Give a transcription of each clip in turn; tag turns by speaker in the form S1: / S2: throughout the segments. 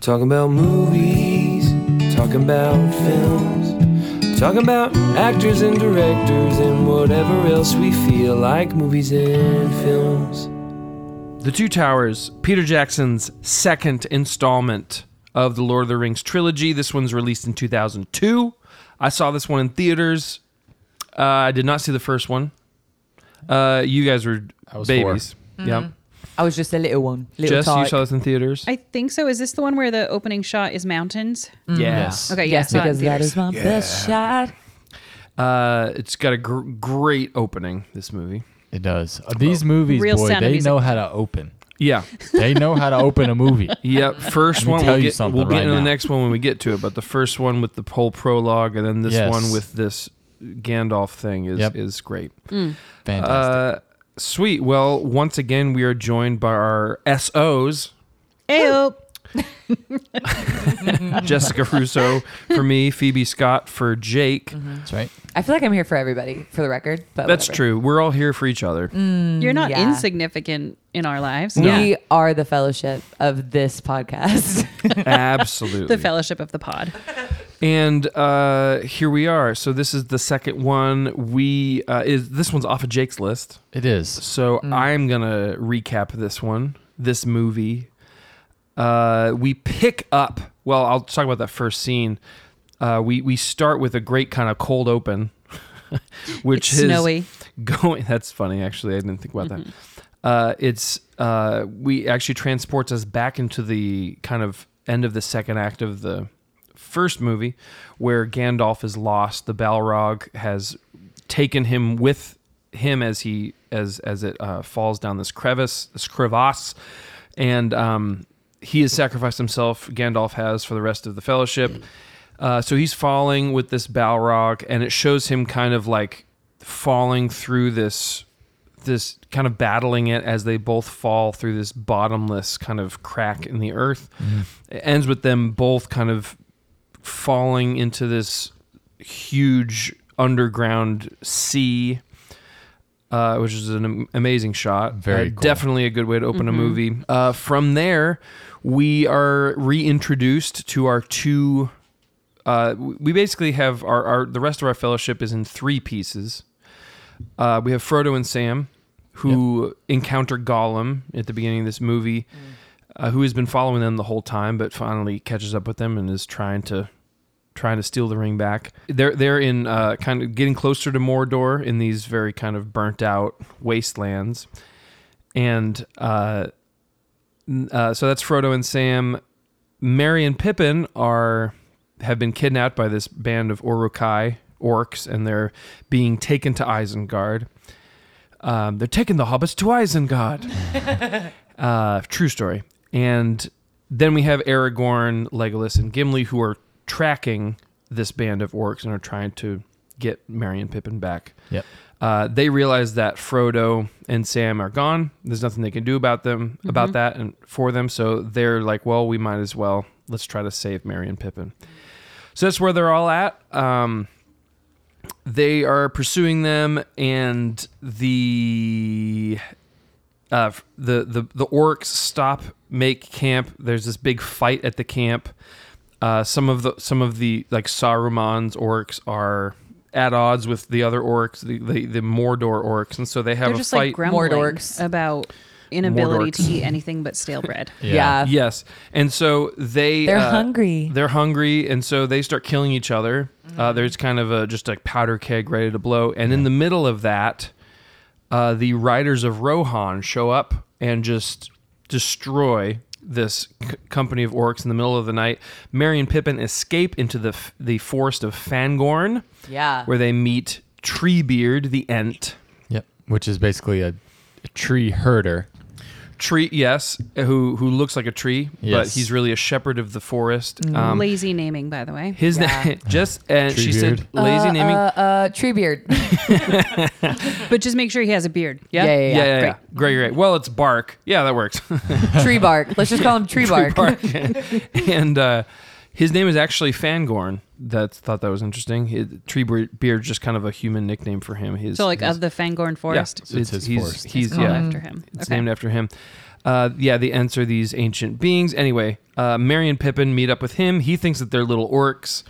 S1: Talking about movies, talking about films, talking about actors and directors and whatever else we feel like movies and films.
S2: The Two Towers, Peter Jackson's second installment of the Lord of the Rings trilogy. This one's released in 2002. I saw this one in theaters. Uh, I did not see the first one. Uh, you guys were
S3: was
S2: babies. Yeah.
S4: I was just a little one. Little
S2: Jess, you
S4: tyke.
S2: saw this in theaters?
S5: I think so. Is this the one where the opening shot is mountains?
S3: Mm-hmm.
S2: yes.
S5: Okay,
S4: Yes,
S5: yeah, I saw it in
S4: because that
S5: theaters.
S4: is my best shot.
S2: Uh, it's got a gr- great opening, this movie.
S3: It does. Uh, These movies,
S5: Real
S3: boy,
S5: Sound of
S3: they
S5: Music.
S3: know how to open.
S2: Yeah.
S3: They know how to open a movie.
S2: Yep. First
S3: Let me
S2: one,
S3: tell
S2: we'll
S3: you
S2: get,
S3: something
S2: we'll get
S3: right
S2: into the
S3: now.
S2: next one when we get to it, but the first one with the whole prologue and then this
S3: Yes.
S2: one with this Gandalf thing is,
S3: Yep.
S2: is great.
S3: Fantastic.
S2: Uh, sweet. Well, once again, we are joined by our SOs,
S5: Ayo.
S2: Jessica Russo for me, Phoebe Scott for Jake.
S3: That's right.
S4: I feel like I'm here for everybody, for the record. But
S2: That's
S4: whatever.
S2: true. We're all here for each other.
S5: You're not
S4: Yeah.
S5: insignificant in our lives.
S4: We are the fellowship of this podcast.
S2: Absolutely.
S5: The fellowship of the pod.
S2: and uh, here we are. So this is the second one. We uh, is this one's off of Jake's list.
S3: It is.
S2: So
S5: Mm.
S2: I'm gonna recap this one, this movie. Uh, we pick up. Well, I'll talk about that first scene. Uh, we we start with a great kind of cold open, which
S5: It's
S2: is
S5: snowy.
S2: going. That's funny, actually. I didn't think about that. Uh, it's uh, we actually transports us back into the kind of end of the second act of the first movie, where Gandalf is lost. The Balrog has taken him with him as he as as it uh, falls down this crevice, this crevasse, and um, he has sacrificed himself. Gandalf has for the rest of the Fellowship. Uh, so he's falling with this Balrog, and it shows him kind of like falling through this this kind of battling it as they both fall through this bottomless kind of crack in the earth.
S3: Mm-hmm.
S2: It ends with them both kind of falling into this huge underground sea, uh, which is an am- amazing shot.
S3: Very
S2: Uh,
S3: cool.
S2: definitely a good way to open a movie. Uh, from there, we are reintroduced to our two. Uh, we we basically have our, our the rest of our fellowship is in three pieces. Uh, we have Frodo and Sam, who encounter Gollum at the beginning of this movie, uh, who has been following them the whole time, but finally catches up with them and is trying to trying to steal the ring back. They're they're in uh, kind of getting closer to Mordor in these very kind of burnt out wastelands, and uh, n- uh, so that's Frodo and Sam. Merry and Pippin are have been kidnapped by this band of Orokai orcs, and they're being taken to Isengard. Um, they're taking the hobbits to Isengard. uh, true story. And then we have Aragorn, Legolas, and Gimli who are tracking this band of orcs and are trying to get Merry and Pippin back.
S3: Yep.
S2: Uh, they realize that Frodo and Sam are gone. There's nothing they can do about them, about that, and for them. So they're like, well, we might as well let's try to save Merry and Pippin. So that's where they're all at. Um, they are pursuing them, and the uh, f- the the the orcs stop, make camp. There's this big fight at the camp. Uh, some of the some of the like Saruman's orcs are at odds with the other orcs, the the, the Mordor orcs, and so they have
S5: They're
S2: a
S5: just like
S2: fight.
S5: grumbling
S4: Mordorks.
S5: about inability to
S2: Mordorks.
S5: eat anything but stale bread.
S4: Yeah.
S2: yes, and so they
S4: They're
S2: uh,
S4: hungry.
S2: They're hungry, and so they start killing each other.
S4: Mm-hmm.
S2: Uh, there's kind of a just like powder keg ready to blow, and in the middle of that, uh, the riders of Rohan show up and just destroy this c- company of orcs in the middle of the night. Merry and Pippin escape into the f- the forest of Fangorn,
S4: Yeah.
S2: where they meet Treebeard the Ent.
S3: Yep. Which is basically a, a tree herder.
S2: Tree, yes, who who looks like a tree, but
S3: Yes.
S2: he's really a shepherd of the forest. Um,
S5: Lazy naming, by the way.
S2: His
S4: Mm. Yeah.
S2: name, just and she said
S3: Treebeard.
S2: lazy naming.
S4: Uh, uh, tree beard.
S5: But just make sure he has a beard. Yeah.
S4: Yeah, yeah,
S2: yeah, yeah, yeah.
S4: great.
S2: Great. great, Well, it's bark. Yeah, that works.
S4: tree bark. Let's just call him tree bark.
S2: bark. and uh, his name is actually Fangorn. That thought that was interesting. It, Tree Bre- Beard just kind of a human nickname for him. His
S5: So like
S2: his,
S5: of the Fangorn
S2: yeah,
S5: Forest.
S2: it's,
S3: his
S2: he's
S3: forest.
S2: he's
S5: Named
S2: yeah.
S5: after him.
S2: It's
S5: Okay.
S2: named after him. Uh, yeah, the Ents are these ancient beings. Anyway, uh, Merry and Pippin meet up with him. He thinks that they're little orcs,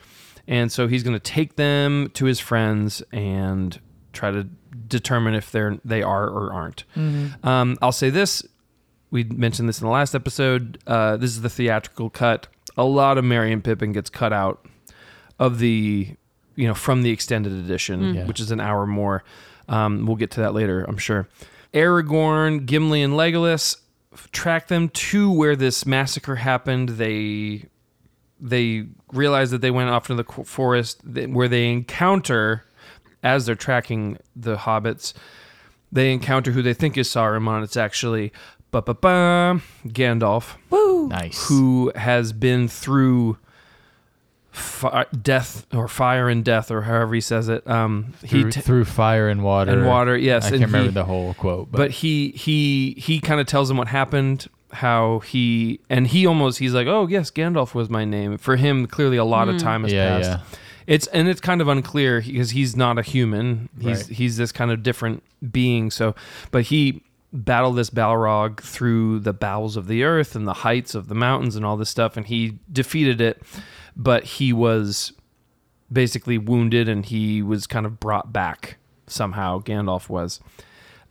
S2: and so he's going to take them to his friends and try to determine if they're they are or aren't. Um, I'll say this: we mentioned this in the last episode. Uh, this is the theatrical cut. A lot of Merry and Pippin gets cut out of the, you know, from the extended edition,
S3: Yeah.
S2: which is an hour more. Um, we'll get to that later, I'm sure. Aragorn, Gimli, and Legolas f- track them to where this massacre happened. They they realize that they went off into the qu- forest th- where they encounter as they're tracking the hobbits they encounter who they think is Saruman. It's actually ba ba ba Gandalf,
S3: Nice.
S2: who has been through fi- death or fire and death or however he says it. Um, he
S3: through,
S2: t-
S3: through fire and water.
S2: and water, yes,
S3: I
S2: and
S3: can't remember
S2: he-
S3: the whole quote,
S2: but,
S3: but,
S2: he he he kind of tells them what happened, how he and he almost he's like, oh yes, Gandalf was my name. For him, clearly a lot of time has
S3: yeah,
S2: passed.
S3: yeah.
S2: It's and it's kind of unclear because he's not a human. He's
S3: Right.
S2: he's this kind of different being. So, but he battled this Balrog through the bowels of the earth and the heights of the mountains and all this stuff, and he defeated it. But he was basically wounded, and he was kind of brought back somehow. Gandalf was,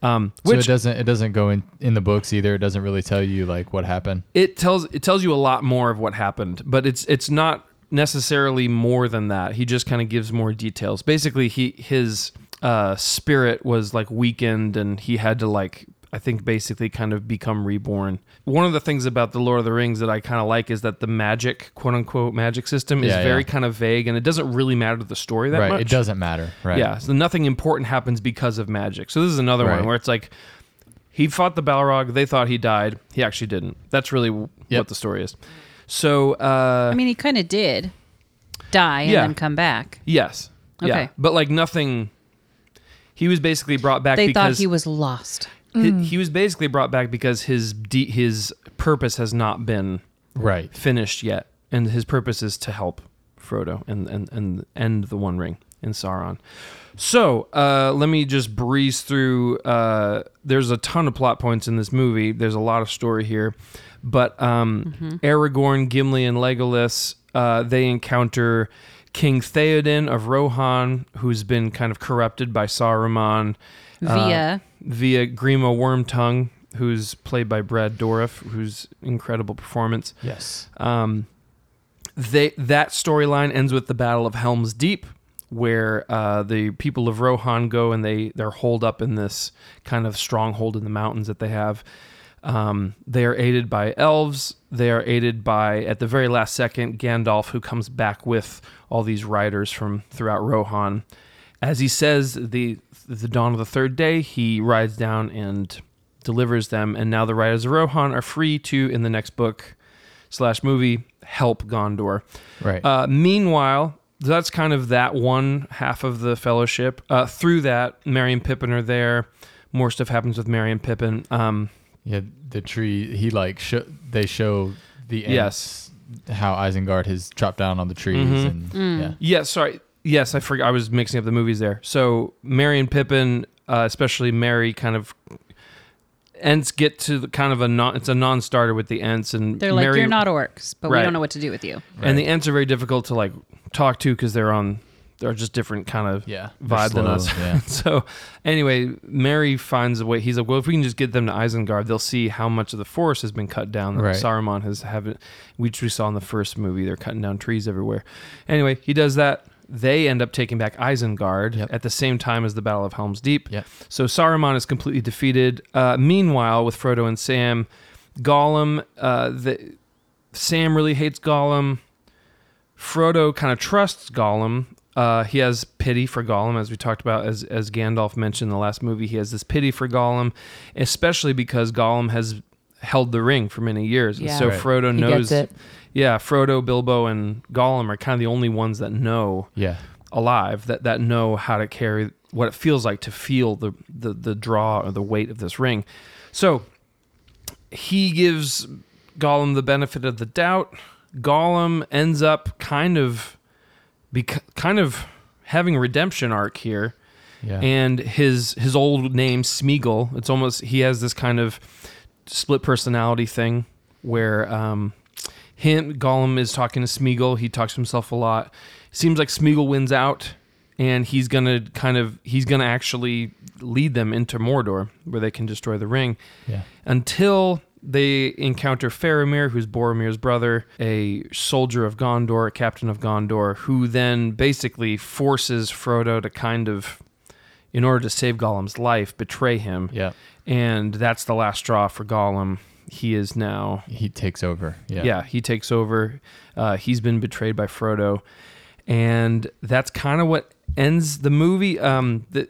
S2: um,
S3: So
S2: which
S3: it doesn't it doesn't go in in the books either. It doesn't really tell you like what happened.
S2: it tells it tells you a lot more of what happened, but it's it's not necessarily more than that. He just kind of gives more details. Basically, he his uh, spirit was like weakened, and he had to like I think basically kind of become reborn. One of the things about the Lord of the Rings that I kind of like is that the magic, quote unquote, magic system is
S3: Yeah,
S2: very
S3: yeah.
S2: kind of vague, and it doesn't really matter to the story that
S3: right.
S2: much.
S3: It doesn't matter. Right.
S2: Yeah, so nothing important happens because of magic. So this is another one
S3: Right.
S2: where it's like he fought the Balrog. They thought he died. He actually didn't. That's really w
S3: Yep.
S2: what the story is. So uh,
S5: I mean, he kind of did die and
S2: Yeah.
S5: then come back.
S2: yes, yeah,
S5: Okay.
S2: but like nothing. He was basically brought back
S5: They thought
S2: because
S5: he Mm. was lost.
S2: hi- he was basically brought back because his de- his purpose has not been
S3: Right.
S2: finished yet, and his purpose is to help Frodo and and and end the One Ring in Sauron. So uh, let me just breeze through. Uh, there's a ton of plot points in this movie. There's a lot of story here, but um, Aragorn, Gimli, and Legolas uh, they encounter King Theoden of Rohan, who's been kind of corrupted by Saruman uh,
S5: Via
S2: via Grima Wormtongue, who's played by Brad Dourif, whose incredible performance
S3: Yes.
S2: um, they that storyline ends with the Battle of Helm's Deep, where uh, the people of Rohan go and they they're holed up in this kind of stronghold in the mountains that they have. Um, they are aided by elves. They are aided by at the very last second Gandalf, who comes back with all these riders from throughout Rohan. As he says, the the dawn of the third day, he rides down and delivers them. And now the riders of Rohan are free to, in the next book, slash movie help Gondor.
S3: Right.
S2: Uh, meanwhile, that's kind of that one half of the Fellowship. Uh, through that, Merry and Pippin are there. More stuff happens with Merry and Pippin. Um,
S3: yeah. The tree. He like sho- they show the
S2: Yes.
S3: ants, how Isengard has chopped down on the trees
S2: Mhm.
S3: and yeah.
S2: yeah, sorry. Yes, I forgot. I was mixing up the movies there. So Merry and Pippin, uh, especially Merry, kind of Ents get to the, kind of a non. It's a non-starter with the Ents, and
S5: they're like,
S2: Merry-
S5: you're not orcs, but
S2: Right.
S5: we don't know what to do with you.
S2: and the Ents are very difficult to like talk to because they're on. They're just different kind of
S3: Yeah.
S2: Vibe than
S3: Slow,
S2: us.
S3: Yeah.
S2: so anyway, Mary finds a way. He's like, well, if we can just get them to Isengard, they'll see how much of the forest has been cut down. That
S3: Right.
S2: Saruman has haven't, which we saw in the first movie. They're cutting down trees everywhere. Anyway, he does that. They end up taking back Isengard
S3: Yep.
S2: at the same time as the Battle of Helm's Deep.
S3: Yep.
S2: So Saruman is completely defeated. Uh, meanwhile, with Frodo and Sam, Gollum, uh, the, Sam really hates Gollum. Frodo kind of trusts Gollum. Uh, he has pity for Gollum, as we talked about, as as Gandalf mentioned in the last movie. He has this pity for Gollum, especially because Gollum has held the ring for many years, and
S4: Yeah.
S2: so
S3: Right.
S2: Frodo
S4: He
S2: knows.
S4: gets it.
S2: Yeah, Frodo, Bilbo, and Gollum are kind of the only ones that know
S3: Yeah.
S2: alive that that know how to carry what it feels like to feel the the, the draw or the weight of this ring. So he gives Gollum the benefit of the doubt. Gollum ends up kind of bec- kind of having a redemption arc here
S3: Yeah.
S2: and his his old name Smeagol. It's almost he has this kind of split personality thing where um, him Gollum is talking to Smeagol. He talks to himself a lot. Seems like Smeagol wins out, and he's gonna kind of he's gonna actually lead them into Mordor, where they can destroy the ring
S3: Yeah.
S2: until they encounter Faramir, who's Boromir's brother, a soldier of Gondor, a captain of Gondor, who then basically forces Frodo to kind of, in order to save Gollum's life, betray him.
S3: Yeah.
S2: And that's the last straw for Gollum. He is now
S3: He takes over. Yeah.
S2: yeah. he takes over. Uh, he's been betrayed by Frodo, and that's kind of what ends the movie. Um, the,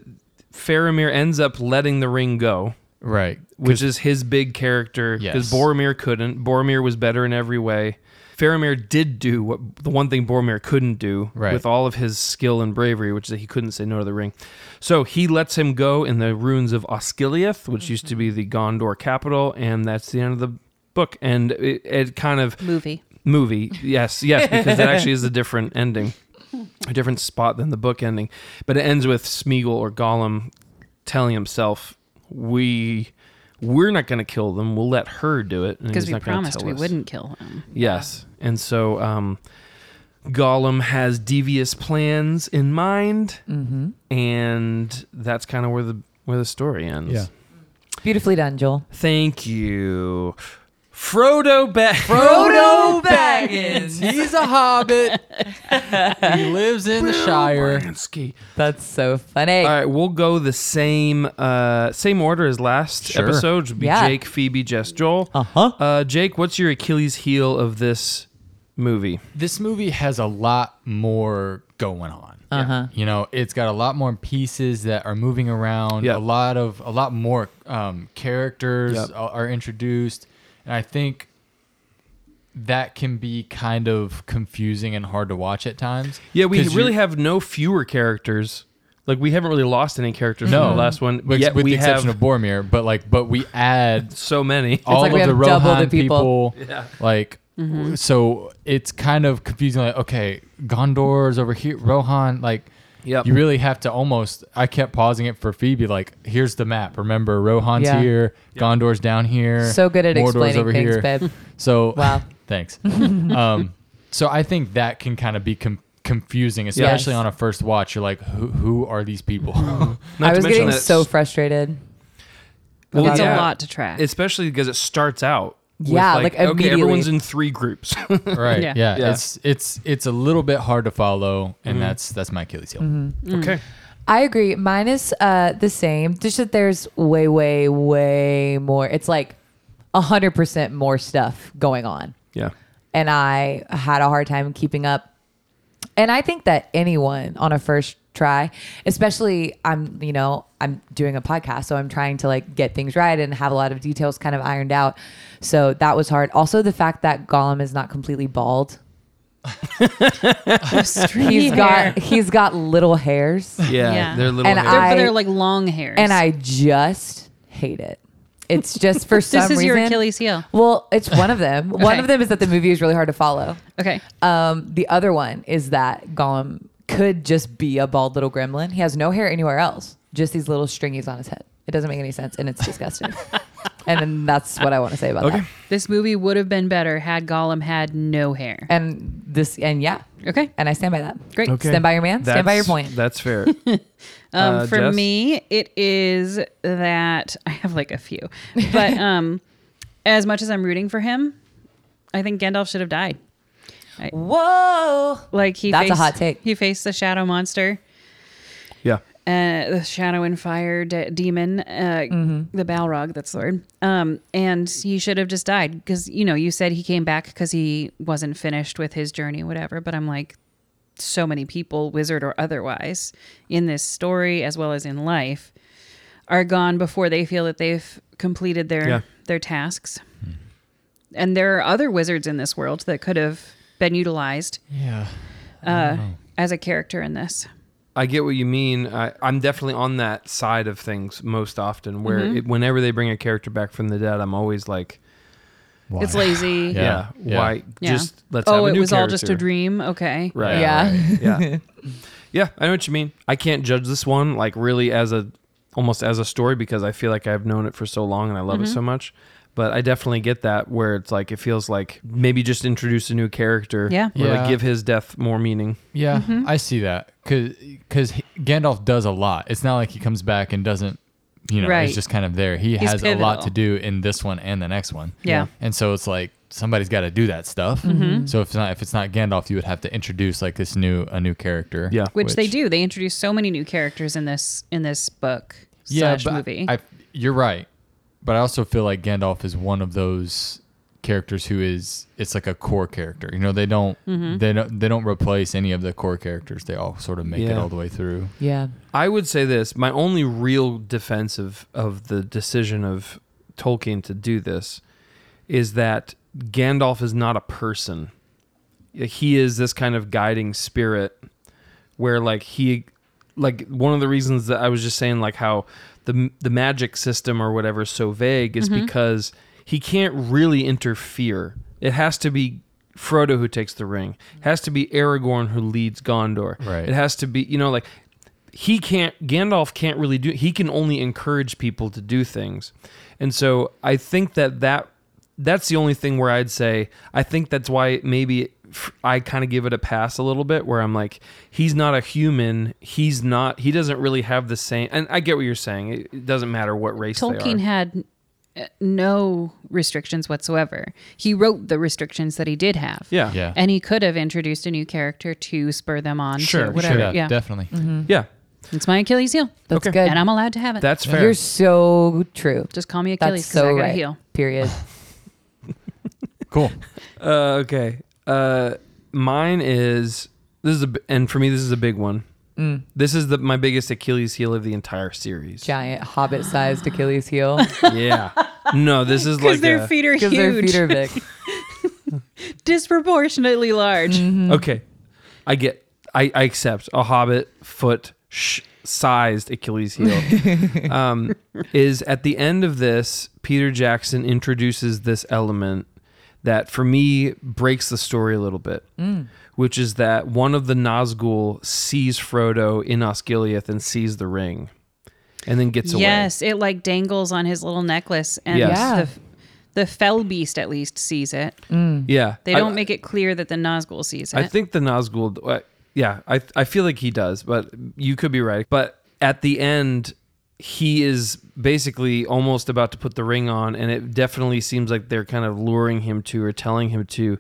S2: Faramir ends up letting the ring go,
S3: Right.
S2: which is his big character
S3: Yes.
S2: because Boromir couldn't. Boromir was better in every way. Faramir did do what the one thing Boromir couldn't do
S3: Right.
S2: with all of his skill and bravery, which is that he couldn't say no to the ring. So he lets him go in the ruins of Osgiliath, which used to be the Gondor capital, and that's the end of the book. And it, it kind of
S5: Movie.
S2: movie. Yes, yes, because that actually is a different ending, a different spot than the book ending. But it ends with Smeagol or Gollum telling himself, "We, we're not going to kill them. We'll let her do it." and
S5: Because
S2: he's
S5: we
S2: not gonna
S5: promised
S2: tell
S5: we
S2: us."
S5: wouldn't kill him.
S2: Yes, and so um, Gollum has devious plans in mind, and that's kind of where the where the story ends.
S3: Yeah.
S4: Beautifully done, Joel.
S2: Thank you, Frodo. Ba-
S4: Frodo Baggins.
S3: He's a hobbit. he lives in the Shire.
S2: Bansky.
S4: That's so funny.
S2: All right, we'll go the same uh, same order as last
S3: Sure.
S2: episode. Which would be
S4: Yeah.
S2: Jake, Phoebe, Jess, Joel.
S4: Uh-huh.
S2: Uh, Jake, what's your Achilles heel of this movie?
S3: This movie has a lot more going on.
S4: Uh-huh.
S3: You know, it's got a lot more pieces that are moving around.
S2: Yeah.
S3: A lot of a lot more um, characters
S2: Yep.
S3: are, are introduced, and I think that can be kind of confusing and hard to watch at times.
S2: Yeah, we
S3: 'Cause you-
S2: really have no fewer characters. Like we haven't really lost any characters from
S3: no
S2: the last one.
S3: with,
S2: yet
S3: with
S2: we
S3: the exception Oh,
S2: have
S3: of Boromir, but like, but we add
S2: so many.
S3: all
S4: like
S3: of
S4: we
S3: the
S4: have double the
S3: Rohan people.
S4: people.
S3: Like, so it's kind of confusing. Like, okay, Gondor's over here, Rohan. Like,
S2: Yep.
S3: you really have to almost. I kept pausing it for Phoebe. Like, here's the map. Remember, Rohan's
S4: Yeah.
S3: here, Gondor's down here.
S4: So good at
S3: Mordor's
S4: explaining
S3: over
S4: things,
S3: here.
S4: babe.
S3: So
S4: Wow.
S3: thanks. um, so I think that can kind of be com- confusing, especially
S4: Yes.
S3: on a first watch. You're like, who, who are these people?
S2: Not
S4: I
S2: to mention
S4: was getting
S2: that it's-
S4: so frustrated.
S2: Well,
S5: it's
S2: yeah.
S5: a lot to track.
S2: especially because it starts out. with,
S4: Yeah,
S2: like,
S4: like,
S2: okay, everyone's
S4: immediately.
S2: in three groups.
S3: right?
S5: Yeah.
S3: Yeah.
S2: Yeah.
S3: It's it's it's a little bit hard to follow, and that's that's my Achilles heel.
S4: Mm-hmm.
S2: okay,
S4: I agree. Mine is uh, the same. Just that there's way, way, way more. It's like hundred percent more stuff going on,
S2: yeah,
S4: and I had a hard time keeping up. And I think that anyone on a first try, especially I'm, you know, I'm doing a podcast, so I'm trying to like get things right and have a lot of details kind of ironed out. So that was hard. Also, the fact that Gollum is not completely bald. He's got he's got little hairs.
S2: yeah.
S5: Yeah.
S2: They're little.
S4: And
S2: hairs.
S5: They're,
S4: I-
S5: they're like long hairs.
S4: and I just hate it. It's just for some
S5: this is
S4: reason.
S5: your Achilles heel.
S4: Well, it's one of them. One
S5: Okay.
S4: of them is that the movie is really hard to follow.
S5: Okay.
S4: Um, the other one is that Gollum could just be a bald little gremlin. He has no hair anywhere else, just these little stringies on his head. It doesn't make any sense, and it's disgusting. and then that's what I want to say about that.
S5: This movie would have been better had Gollum had no hair.
S4: And this, and yeah,
S5: Okay.
S4: and I stand by that.
S5: Great.
S2: Okay.
S4: Stand by your man. Stand by your
S2: That's-
S4: point.
S2: That's fair.
S5: Um,
S2: Uh,
S5: for
S2: Jess?
S5: me, it is that I have like a few, but um, as much as I'm rooting for him, I think Gandalf should have died.
S4: Whoa.
S5: Like he
S4: That's a
S5: faced,
S4: hot take.
S5: He faced the shadow monster,
S2: yeah.
S5: uh, the shadow and fire de- demon, uh, the Balrog. That's the word. Um, and he should have just died because you know you said he came back because he wasn't finished with his journey, whatever. But I'm like, so many people, wizard or otherwise, in this story as well as in life, are gone before they feel that they've completed their
S2: Yeah.
S5: their tasks. And there are other wizards in this world that could have been utilized
S3: Yeah.
S5: uh, as a character in this.
S2: I get what you mean. I, I'm definitely on that side of things most often, where
S5: Mm-hmm.
S2: it, whenever they bring a character back from the dead, I'm always like,
S5: It's lazy.
S3: Yeah.
S2: yeah, why?
S5: Yeah.
S2: Just let's.
S5: oh,
S2: have a
S5: it
S2: new
S5: was all just a
S2: character.
S5: dream. Okay.
S2: Right.
S4: Yeah.
S2: right, Yeah. yeah. I know what you mean. I can't judge this one
S5: Mm-hmm.
S2: like really as a almost as a story because I feel like I've known it for so long and I love it so much. But I definitely get that where it's like it feels like maybe just introduce a new character.
S5: Yeah.
S2: Or like
S3: Yeah.
S2: give his death more meaning.
S3: Yeah,
S5: Mm-hmm.
S3: I see that because Gandalf does a lot. It's not like he comes back and doesn't, you know,
S5: Right.
S3: he's just kind of there. He
S5: He's
S3: has a lot
S5: pivotal.
S3: to do in this one and the next one.
S5: Yeah. Mm-hmm.
S3: and so it's like somebody's got to do that stuff.
S2: Mm-hmm.
S3: So if it's not if it's not Gandalf, you would have to introduce like this new a new character.
S2: Yeah.
S5: which, they do. They introduce so many new characters in this in this book slash
S3: but
S5: movie.
S3: I, you're right, but I also feel like Gandalf is one of those characters who is it's like a core character. You know, they don't
S5: Mm-hmm.
S3: they don't they don't replace any of the core characters. They all sort of make it
S2: Yeah.
S3: all the way through.
S4: Yeah.
S2: I would say this. My only real defense of, of the decision of Tolkien to do this is that Gandalf is not a person. He is this kind of guiding spirit where like he like one of the reasons that I was just saying like how the the magic system or whatever is so vague is because he can't really interfere. It has to be Frodo who takes the ring. It has to be Aragorn who leads Gondor.
S3: Right.
S2: It has to be you know like he can't Gandalf can't really do he can only encourage people to do things. And so I think that that that's the only thing where I'd say I think that's why maybe f- I kind of give it a pass a little bit where I'm like he's not a human, he's not he doesn't really have the same and I get what you're saying. It, it doesn't matter what race they are.
S5: Tolkien had uh, no restrictions whatsoever. He wrote the restrictions that he did have.
S2: yeah.
S3: Yeah.
S5: And he could have introduced a new character to spur them on. to
S2: Sure,
S5: whatever.
S3: yeah, Mm-hmm.
S5: yeah.
S3: definitely.
S2: Yeah.
S5: It's my Achilles heel.
S4: That's
S2: Okay.
S4: good.
S5: And I'm allowed to have it.
S2: That's fair.
S4: You're so true.
S5: Just call me Achilles
S4: That's
S5: because I
S4: so
S5: got a
S4: right.
S5: heel.
S4: Period.
S3: Cool.
S2: Uh, okay. Uh, mine is this is a b- and for me this is a big one. This is the my biggest Achilles heel of the entire series.
S4: Giant hobbit sized Achilles heel.
S2: Yeah. No, this is
S5: Because
S2: like uh,
S5: their
S2: a-
S5: feet are
S4: Because
S5: huge.
S4: their feet are big.
S5: disproportionately large.
S2: okay. I get. I, I accept a hobbit foot sh- sized Achilles heel. um, is at the end of this, Peter Jackson introduces this element that for me breaks the story a little bit,
S5: Mm.
S2: which is that one of the Nazgul sees Frodo in Osgiliath and sees the ring, and then gets away.
S5: Yes, it like dangles on his little necklace, and
S2: Yes.
S4: Yeah.
S5: the the fell beast at least sees it.
S2: Yeah.
S5: They
S2: I-
S5: don't make it clear that the Nazgul sees it.
S2: I think the Nazgul. Uh, yeah, I I feel like he does, but you could be right. But at the end, he is basically almost about to put the ring on, and it definitely seems like they're kind of luring him to or telling him to.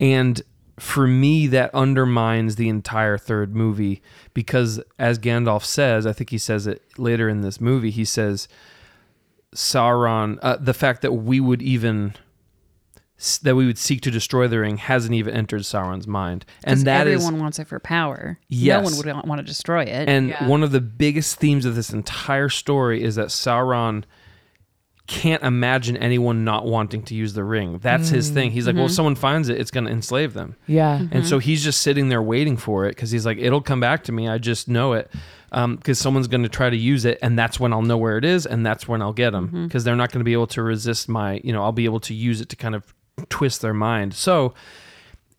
S2: And for me, that undermines the entire third movie because, as Gandalf says, I think he says it later in this movie. He says. Sauron, uh, the fact that we would even that we would seek to destroy the ring hasn't even entered Sauron's mind,
S5: 'Cause
S2: and that is
S5: everyone wants it for power.
S2: Yes.
S5: no one would want- want to destroy it.
S2: and one of the biggest themes of this entire story is that Sauron can't imagine anyone not wanting to use the ring. That's his
S5: Mm,
S2: thing. He's like,
S5: mm-hmm.
S2: well, if someone finds it, it's going to enslave them.
S4: Yeah.
S2: And so he's just sitting there waiting for it because he's like, it'll come back to me. I just know it because someone's going to try to use it, and that's when I'll know where it is, and that's when I'll get them because they're not going to be able to resist my, you know, I'll be able to use it to kind of twist their mind. So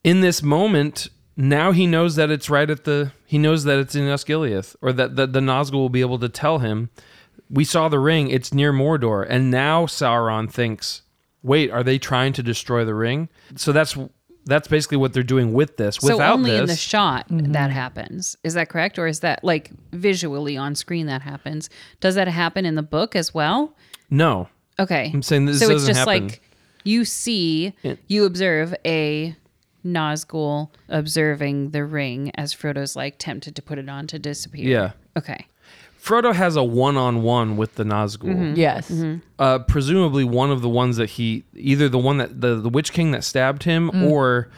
S2: in this moment, now he knows that it's right at the, he knows that it's in Osgiliath or that, that the Nazgul will be able to tell him, we saw the ring, it's near Mordor. And now Sauron thinks, wait, are they trying to destroy the ring? So that's. That's basically what they're doing with this.
S5: so
S2: Without
S5: only
S2: this,
S5: in the shot that happens. Is that correct, or is that like visually on screen that happens? Does that happen in the book as well?
S2: No.
S5: Okay,
S2: I'm saying this
S5: so it's
S2: doesn't
S5: just
S2: happen.
S5: like you see, you observe a Nazgul observing the ring as Frodo's like tempted to put it on to disappear.
S2: Yeah.
S5: Okay.
S2: Frodo has a one-on-one with the Nazgul.
S5: Mm-hmm.
S4: Yes.
S2: Uh, presumably one of the ones that he either the one that the, the Witch King that stabbed him or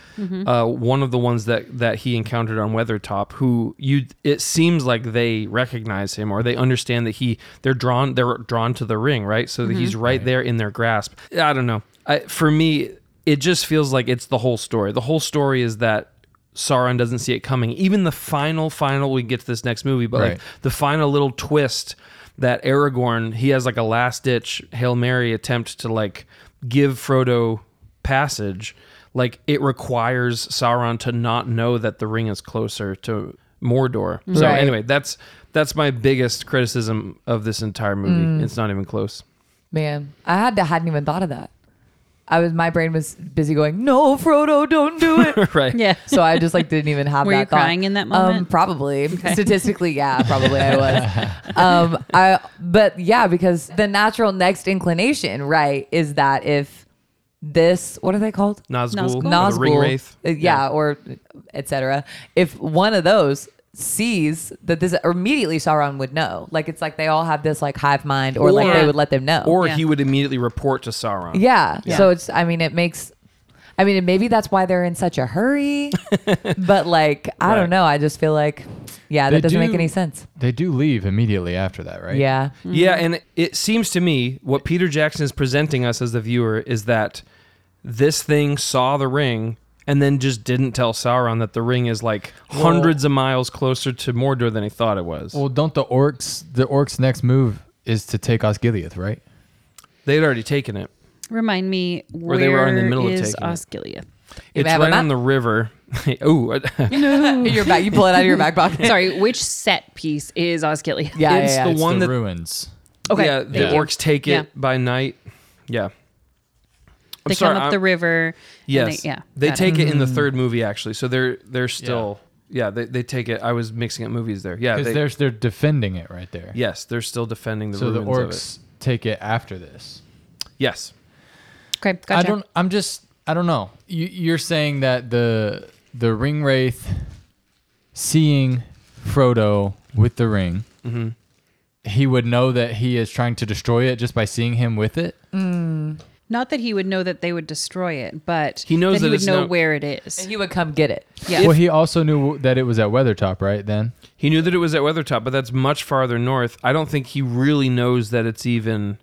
S2: uh, one of the ones that that he encountered on Weathertop who you it seems like they recognize him or they understand that he they're drawn they're drawn to the ring, right? So that he's right, there in their grasp. I don't know. I, for me it just feels like it's the whole story. The whole story is that Sauron doesn't see it coming. Even the final, final, we get to this next movie, but like
S3: Right.
S2: the final little twist that Aragorn, he has like a last ditch Hail Mary attempt to like give Frodo passage. Like it requires Sauron to not know that the ring is closer to Mordor. So
S4: Right. Mm.
S2: anyway, that's that's my biggest criticism of this entire movie. It's not even close.
S4: Man, I had to, hadn't even thought of that. I was my brain was busy going, no, Frodo, don't do it.
S2: right.
S5: Yeah.
S4: so I just like didn't even have
S5: Were
S4: that
S5: you
S4: thought.
S5: crying in that
S4: Um,
S5: moment?
S4: probably statistically, yeah, probably I was. um, I but yeah, because the natural next inclination, right, is that if this what are they called?
S2: Nazgul.
S5: Nazgul.
S2: or
S4: Nazgul,
S2: The ring wraith.
S4: uh, yeah, or etc. If one of those sees that this or immediately Sauron would know. Like it's like they all have this like hive mind, or, like
S2: Or-
S4: they would let them know.
S2: Or
S5: Yeah.
S2: he would immediately report to Sauron.
S4: yeah.
S5: Yeah.
S4: So it's I mean it makes I mean maybe that's why they're in such a hurry. but like I
S2: Right.
S4: don't know. I just feel like yeah, that
S3: They
S4: doesn't make
S3: do-
S4: any sense.
S3: They do leave immediately after that, right?
S4: Yeah.
S2: Yeah,
S5: Mm-hmm.
S2: and it seems to me what Peter Jackson is presenting us as the viewer is that this thing saw the ring and then just didn't tell Sauron that the ring is like hundreds of miles closer to Mordor than he thought it was.
S3: Well, don't the orcs? The orcs' next move is to take Osgiliath, right?
S2: They'd already taken it.
S5: Remind me
S2: Or
S5: where
S2: they were in the middle of
S5: is
S2: taking it.
S5: Osgiliath?
S2: It's
S4: have a
S2: right
S4: map?
S2: on the river. oh,
S4: your back you pull it out of your back pocket.
S5: Sorry, which set piece is Osgiliath?
S4: Yeah,
S2: It's
S4: yeah,
S2: the
S4: yeah.
S3: It's
S2: one
S3: the
S2: that-
S3: ruins.
S5: Okay.
S2: yeah, the
S3: Yeah.
S2: orcs take it
S5: Yeah.
S2: by night. Yeah. I'm
S5: They
S2: sorry,
S5: come up
S2: I'm-
S5: the river. and
S2: Yes.
S5: They, yeah.
S2: They
S5: got it.
S2: take it. in the
S3: Mm-hmm.
S2: third movie actually. So they're they're still yeah, they, they take it. I was mixing up movies there. Yeah,
S3: Because
S2: they,
S3: there's they're defending it right there.
S2: yes, they're still defending the
S3: So the
S2: ruins
S3: orcs take it after this.
S2: of it. Yes.
S5: Mm-hmm. Okay. Gotcha.
S3: I don't. I'm just. I don't know. You, you're saying that the the ring wraith seeing Frodo with the ring,
S2: Mm-hmm.
S3: he would know that he is trying to destroy it just by seeing him with it.
S5: Not that he would know that they would destroy it, but
S2: He knows that
S5: he
S2: it's
S5: would know
S2: not-
S5: where it is.
S4: He would come get it.
S5: Yeah.
S3: Well, he also knew that it was at Weathertop, right? Then
S2: He knew that it was at Weathertop, but that's much farther north. I don't think he really knows that it's even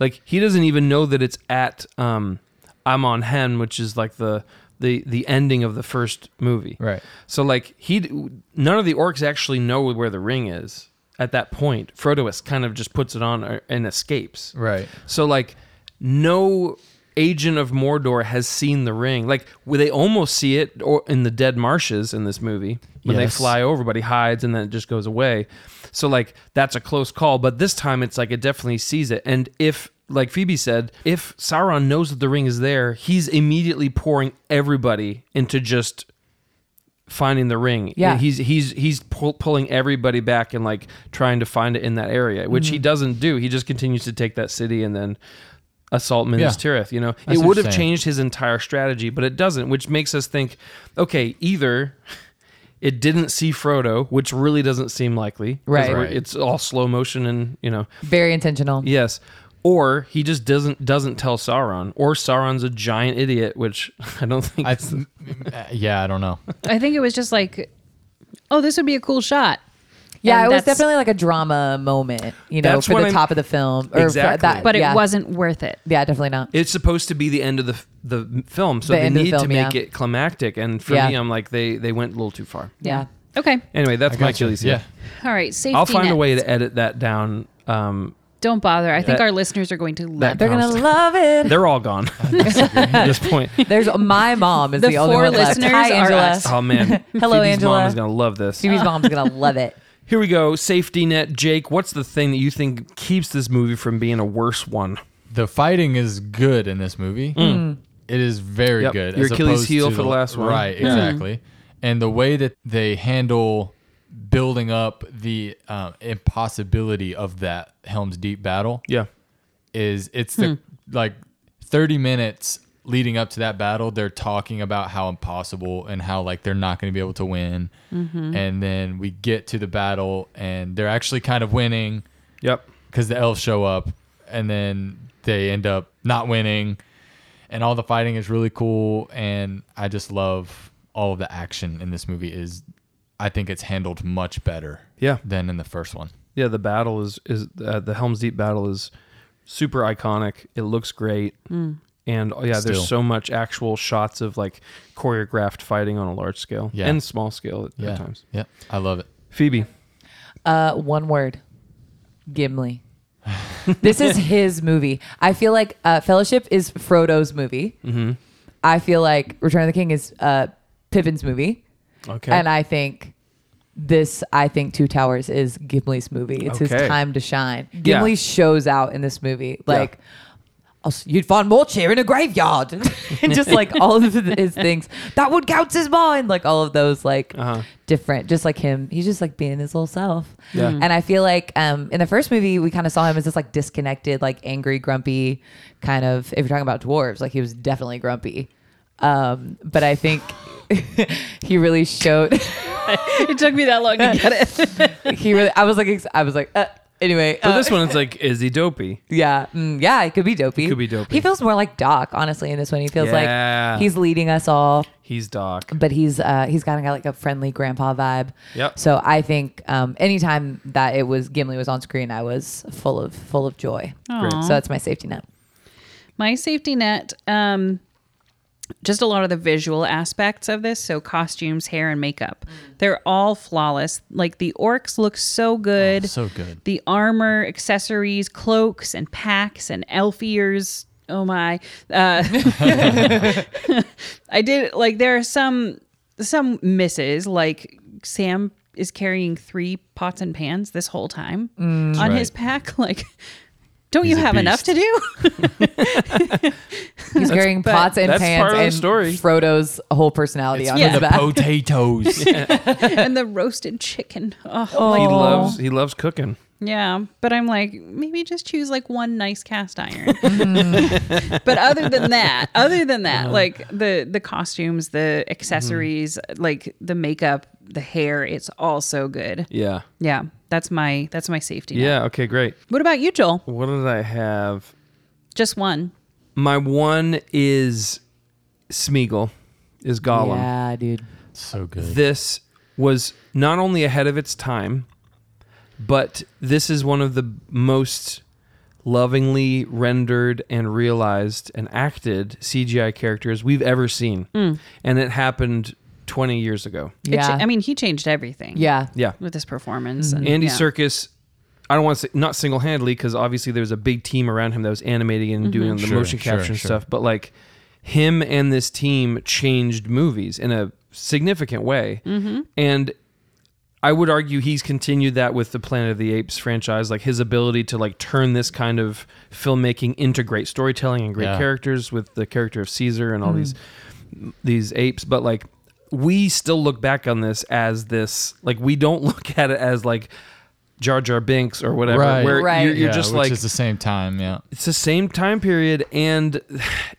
S2: like he doesn't even know that it's at um Amon Hen, which is like the the the ending of the first movie.
S3: Right.
S2: So like he d- none of the orcs actually know where the ring is at that point. Frodo is kind of just puts it on uh, and escapes.
S3: Right.
S2: So like no agent of Mordor has seen the ring. Like well, they almost see it or in the dead marshes in this movie when
S3: Yes.
S2: they fly over, but he hides and then it just goes away. So like that's a close call, but this time it's like it definitely sees it. And if like Phoebe said, if Sauron knows that the ring is there, he's immediately pouring everybody into just finding the ring.
S4: Yeah.
S2: he's he's he's pull, pulling everybody back and like trying to find it in that area, which
S3: Mm-hmm.
S2: he doesn't do. He just continues to take that city and then assault Minas
S3: Yeah.
S2: Tirith. You know, it
S3: That's what
S2: would
S3: I'm
S2: have
S3: saying.
S2: changed his entire strategy, but it doesn't, which makes us think, okay, either. It didn't see Frodo, which really doesn't seem likely. 'cause
S4: Right.
S2: we're-
S3: Right.
S2: It's all slow motion and, you know,
S4: Very intentional.
S2: Yes. Or he just doesn't doesn't tell Sauron, or Sauron's a giant idiot, which I don't think.
S3: I,
S2: is-
S3: th- uh, yeah, I don't know.
S5: I think it was just like, oh, this would be a cool shot.
S4: Yeah,
S5: And
S4: it was
S5: that's-
S4: definitely like a drama moment, you know,
S2: That's
S4: for
S2: what
S4: the
S2: I'm-
S4: top of the film. Or for
S2: Exactly.
S4: that,
S5: But it
S4: yeah.
S5: wasn't worth it.
S4: Yeah, definitely not.
S2: it's supposed to be the end of the f- the film, so
S4: The
S2: they
S4: end of the
S2: need to
S4: film,
S2: make
S4: yeah.
S2: it climactic. And for
S4: Yeah.
S2: me, I'm like they they went a little too far.
S4: yeah.
S5: Okay.
S2: Anyway, that's
S3: I
S2: my
S3: gotcha.
S2: Achilles. heel.
S3: Yeah.
S5: All right. Safety.
S2: I'll find a
S5: net.
S2: way to edit that down. Um,
S5: Don't bother. I think
S2: That-
S5: our listeners are going to love.
S4: They're gonna love it.
S2: they're all gone at this point.
S4: There's my mom is the,
S5: The
S4: only
S5: four
S4: one left.
S5: listeners
S4: Hi,
S5: are
S4: Angela.
S5: us.
S2: Oh man,
S4: Hello,
S2: Phoebe's
S4: Angela.
S2: Mom is gonna love this.
S4: Phoebe's mom's gonna love it.
S2: Here we go. Safety net, Jake. What's the thing that you think keeps this movie from being a worse one?
S3: The fighting is good in this movie. It is very
S2: Yep.
S3: good.
S2: Your
S3: as
S2: Achilles
S3: opposed
S2: heel
S3: to
S2: for the last one.
S3: Right,
S2: Yeah.
S3: exactly. And the way that they handle building up the um, impossibility of that Helm's Deep battle
S2: Yeah.
S3: is it's the like 30 minutes leading up to that battle they're talking about how impossible and how like they're not going to be able to win and then we get to the battle and they're actually kind of winning
S2: Yep.
S3: because the elves show up and then they end up not winning and all the fighting is really cool and i just love all of the action in this movie is i think it's handled much better
S2: Yeah.
S3: than in the first one
S2: Yeah, the battle is is uh, the Helm's Deep battle is super iconic. It looks great,
S4: Hmm.
S2: and oh, yeah,
S3: Still.
S2: there's so much actual shots of like choreographed fighting on a large scale
S3: Yeah.
S2: and small scale at,
S3: yeah
S2: at times.
S3: yeah i love it
S2: Phoebe,
S4: Uh, one word. Gimli. this is his movie. I feel like uh, Fellowship is Frodo's movie.
S5: Mm-hmm.
S4: I feel like Return of the King is uh, Pippin's movie,
S2: okay,
S4: and I think this I think Two Towers is Gimli's movie. It's
S2: Okay.
S4: his time to shine.
S2: Yeah.
S4: Gimli shows out in this movie. Like I'll s- you'd find Mortimer in a graveyard, and just like all of his things that would count as mine. Like all of those like
S2: Uh-huh.
S4: different, just like him. He's just like being his little self.
S2: Yeah.
S4: And I feel like um, in the first movie, we kind of saw him as this like disconnected, like angry, grumpy kind of. If you're talking about dwarves, like he was definitely grumpy. Um, but I think he really showed.
S5: it took me that long to get it.
S4: he really. I was like. ex- I was like. Uh, anyway.
S2: But
S4: uh,
S2: this one, it's like, is he dopey?
S4: yeah, mm, yeah, it could be dopey.
S2: He could be dopey.
S4: He feels more like Doc, honestly, in this one. He feels
S2: Yeah.
S4: like he's leading us all,
S2: He's Doc.
S4: but he's uh, he's kind of got like a friendly grandpa vibe.
S2: Yep.
S4: So I think um, anytime that it was Gimli was on screen, I was full of full of joy.
S5: Great.
S4: So that's my safety net.
S5: my safety net um just a lot of the visual aspects of this so costumes hair and makeup
S3: Mm.
S5: they're all flawless like the orcs look so good
S3: Oh, so good.
S5: the armor accessories cloaks and packs and elf ears oh my uh i did like there are some some misses like sam is carrying three pots and pans this whole time on his pack like don't
S3: Mm. He's
S5: you
S3: a
S5: have enough
S3: beast.
S5: to do
S4: He's carrying
S5: but
S4: pots and
S2: that's
S4: pans
S2: part of the
S4: and
S2: story.
S4: Frodo's whole personality on
S5: Yeah.
S4: his
S3: The
S4: back.
S3: potatoes.
S5: and the roasted chicken. Oh,
S2: He
S5: like-
S2: loves he loves cooking.
S5: yeah. But I'm like, maybe just choose like one nice cast iron.
S2: Mm.
S5: but other than that, other than
S2: Uh-huh.
S5: that, like the the costumes, the
S2: Mm-hmm.
S5: accessories, like the makeup, the hair, it's all so good.
S2: Yeah.
S5: Yeah, that's my that's my safety. net.
S2: Yeah. Okay. Great.
S5: What about you, Joel?
S2: What did I have?
S5: Just one.
S2: My one is Smeagol, is Gollum.
S4: Yeah, dude.
S3: so good.
S2: This was not only ahead of its time, but this is one of the most lovingly rendered and realized and acted CGI characters we've ever seen. And it happened 20 years ago.
S5: It
S4: Yeah.
S5: cha- I mean, he changed everything.
S4: yeah.
S2: Yeah.
S5: With his performance, and,
S2: Mm-hmm. Andy
S5: yeah.
S2: Circus. I don't want to say not single handedly because obviously there's a big team around him that was animating and doing the
S3: Sure,
S2: motion
S3: sure,
S2: capture and
S3: sure.
S2: stuff. But like him and this team changed movies in a significant way, and I would argue he's continued that with the Planet of the Apes franchise. Like his ability to like turn this kind of filmmaking into great storytelling and great
S3: Yeah.
S2: characters with the character of Caesar and all these these apes. But like we still look back on this as this like we don't look at it as like Jar Jar Binks or whatever.
S3: Right.
S2: Where
S4: Right.
S2: you're, you're
S3: yeah,
S2: just
S3: which
S2: like
S3: is the same time. Yeah.
S2: it's the same time period and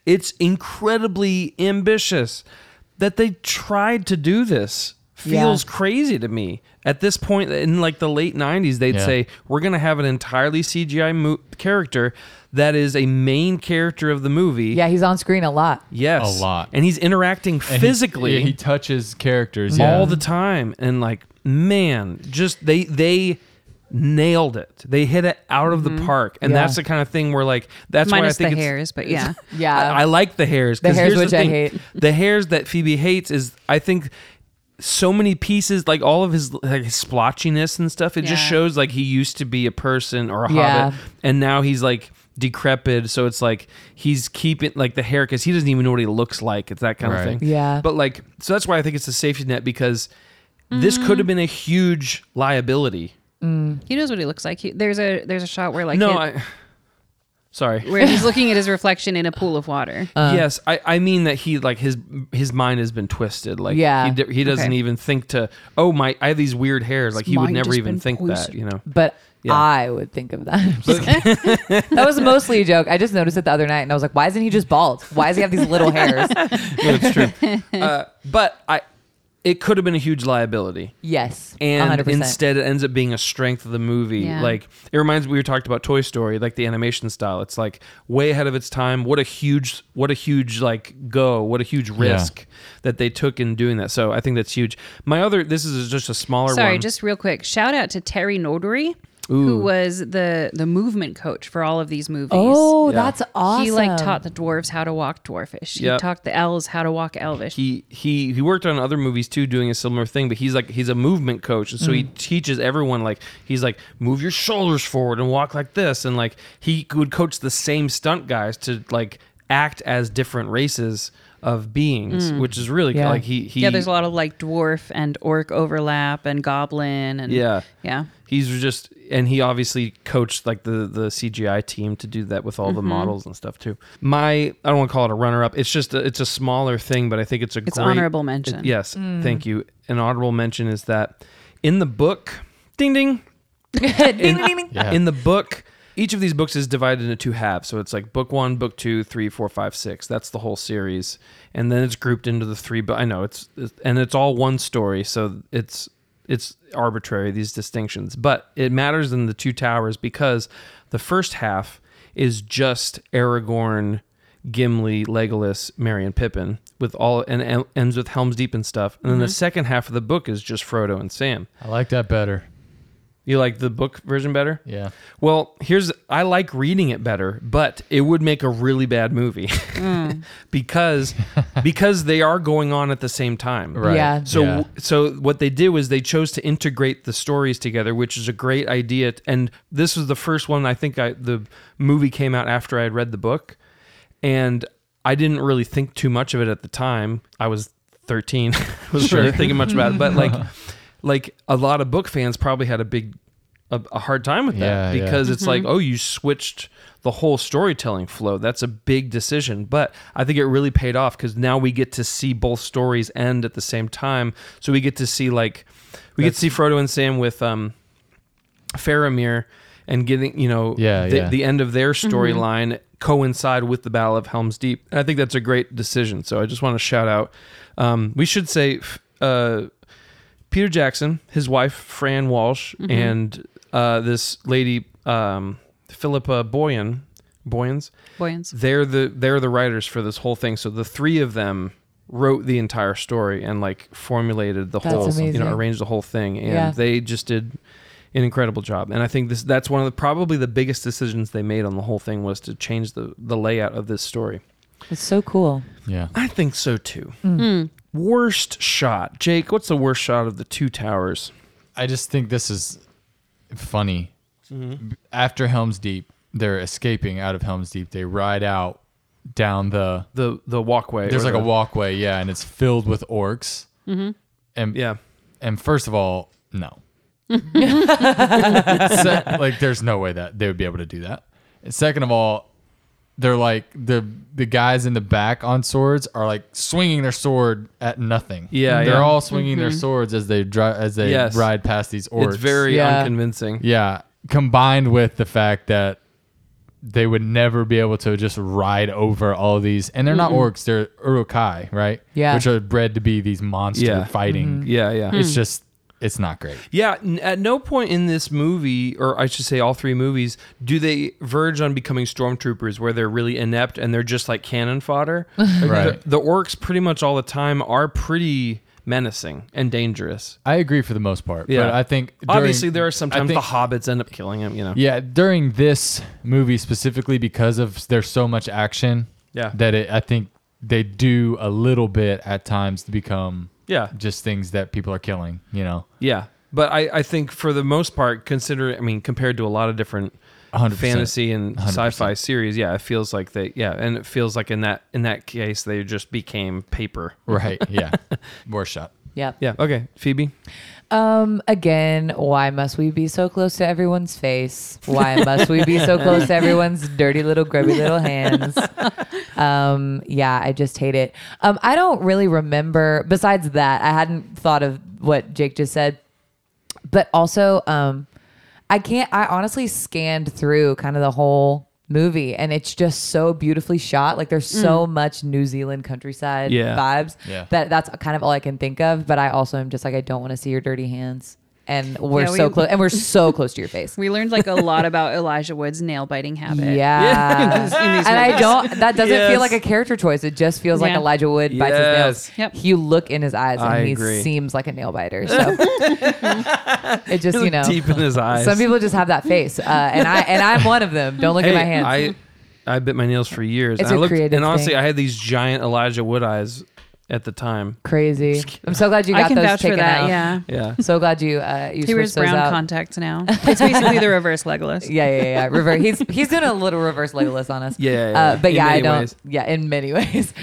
S2: it's incredibly ambitious that they tried to do this feels
S4: Yeah.
S2: crazy to me at this point in like the late 90s they'd
S3: Yeah.
S2: say we're going to have an entirely cgi mo- character that is a main character of the movie
S4: Yeah, he's on screen a lot.
S2: yes
S3: A lot.
S2: and he's interacting
S3: And he-
S2: physically
S3: yeah, he, touches characters yeah.
S2: all the time and like man just they they nailed it they hit it out of the park and
S4: Yeah.
S2: that's the kind of thing where like that's why i
S5: Mm-hmm. minus
S2: think
S5: the
S2: it's-
S5: hairs, but yeah.
S4: Yeah.
S2: I, I like the hairs.
S4: The
S2: 'cause
S4: hairs
S2: here's
S4: which
S2: the
S4: I
S2: thing.
S4: hate.
S2: The hairs that Phoebe hates is I think so many pieces like all of his like his splotchiness and stuff. It just
S5: Yeah.
S2: shows like he used to be a person or a
S4: Yeah.
S2: hobbit, and now he's like decrepit. So it's like he's keeping like the hair because he doesn't even know what he looks like. It's that kind
S3: Right.
S2: of thing.
S4: Yeah.
S2: But like so that's why I think it's a safety net because this
S4: Mm-hmm.
S2: could have been a huge liability.
S5: He knows what he looks like. He, there's a there's a shot where like
S2: no,
S5: it-
S2: I. Sorry.
S5: where he's looking at his reflection in a pool of water.
S2: yes, I, I mean that he like his his mind has been twisted. Like
S4: Yeah.
S2: he, d- he doesn't
S5: Okay.
S2: even think to oh my I have these weird hairs. Like he would
S5: mind
S2: never
S5: has
S2: even
S5: been
S2: think that.
S5: poisoned.
S2: You know.
S4: But
S2: Yeah.
S4: I would think of that. that was mostly a joke. I just noticed it the other night and I was like, why isn't he just bald? Why does he have these little hairs?
S2: Yeah, it's true. uh, but I, it could have been a huge liability.
S4: Yes.
S2: and
S4: 100%.
S2: instead it ends up being a strength of the movie.
S5: Yeah.
S2: Like it reminds me we talked about Toy Story, like the animation style. It's like way ahead of its time. What a huge what a huge like go, what a huge risk that they took in doing that. So I think that's huge. My other this is just a smaller
S5: Sorry,
S2: one.
S5: just real quick. Shout out to Terry Nodary, who was the the movement coach for all of these movies.
S4: oh,
S2: Yeah.
S4: that's awesome.
S5: He like taught the dwarves how to walk dwarfish.
S2: Yep.
S5: He taught the elves how to walk elvish.
S2: he he he worked on other movies too doing a similar thing but he's like he's a movement coach and so
S5: Mm.
S2: he teaches everyone like he's like move your shoulders forward and walk like this and like he would coach the same stunt guys to like act as different races of beings, which is really
S4: Yeah.
S2: like he he
S5: Mm. yeah, there's a lot of like dwarf and orc overlap and goblin and
S2: yeah.
S5: yeah.
S2: He's just and he obviously coached like the the CGI team to do that with all
S5: Mm-hmm.
S2: the models and stuff too. My I don't want to call it a runner up. It's just a, it's a smaller thing, but I think it's a
S5: It's
S2: great
S5: honorable mention.
S2: yes, thank you. An honorable mention is that in the book, ding ding,
S4: ding, ding, ding.
S3: Yeah.
S2: in the book each of these books is divided into two halves so it's like book one book two three four five six that's the whole series and then it's grouped into the three but i know it's, it's and it's all one story so it's it's arbitrary these distinctions but it matters in the two towers because the first half is just aragorn Gimli, Legolas, Merry, and Pippin, with all and, and ends with Helm's Deep and stuff. And then
S4: Mm-hmm.
S2: the second half of the book is just Frodo and Sam.
S3: I like that better.
S2: You like the book version better?
S3: Yeah.
S2: Well, here's I like reading it better, but it would make a really bad movie because because they are going on at the same time.
S3: Right.
S4: Yeah.
S2: So so what they did was they chose to integrate the stories together, which is a great idea. And this was the first one I think I the movie came out after I had read the book, and I didn't really think too much of it at the time. I was thirteen, I wasn't really thinking much about it. But like like a lot of book fans probably had a big a, a hard time with that
S3: Yeah, yeah.
S2: because it's like oh you switched the whole storytelling flow that's a big decision but i think it really paid off because now we get to see both stories end at the same time so we get to see like we get to see frodo and sam with um faramir and getting you know
S3: Yeah,
S2: the,
S3: yeah.
S2: the end of their storyline coincide with the battle of helms deep and i think that's a great decision so i just want to shout out um, we should say f- uh, Peter Jackson, his wife Fran Walsh, and uh, this lady um, Philippa Boyan, Boyens.
S5: Boyans.
S2: They're the they're the writers for this whole thing. So the three of them wrote the entire story and like formulated the
S4: That's
S2: whole you
S4: amazing.
S2: know arranged the whole thing, and
S4: Yeah.
S2: they just did an incredible job. And I think this that's one of the probably the biggest decisions they made on the whole thing was to change the the layout of this story.
S4: It's so cool.
S3: Yeah.
S2: I think so too.
S4: Hmm.
S2: Worst shot, Jake. What's the worst shot of the two towers?
S3: I just think this is funny. After Helm's Deep, they're escaping out of Helm's Deep. They ride out down the.
S2: the the walkway.
S3: There's
S2: or
S3: like
S2: the-
S3: a walkway, yeah, and it's filled with orcs. Mm-hmm. And
S2: Yeah,
S3: And first of all, no. Se- like, there's no way that they would be able to do that. And second of all, they're like the the guys in the back on swords are like swinging their sword at nothing.
S2: Yeah,
S3: they're
S2: yeah.
S3: all swinging their
S4: Mm-hmm.
S3: swords as they drive as they
S2: Yes.
S3: ride past these orcs.
S2: it's very
S4: Yeah.
S2: unconvincing.
S3: yeah. Combined with the fact that they would never be able to just ride over all these, and they're not orcs; they're urukai, right?
S4: Yeah. Mm-hmm.
S3: which are bred to be these monster
S2: Yeah.
S3: fighting
S2: Yeah, yeah,
S3: it's just it's not great.
S2: yeah. n- At no point in this movie, or I should say, all three movies, do they verge on becoming stormtroopers, where they're really inept and they're just like cannon fodder. Like,
S3: Right.
S2: The, the orcs, pretty much all the time, are pretty menacing and dangerous.
S3: I agree for the most part.
S2: Yeah.
S3: But I think
S2: Obviously,
S3: during-
S2: there are sometimes
S3: I think-
S2: the hobbits end up killing him. You know.
S3: Yeah, during this movie specifically because of there's so much action.
S2: Yeah.
S3: That it, I think they do a little bit at times to become
S2: Yeah.
S3: just things that people are killing. You know,
S2: Yeah. But I, I think for the most part, consider I mean, compared to a lot of different
S3: 100%.
S2: fantasy and
S3: 100%.
S2: sci-fi series, yeah, it feels like they, yeah, and it feels like in that in that case they just became paper.
S3: right? Yeah, worst shot.
S4: Yep.
S2: Yeah. Okay, Phoebe.
S4: Um, again, why must we be so close to everyone's face? Why must we be so close to everyone's dirty little grubby little hands? Um, yeah, I just hate it. Um, I don't really remember besides that, I hadn't thought of what Jake just said. But also, um, I can't I honestly scanned through kind of the whole movie and it's just so beautifully shot. Like there's so
S5: Mm.
S4: much New Zealand countryside
S2: Yeah.
S4: vibes
S3: Yeah.
S4: that that's kind of all I can think of. But I also am just like I don't want to see your dirty hands. And we're
S5: Yeah, we-
S4: so close and we're so close to your face.
S5: We learned like a lot about Elijah Wood's nail biting habit.
S4: Yeah.
S2: Yeah. In these- in these
S4: and I don't that doesn't
S2: Yes.
S4: feel like a character choice. It just feels like
S5: Yeah.
S4: Elijah Wood bites
S2: Yes.
S4: his nails.
S5: Yep.
S4: You look in his eyes and
S2: I
S4: he
S2: agree.
S4: seems like a nail biter. So it just, you know
S2: deep in his eyes.
S4: some people just have that face, uh, and I and I'm one of them. Don't look
S2: hey,
S4: at my hands.
S2: I I bit my nails for years.
S4: It's
S2: and I
S4: a
S2: looked,
S4: creative
S2: and honestly,
S4: thing.
S2: I had these giant Elijah Wood eyes at the time.
S4: Crazy. I'm so glad you
S5: I
S4: got
S5: can
S4: those
S5: vouch for
S4: taken
S5: that.
S4: out.
S5: Yeah.
S2: Yeah.
S4: So glad you uh, you
S5: He wears
S4: switched those
S5: brown
S4: out.
S5: contacts now. It's basically the reverse Legolas.
S4: yeah, yeah, yeah. Reverse. He's he's doing a little reverse Legolas on us.
S2: Yeah, yeah, yeah.
S4: Uh, but
S2: In
S4: yeah, I
S2: many
S4: don't.
S2: ways.
S4: Yeah, in many ways.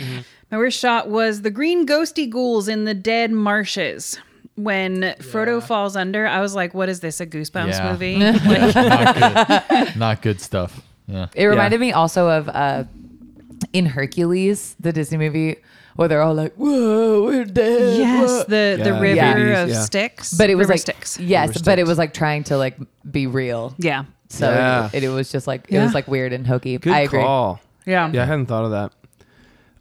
S5: My worst shot was the green ghosty ghouls in the dead marshes. When Frodo falls under, I was like, "What is this? A Goosebumps
S3: Yeah.
S5: movie?" Like,
S3: Not good. Not good stuff. Yeah.
S4: It reminded me also of uh, in Hercules, the Disney movie, where they're all like, "Whoa, we're dead." whoa."
S5: yes, the the
S2: Yeah.
S5: river
S2: Yeah.
S5: of
S2: Yeah.
S5: sticks,
S4: but it was
S5: river
S4: like
S5: sticks.
S4: yes,
S2: River
S4: but it
S2: Styx.
S4: was like trying to like be real.
S5: Yeah,
S4: So it-
S2: Yeah.
S4: it, was just like it
S5: Yeah.
S4: was like weird and hokey.
S2: Good
S4: I agree.
S2: call.
S5: yeah,
S2: Yeah, I hadn't thought of that.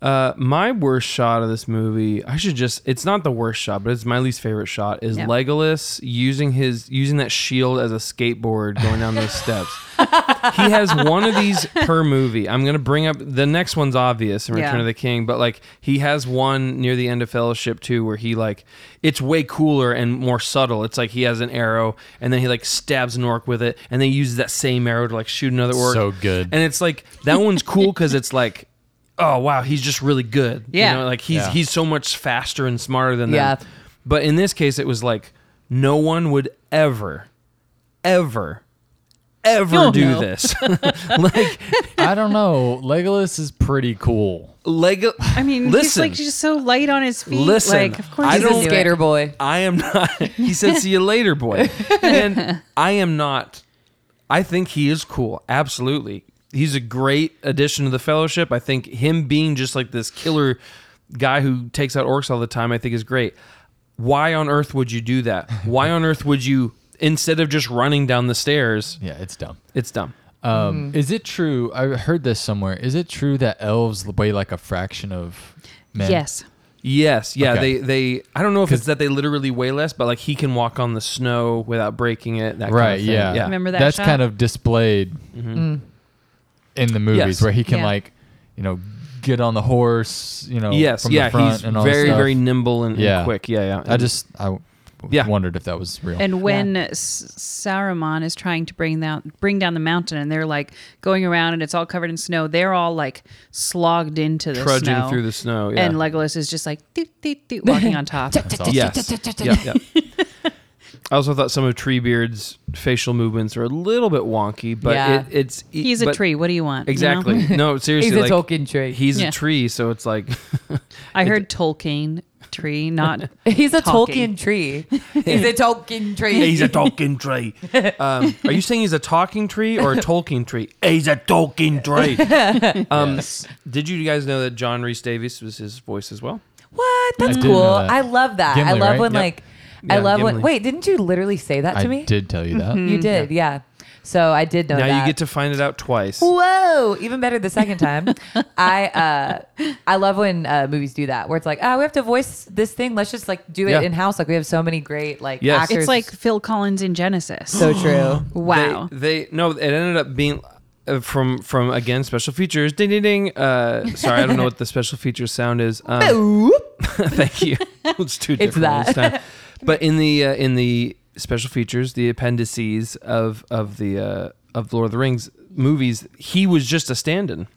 S2: Uh, my worst shot of this movie, I should just—it's not the worst shot, but it's my least favorite shot. Is
S5: Yeah.
S2: Legolas using his using that shield as a skateboard going down those steps? He has one of these per movie. I'm gonna bring up the next one's obvious in Return
S5: Yeah.
S2: of the King, but like he has one near the end of Fellowship too, where he like it's way cooler and more subtle. It's like he has an arrow and then he like stabs an orc with it, and then he uses that same arrow to like shoot another orc.
S3: So good.
S2: And it's like that one's cool because it's like, oh wow, he's just really good.
S5: Yeah.
S2: you know, like he's
S3: Yeah.
S2: he's so much faster and smarter than
S4: Yeah.
S2: them. But in this case, it was like no one would ever, ever, ever
S5: Oh,
S2: do
S5: no.
S2: this. like
S3: I don't know. Legolas is pretty cool.
S2: Lego.
S5: I mean, he's
S2: listen,
S5: like just so light on his feet.
S2: Listen,
S5: like, of course,
S2: I
S5: he's
S4: He's
S5: gonna
S4: a
S2: don't-
S5: do it.
S4: skater boy.
S2: I am not. He said, "See you later, boy." And I am not. I think he is cool. Absolutely, he's a great addition to the fellowship. I think him being just like this killer guy who takes out orcs all the time, I think is great. Why on earth would you do that? Why on earth would you instead of just running down the stairs?
S3: Yeah, it's dumb.
S2: It's dumb.
S3: Um,
S5: Mm-hmm.
S3: Is it true? I heard this somewhere. Is it true that elves weigh like a fraction of men?
S5: Yes,
S2: Yes, yeah,
S3: Okay.
S2: they they I don't know if it's that they literally weigh less, but like he can walk on the snow without breaking it. That
S3: Right.
S2: kind of thing.
S3: yeah.
S2: yeah.
S5: Remember that
S3: That's
S5: shot?
S3: kind of displayed in the movies
S2: Yes.
S3: where he can
S5: Mm. Yeah.
S3: like, you know, get on the horse. You know.
S2: yes,
S3: Oh, From
S2: yeah,
S3: the front
S2: he's
S3: and all
S2: very
S3: stuff.
S2: very nimble and, and
S3: Yeah.
S2: quick. Yeah, yeah.
S3: I just I w-
S2: Yeah.
S3: wondered if that was real.
S5: And when S- Saruman is trying to bring down bring down the mountain, and they're like going around, and it's all covered in snow. They're all like slogged into the
S2: trudging
S5: snow,
S2: through the snow. Yeah,
S5: and Legolas is just like doot, doot, doot, walking on top.
S3: awesome.
S2: yes, yeah, yeah. I also thought some of Treebeard's facial movements are a little bit wonky, but
S4: Yeah.
S2: it, it's e
S5: He's a
S2: but-
S5: tree. What do you want? you know?
S2: Exactly. No, seriously,
S4: He's a
S2: like,
S4: Tolkien tree.
S2: He's
S5: Yeah.
S2: a tree, so it's like
S5: I heard Tolkien tree, not
S4: He's a
S5: Talking.
S4: Tolkien tree. He's a Tolkien tree.
S2: he's a Tolkien tree. Um, are you saying he's a talking tree or a Tolkien tree? He's a Tolkien tree. Um, Did you guys know that John Reese Davies was his voice as well?
S4: what? That's
S3: I did know
S4: cool.
S3: that.
S4: I love that. I
S3: Gimli,
S4: love
S3: right?
S4: when
S2: Yep.
S4: like I
S2: Yeah,
S4: love when
S2: Gimli.
S4: wait, didn't you literally say that to
S3: I
S4: me?
S3: did tell you that.
S2: Mm-hmm.
S4: You did, yeah. So I did know
S2: now
S4: that.
S2: you get to find it out twice.
S4: Whoa! Even better the second time. I uh, I love when uh, movies do that, where it's like, oh, we have to voice this thing. Let's just like do it
S2: Yeah.
S4: in house. Like we have so many great like
S2: Yes.
S4: actors.
S5: It's like Phil Collins in Genesis.
S4: so true.
S5: wow.
S2: They, they no, it ended up being uh, from from again special features. Ding ding ding. Uh, sorry, I don't know what the special features sound is. Um,
S4: Whoop.
S2: thank you. It's too
S4: It's
S2: different
S4: that.
S2: this time. But in the uh, in the special features, the appendices of of the uh, of Lord of the Rings movies, he was just a stand-in.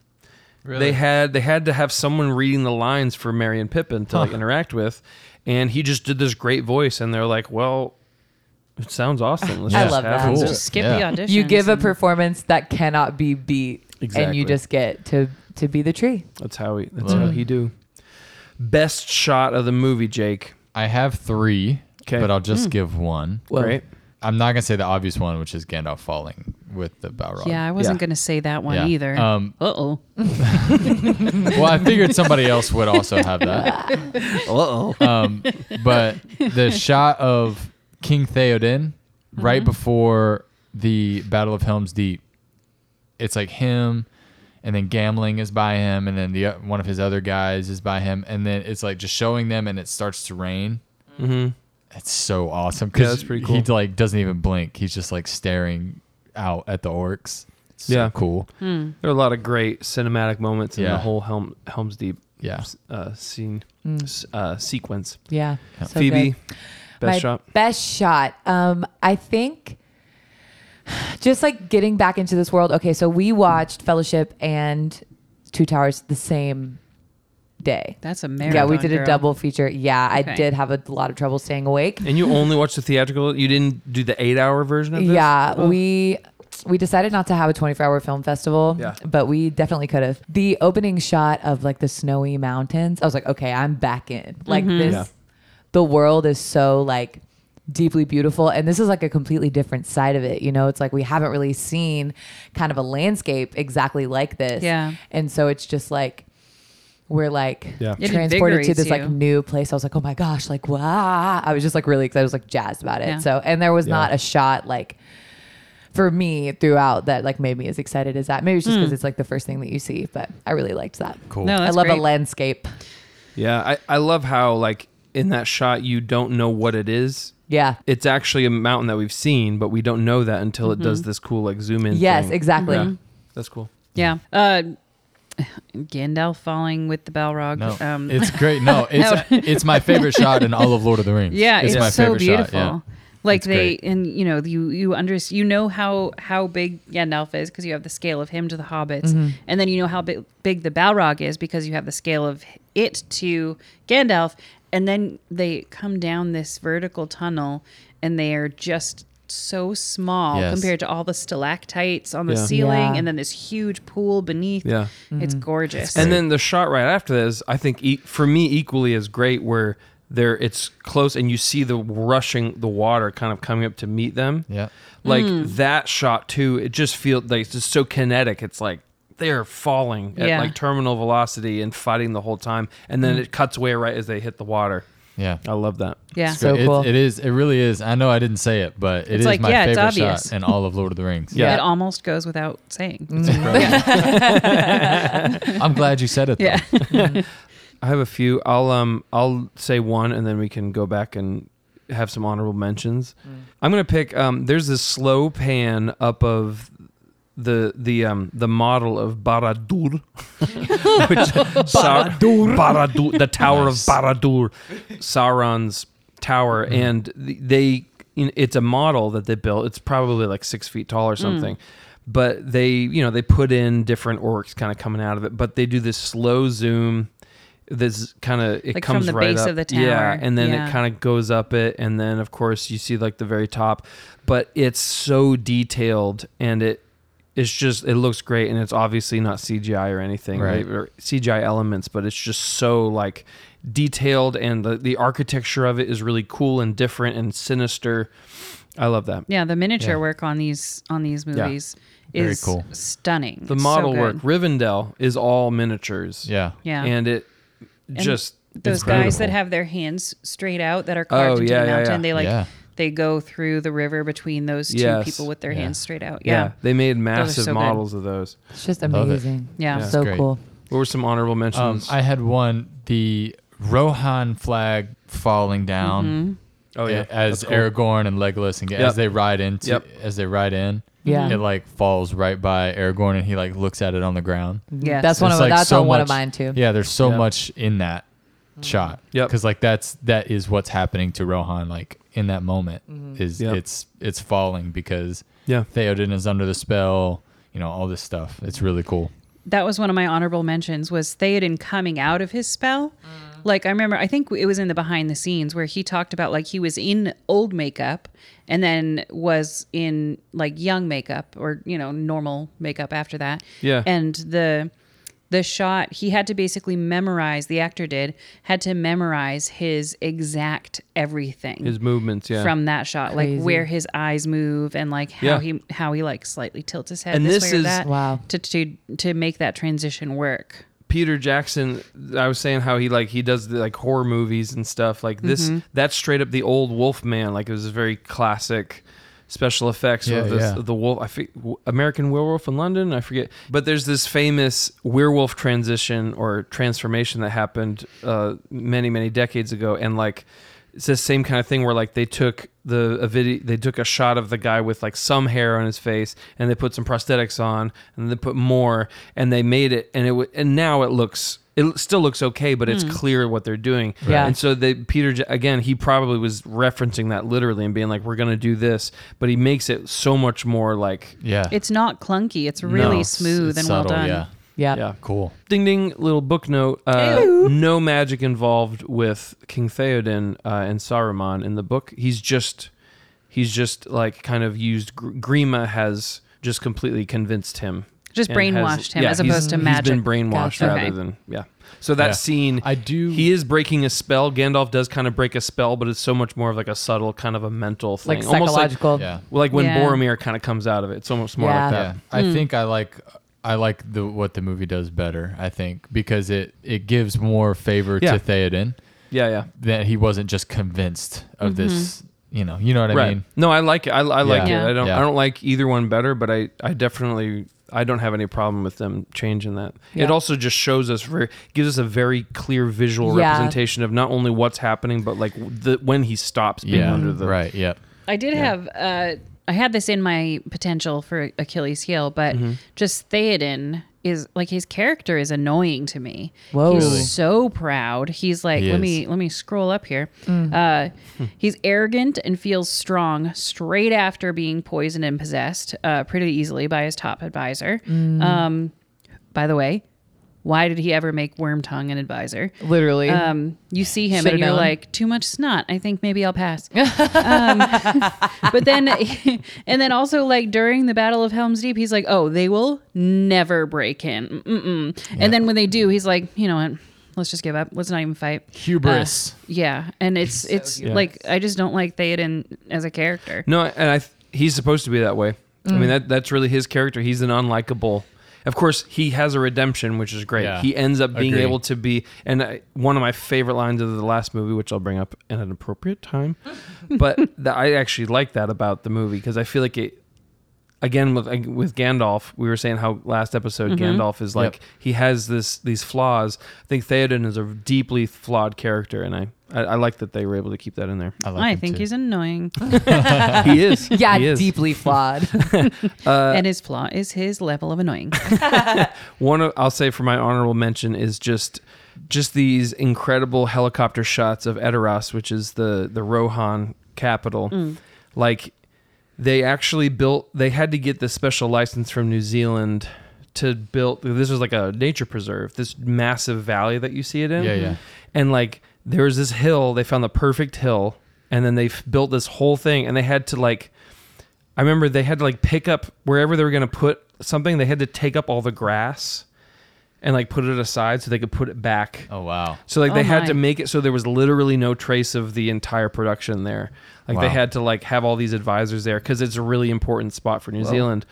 S2: They had they had to have someone reading the lines for Mary and Pippin to like interact with, and he just did this great voice, and they're like, well. It sounds awesome. Let's
S4: I
S2: just
S4: love
S2: have
S4: that.
S2: him do
S3: Cool.
S2: it.
S5: Just skip the
S3: Yeah.
S5: audition.
S4: You give a performance that cannot be beat, and
S2: Exactly.
S4: you just get to to be the tree.
S2: That's how he. That's
S4: Mm.
S2: how he do. Best shot of the movie, Jake.
S3: I have three,
S2: 'Kay.
S3: but I'll just give one.
S4: Well,
S2: Right?
S3: I'm not gonna say the obvious one, which is Gandalf falling with the Balrog.
S5: Yeah, I wasn't
S2: Yeah.
S5: gonna say that one
S3: Yeah.
S5: either.
S3: Um,
S5: uh oh.
S3: well, I figured somebody else would also have that.
S2: Uh oh.
S3: Um, but the shot of King Theoden right before the Battle of Helm's Deep, it's like him, and then Gambling is by him, and then the o- one of his other guys is by him, and then it's like just showing them, and it starts to rain. Mm-hmm. It's so awesome
S2: Yeah,
S3: because
S2: that's pretty
S3: he
S2: cool.
S3: like doesn't even blink; he's just like staring out at the orcs. It's so
S2: Yeah.
S3: cool.
S2: There are a lot of great cinematic moments in
S3: Yeah.
S2: the whole Helm, Helm's Deep
S3: Yeah.
S2: uh, scene s- uh, sequence.
S4: Yeah. Mm. so
S2: Phoebe,
S4: good.
S2: best
S4: my
S2: shot.
S4: Best shot. Um, I think just like getting back into this world. Okay, so we watched Fellowship and Two Towers the same day.
S5: That's a marathon.
S4: yeah, we did a
S5: girl.
S4: double feature. Yeah, I
S5: Okay.
S4: did have a lot of trouble staying awake.
S2: And you only watched the theatrical. You didn't do the eight-hour version of this.
S4: Yeah, we we decided not to have a 24 hour film festival,
S2: Yeah.
S4: but we definitely could have. The opening shot of like the snowy mountains, I was like, okay, I'm back in. Like
S5: Mm-hmm.
S4: this,
S2: Yeah.
S4: the world is so like deeply beautiful. And this is like a completely different side of it. You know, it's like we haven't really seen kind of a landscape exactly like this.
S5: Yeah.
S4: And so it's just like, we're like
S2: Yeah.
S5: It
S4: transported to this
S5: invigorates
S4: like
S5: you.
S4: new place. I was like, oh my gosh, like wow! I was just like really excited. I was like jazzed about it.
S5: Yeah.
S4: So, and there was
S2: Yeah.
S4: not a shot like for me throughout that like made me as excited as that. Maybe it's just because it's like the first thing that you see, but I really liked that.
S6: Cool.
S5: Hmm. No,
S4: I
S5: that's
S4: love
S5: great.
S4: a landscape.
S2: Yeah, I, I love how like in that shot you don't know what it is.
S4: Yeah.
S2: It's actually a mountain that we've seen, but we don't know that until it does this cool like zoom in.
S4: Mm-hmm. Yes,
S2: thing.
S4: exactly.
S2: Yeah, that's cool.
S5: Yeah. Uh, Gandalf falling with the Balrog.
S3: No,
S5: Um,
S3: it's great. No, it's it's my favorite shot in all of Lord of the Rings.
S5: yeah, it's,
S3: my
S5: so
S3: favorite
S5: beautiful.
S3: shot.
S5: Like
S3: It's
S5: they
S3: great.
S5: and you know you you under you know how how big Gandalf is because you have the scale of him to the hobbits, and then you know how big big the Balrog is because you have the scale of it to Gandalf, and then they come down this vertical tunnel, and they are just so small
S3: Yes.
S5: compared to all the stalactites on the
S2: Yeah.
S5: ceiling,
S4: Yeah.
S5: and then this huge pool beneath.
S2: Yeah.
S5: It's gorgeous.
S2: And then the shot right after that is, I think, e- for me, equally as great, where there it's close and you see the rushing the water kind of coming up to meet them.
S3: Yeah.
S2: like that shot too. It just feels like it's just so kinetic. It's like they're falling at
S5: Yeah.
S2: like terminal velocity and fighting the whole time, and then it cuts away right as they hit the water.
S3: Yeah.
S2: I love that.
S5: yeah,
S4: So
S3: It-
S4: cool.
S3: it is. It really is. I know I didn't say it, but it
S5: It's
S3: is
S5: like,
S3: my
S5: yeah, it's
S3: favorite
S5: obvious.
S3: shot in all of Lord of the Rings.
S2: Yeah.
S5: it almost goes without saying.
S3: I'm glad you said it. Though.
S5: Yeah.
S2: I have a few. I'll um I'll say one and then we can go back and have some honorable mentions. I'm gonna pick um there's this slow pan up of the the um the model of Baradur which Sa- Baradur the Tower
S3: Nice.
S2: of Baradur Sauron's tower and th- they in- it's a model that they built it's probably like 6 feet tall
S5: Mm.
S2: or something but they you know they put in different orcs kind of coming out of it but they do this slow zoom this kind of it
S5: Like from
S2: comes
S5: the
S2: right
S5: base
S2: up.
S5: of the
S2: yeah
S5: tower.
S2: and then
S5: Yeah.
S2: it kind of goes up it and then of course you see like the very top but it's so detailed and it it's just it looks great and it's obviously not CGI or anything
S3: Right.
S2: right, or CGI elements but it's just so like detailed and the, the architecture of it is really cool and different and sinister I love that
S5: Yeah, the miniature
S3: Yeah.
S5: work on these on these movies
S3: Very
S5: is
S3: cool.
S5: stunning.
S2: the
S5: It's so
S2: model
S5: good.
S2: work Rivendell is all miniatures
S3: Yeah.
S5: Yeah.
S2: and it just
S5: Those
S3: incredible.
S5: guys that have their hands straight out that are carved
S2: Oh,
S5: into
S2: yeah,
S5: the
S2: yeah,
S5: mountain,
S2: yeah.
S5: they like
S3: Yeah.
S5: they go through the river between those two
S2: Yes.
S5: people with their
S3: Yeah.
S5: hands straight out.
S2: yeah.
S5: Yeah.
S2: they made massive
S5: so good.
S2: models of those
S4: It's just
S3: Love it.
S4: amazing.
S5: Yeah. Yeah.
S4: So
S3: Great.
S4: cool.
S2: What were some honorable
S3: Um,
S2: mentions?
S3: I had one. The Rohan flag falling down.
S5: Mm-hmm.
S2: oh yeah,
S3: as
S2: That's cool.
S3: Aragorn and Legolas and
S2: Yep.
S3: as they ride into
S2: Yep.
S3: as they ride in,
S4: Yeah.
S3: it like falls right by Aragorn and he like looks at it on the ground.
S5: Yes.
S4: That's one
S3: It's,
S4: of
S3: like,
S4: that's
S3: so
S4: on one of
S3: much-
S4: mine too. Mm.
S3: Yeah, there's so
S2: Yep.
S3: much in that shot.
S2: Yep.
S3: because like that's that is what's happening to Rohan like in that moment
S4: Mm-hmm.
S3: is
S2: Yep.
S3: it's it's falling because
S2: yeah.
S3: Theoden is under the spell. You know all this stuff. It's really cool.
S5: that was one of my honorable mentions was Theoden coming out of his spell.
S2: Mm.
S5: Like I remember, I think it was in the behind the scenes where he talked about like he was in old makeup and then was in like young makeup or you know normal makeup after that.
S2: Yeah.
S5: And the the shot he had to basically memorize the actor did had to memorize his exact everything
S2: His movements, yeah.
S5: from that shot
S4: Crazy.
S5: like where his eyes move and like how
S2: Yeah.
S5: he how he like slightly tilts his head
S2: And
S5: this,
S2: this
S5: way or
S2: is-
S5: that
S4: Wow.
S5: to, to to make that transition work
S2: Peter Jackson, I was saying how he like he does the, like horror movies and stuff like this. That's straight up the old Wolf Man. Like it was a very classic special effects
S3: Yeah,
S2: with the,
S3: yeah.
S2: the wolf. I think American Werewolf in London. I forget, but there's this famous werewolf transition or transformation that happened uh, many many decades ago, and like. It's the same kind of thing where like they took the a video, they took a shot of the guy with like some hair on his face, and they put some prosthetics on, and they put more, and they made it, and it w- and now it looks it still looks okay, but it's clear what they're doing.
S4: Yeah.
S2: And so they Peter J- again, he probably was referencing that literally and being like, "We're gonna do this," but he makes it so much more like,
S3: Yeah,
S5: it's not clunky it's really
S3: No, it's-
S5: smooth
S3: it's
S5: and
S3: subtle,
S5: well done
S3: Yeah,
S4: Yeah.
S2: yeah,
S3: cool.
S2: ding ding, little book note. Uh, no magic involved with King Theoden uh, and Saruman in the book. He's just, he's just like kind of used. Gr- Grima has just completely convinced him.
S5: Just
S2: and has-
S5: brainwashed him
S2: yeah,
S5: as
S2: he's-
S5: opposed to
S2: He's
S5: magic.
S2: been brainwashed
S4: Gotcha.
S2: rather
S5: Okay.
S2: than yeah. So that
S3: Yeah.
S2: scene,
S3: I do-
S2: He is breaking a spell. Gandalf does kind of break a spell, but it's so much more of like a subtle kind of a mental thing,
S4: like
S2: almost
S4: psychological.
S3: Yeah.
S2: Like, like when
S5: Yeah.
S2: Boromir kind of comes out of it. It's almost more
S4: Yeah.
S2: like that.
S3: Yeah, I
S4: Mm.
S3: think I like I like the what the movie does better. I think because it it gives more favor
S2: Yeah.
S3: to Theoden
S2: Yeah, yeah.
S3: that he wasn't just convinced of this.
S5: Mm-hmm.
S3: You know, you know what I
S2: right.
S3: mean.
S2: no, I like it. I, I like
S3: Yeah.
S2: it. I don't.
S3: Yeah.
S2: I don't like either one better, but I. I definitely. I don't have any problem with them changing that. It
S4: Yeah.
S2: also just shows us, very, gives us a very clear visual
S4: Yeah.
S2: representation of not only what's happening, but like the, when he stops being
S3: Yeah,
S2: under the
S3: right. Yep.
S5: I did have uh, I had this in my potential for Achilles heel, but just Theoden is like his character is annoying to me.
S4: Whoa.
S5: He's
S4: Really?
S5: so proud. He's like,
S3: He
S5: let
S3: is.
S5: me let me scroll up here. Uh, he's arrogant and feels strong straight after being poisoned and possessed uh, pretty easily by his top advisor. Um, by the way, why did he ever make Wormtongue an advisor?
S4: Literally.
S5: um, you see him
S4: Should've
S5: and you're
S4: known.
S5: like, too much snot. I think maybe I'll pass. um, but then, and then also like during the Battle of Helm's Deep, he's like, oh, they will never break in. Mm-mm. And then when they do, he's like, you know what? Let's just give up. Let's not even fight.
S3: Hubris.
S5: Yeah, and it's it's
S2: huge.
S5: like I just don't like Theoden as a character.
S2: No, and I th- he's supposed to be that way. I
S4: Mm.
S2: mean that that's really his character. He's an unlikable. Of course, he has a redemption, which is great.
S3: Yeah.
S2: He ends up being
S3: Agree.
S2: able to be, and I, one of my favorite lines of the last movie, which I'll bring up at an appropriate time, but th- I actually like that about the movie because I feel like it. Again, with like, with Gandalf, we were saying how last episode
S4: Mm-hmm.
S2: Gandalf is like
S3: Yep.
S2: he has this these flaws. I think Theoden is a deeply flawed character, and I I, I like that they were able to keep that in there.
S3: I, like
S5: I
S3: him
S5: think
S3: too.
S5: he's annoying,
S2: he is,
S4: yeah,
S2: he is.
S4: deeply flawed.
S3: Uh,
S5: and his flaw is his level of annoying.
S2: One of, I'll say for my honorable mention is just just these incredible helicopter shots of Edoras, which is the the Rohan capital. Like they actually built they had to get this special license from New Zealand to build this was like a nature preserve, this massive valley that you see it in.
S3: Yeah, yeah.
S2: And like there was this hill, they found the perfect hill, and then they f- built this whole thing, and they had to like, I remember they had to like pick up wherever they were gonna put something, they had to take up all the grass, and like put it aside so they could put it back.
S3: Oh wow.
S2: So like
S5: Oh
S2: they had to
S5: my.
S2: make it so there was literally no trace of the entire production there. Like they
S3: Wow.
S2: had to like have all these advisors there because it's a really important spot for New Zealand.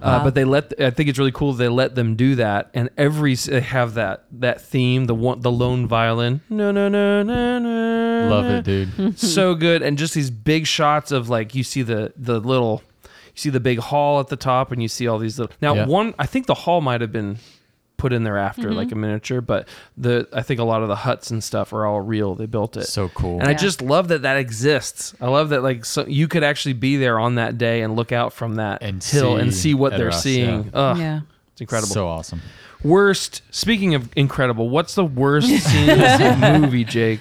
S2: Uh, but they let I think it's really cool they let them do that and every s- they have that that theme the one the lone violin no no no no no
S3: Love it, dude.
S2: so good and just these big shots of like you see the the little you see the big hall at the top and you see all these little now
S3: Yeah.
S2: one i think the hall might have been put in there after
S5: Mm-hmm.
S2: like a miniature but the i think a lot of the huts and stuff are all real they built it
S3: So cool.
S2: and i
S5: Yeah.
S2: just love that that exists i love that like so you could actually be there on that day and look out from that
S3: And
S2: hill and
S3: see
S2: see what they're
S3: Edoras,
S2: seeing Ugh,
S5: yeah.
S2: it's incredible
S3: So awesome.
S2: worst speaking of incredible what's the worst scene in the movie jake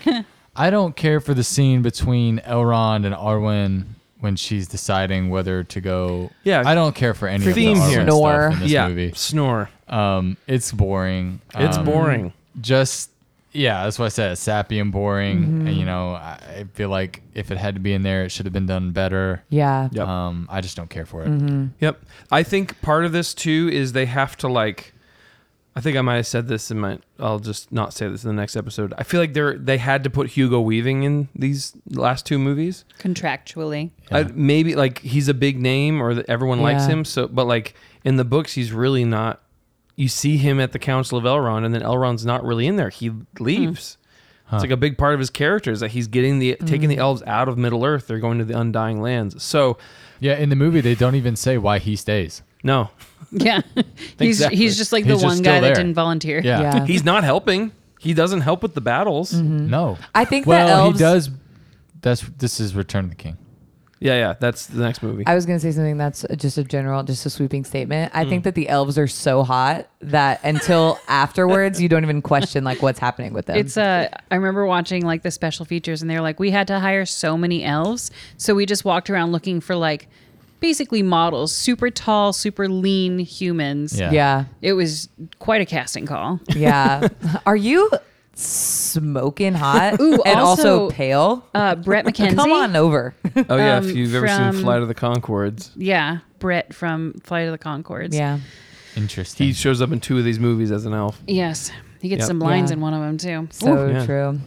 S3: I don't care for the scene between Elrond and Arwen when she's deciding whether to go.
S2: Yeah.
S3: I don't care for any of the
S2: Theme
S3: Arwen
S2: here.
S4: Snore.
S3: stuff in this
S2: yeah
S3: movie.
S2: snore
S3: Um, it's boring.
S2: it's
S3: Um,
S2: boring
S3: Just yeah, that's why I said it's sappy and boring.
S5: Mm-hmm.
S3: And, you know, I I feel like if it had to be in there, it should have been done better.
S4: yeah.
S2: Yep.
S3: Um, I just don't care for it.
S4: Mm-hmm.
S2: Yep. I think part of this too is they have to like I think I might have said this in my I'll just not say this in the next episode. I feel like they're they had to put Hugo Weaving in these last two movies.
S5: Contractually,
S2: I, maybe like he's a big name or that everyone likes
S4: Yeah.
S2: him so but like in the books he's really not you see him at the Council of Elrond and then Elrond's not really in there. He leaves. It's like a big part of his character is that he's getting the taking the elves out of Middle Earth. They're going to the Undying Lands. So
S3: Yeah, in the movie they don't even say why he stays.
S2: no,
S5: yeah, he's
S2: Exactly.
S5: he's just like the
S3: He's just
S5: one
S3: still
S5: guy
S3: there.
S5: that didn't volunteer.
S3: Yeah.
S4: Yeah.
S2: he's not helping. He doesn't help with the battles.
S5: Mm-hmm.
S3: No.
S4: I think that
S3: well,
S4: elves-
S3: he does. That's this is Return of the King.
S2: Yeah, yeah, that's the next movie.
S4: I was gonna say something that's just a general, just a sweeping statement. I
S5: Hmm.
S4: think that the elves are so hot that until afterwards, you don't even question like what's happening with them.
S5: It's uh I remember watching like the special features and they're like we had to hire so many elves. So we just walked around looking for like basically models, super tall, super lean humans.
S3: Yeah.
S4: yeah,
S5: It was quite a casting call.
S4: yeah. are you smoking hot
S5: Ooh,
S4: and also,
S5: also-
S4: pale,
S5: Uh, Brett McKenzie.
S4: come on over.
S2: Oh yeah,
S5: Um,
S2: if you've ever
S5: from-
S2: seen Flight of the Concords,
S5: Yeah, Brett from Flight of the Concords.
S4: yeah.
S3: Interesting.
S2: he shows up in two of these movies as an elf.
S5: Yes. He gets
S2: Yep.
S5: some lines
S4: Yeah.
S5: in one of them too.
S4: So
S2: Ooh. Yeah.
S4: true.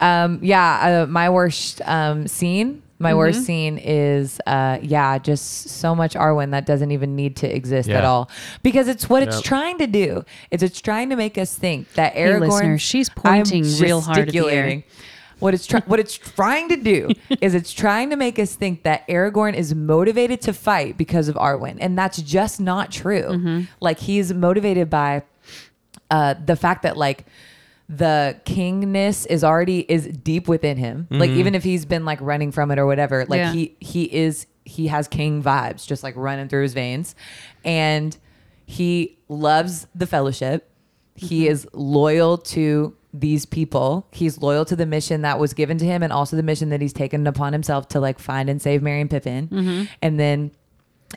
S4: Um, yeah, uh, my worst um, scene. My
S5: Mm-hmm.
S4: worst scene is, uh, yeah, just so much Arwen that doesn't even need to exist at
S3: Yeah.
S4: all because it's what it's
S2: Yep.
S4: trying to do. It's it's trying to make us think that
S5: Hey,
S4: Aragorn.
S5: listener, she's
S4: I'm
S5: pointing real hard at the air.
S4: gesticulating. What it's try- what it's trying to do is it's trying to make us think that Aragorn is motivated to fight because of Arwen, and that's just not true.
S5: Mm-hmm.
S4: Like he's motivated by uh, the fact that like the kingness is already is deep within him. Like even if he's been like running from it or whatever, like
S5: Yeah.
S4: he he is he has king vibes just like running through his veins, and he loves the fellowship. He is loyal to these people. He's loyal to the mission that was given to him, and also the mission that he's taken upon himself to like find and save Mary and Pippin, and then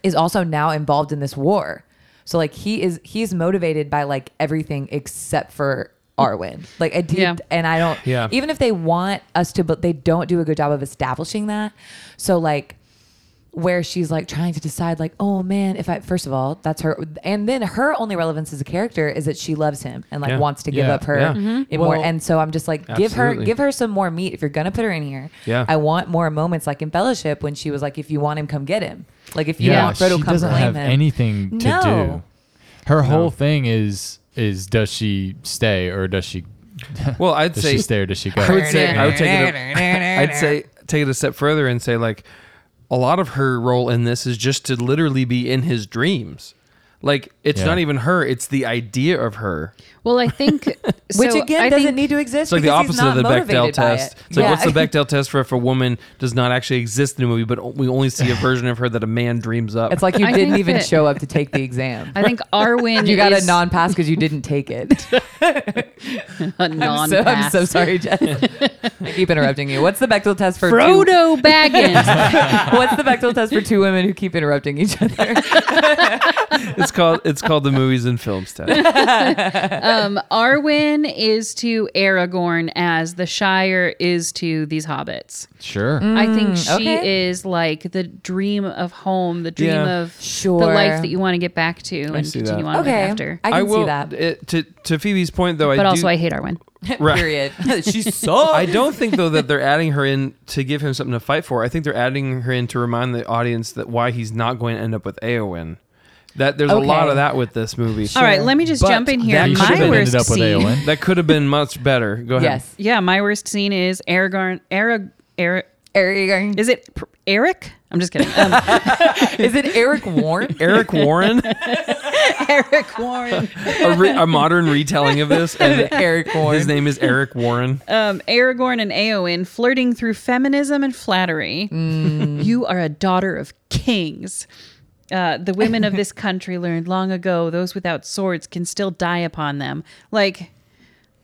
S4: is also now involved in this war. So like he is he is motivated by like everything except for Arwen. Like I did,
S5: Yeah.
S4: and I don't.
S2: Yeah.
S4: Even if they want us to, but they don't do a good job of establishing that. So like where she's like trying to decide like oh man if i first of all that's her and then her only relevance as a character is that she loves him and like
S2: Yeah.
S4: wants to give
S3: Yeah.
S4: up her
S2: Yeah.
S5: Mm-hmm.
S4: in more
S3: Well-
S4: and so i'm just like give her
S2: Absolutely.
S4: give her some more meat if you're gonna put her in here
S2: Yeah.
S4: i want more moments like in fellowship when she was like if you want him come get him like if you
S3: yeah,
S4: want frodo
S3: she
S4: come
S3: doesn't
S4: claim
S3: have
S4: him
S3: anything to
S4: No.
S3: do. Her whole thing is is does she stay or does she
S2: Well, I'd
S3: does
S2: say
S3: she stay or does she go?
S2: I would say I would take it. A, I'd say take it a step further and say like a lot of her role in this is just to literally be in his dreams. Like it's
S3: Yeah.
S2: not even her; it's the idea of her.
S5: Well, I think
S4: which
S5: so
S4: again
S5: I
S4: doesn't
S5: think-
S4: need to
S2: It's
S4: exist
S2: like the
S4: because he's
S2: opposite of
S4: not
S2: the Bechdel
S4: motivated by
S2: test.
S4: it.
S2: It's like
S4: Yeah.
S2: what's the Bechdel test for if a woman does not actually exist in a movie, but we only see a version of her that a man dreams up?
S4: it's like you
S5: I
S4: didn't
S5: think
S4: even
S5: that-
S4: show up to take the exam
S5: I think Arwen
S4: you got
S5: is
S4: a non-pass because you didn't take it
S5: a
S4: I'm
S5: non
S4: so, I'm so sorry, Jess. I keep interrupting you. What's the Bechtel test for Two,
S5: Frodo Baggins.
S4: what's the Bechtel test for two women who keep interrupting each other?
S2: it's called it's called the movies and films test.
S5: um, Arwen is to Aragorn as the Shire is to these hobbits.
S3: Sure.
S4: Mm,
S5: I think she
S4: okay.
S5: is like the dream of home, the dream
S2: Yeah.
S5: of the
S4: Sure.
S5: life that you want to get back to and
S2: see
S5: continue
S2: that.
S5: on
S4: okay,
S5: with after.
S4: I can see
S2: will.
S4: that.
S2: it- to to Phoebe's point though,
S5: but
S2: I
S5: also,
S2: do,
S5: I hate Arwen.
S2: Right.
S4: Period. She's so.
S2: I don't think though that they're adding her in to give him something to fight for. I think they're adding her in to remind the audience that why he's not going to end up with Aowen. That there's a lot
S4: Okay.
S2: of that with this movie.
S5: All right, let me just
S2: But
S5: jump in here.
S2: that
S3: You
S2: could've
S5: My
S3: should have
S2: been
S5: worst
S3: ended up with
S5: scene.
S3: Aowen.
S2: That could have been much better. Go ahead.
S4: Yes.
S5: Yeah, my worst scene is Aragorn. Arag, Eric.
S4: Eric, is,
S5: Is it P- Eric? I'm just kidding. Um,
S4: it Eric Warren?
S2: Eric Warren,
S5: Eric Warren.
S2: a, re- a modern retelling of this, and
S4: Eric Warren.
S2: his name is Eric Warren.
S5: Um, Aragorn and Aowen flirting through feminism and flattery.
S3: Mm.
S5: You are a daughter of kings. Uh, the women of this country learned long ago those without swords can still die upon them. Like,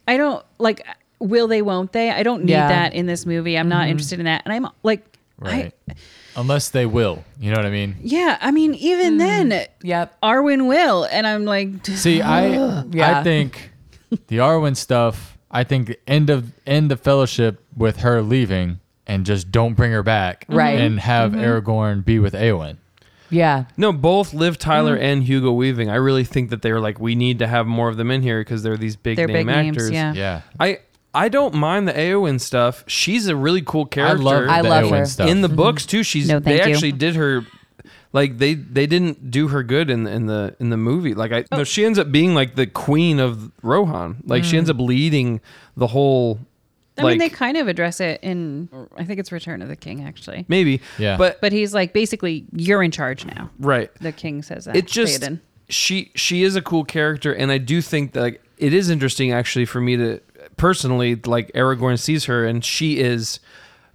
S5: I don't, like, will they, won't they? I don't need
S4: Yeah.
S5: that in this movie. I'm not interested in that. And I'm like,
S3: Mm-hmm. Right.
S5: I,
S3: Unless they will. You know what I mean?
S5: yeah, I mean, even
S3: Mm.
S5: then,
S4: Yep.
S5: Arwen will. And I'm like,
S3: See, I
S4: Yeah.
S3: I think the Arwen stuff, I think the end of end of fellowship with her leaving and just don't bring her back.
S4: Right. Mm-hmm.
S3: And have Aragorn be with Aowen.
S4: Yeah.
S2: No, both Liv Tyler
S5: Mm.
S2: and Hugo Weaving. I really think that they were like, we need to have more of them in here because they're these big
S5: they're
S2: name
S5: big
S2: actors.
S5: names.
S3: Yeah.
S5: Yeah.
S2: I I don't mind the Aowen stuff. She's a really cool character.
S3: I love
S4: I
S3: the
S4: love
S3: Aowen
S4: her.
S3: stuff.
S2: in the books too. She's
S5: Mm-hmm. No,
S2: they
S5: thank you.
S2: actually did her like they they didn't do her good in in the in the movie. Like I
S5: Oh.
S2: no, she ends up being like the queen of Rohan. Like she ends up leading the whole.
S5: Mm. I
S2: like,
S5: mean, they kind of address it in, I think it's Return of the King, actually.
S2: maybe
S3: Yeah.
S2: but,
S5: But he's like, basically, you're in charge now.
S2: right.
S5: The king says that.
S2: It just
S5: Theoden.
S2: she she is a cool character, and I do think that like, it is interesting actually for me to personally like Aragorn sees her and she is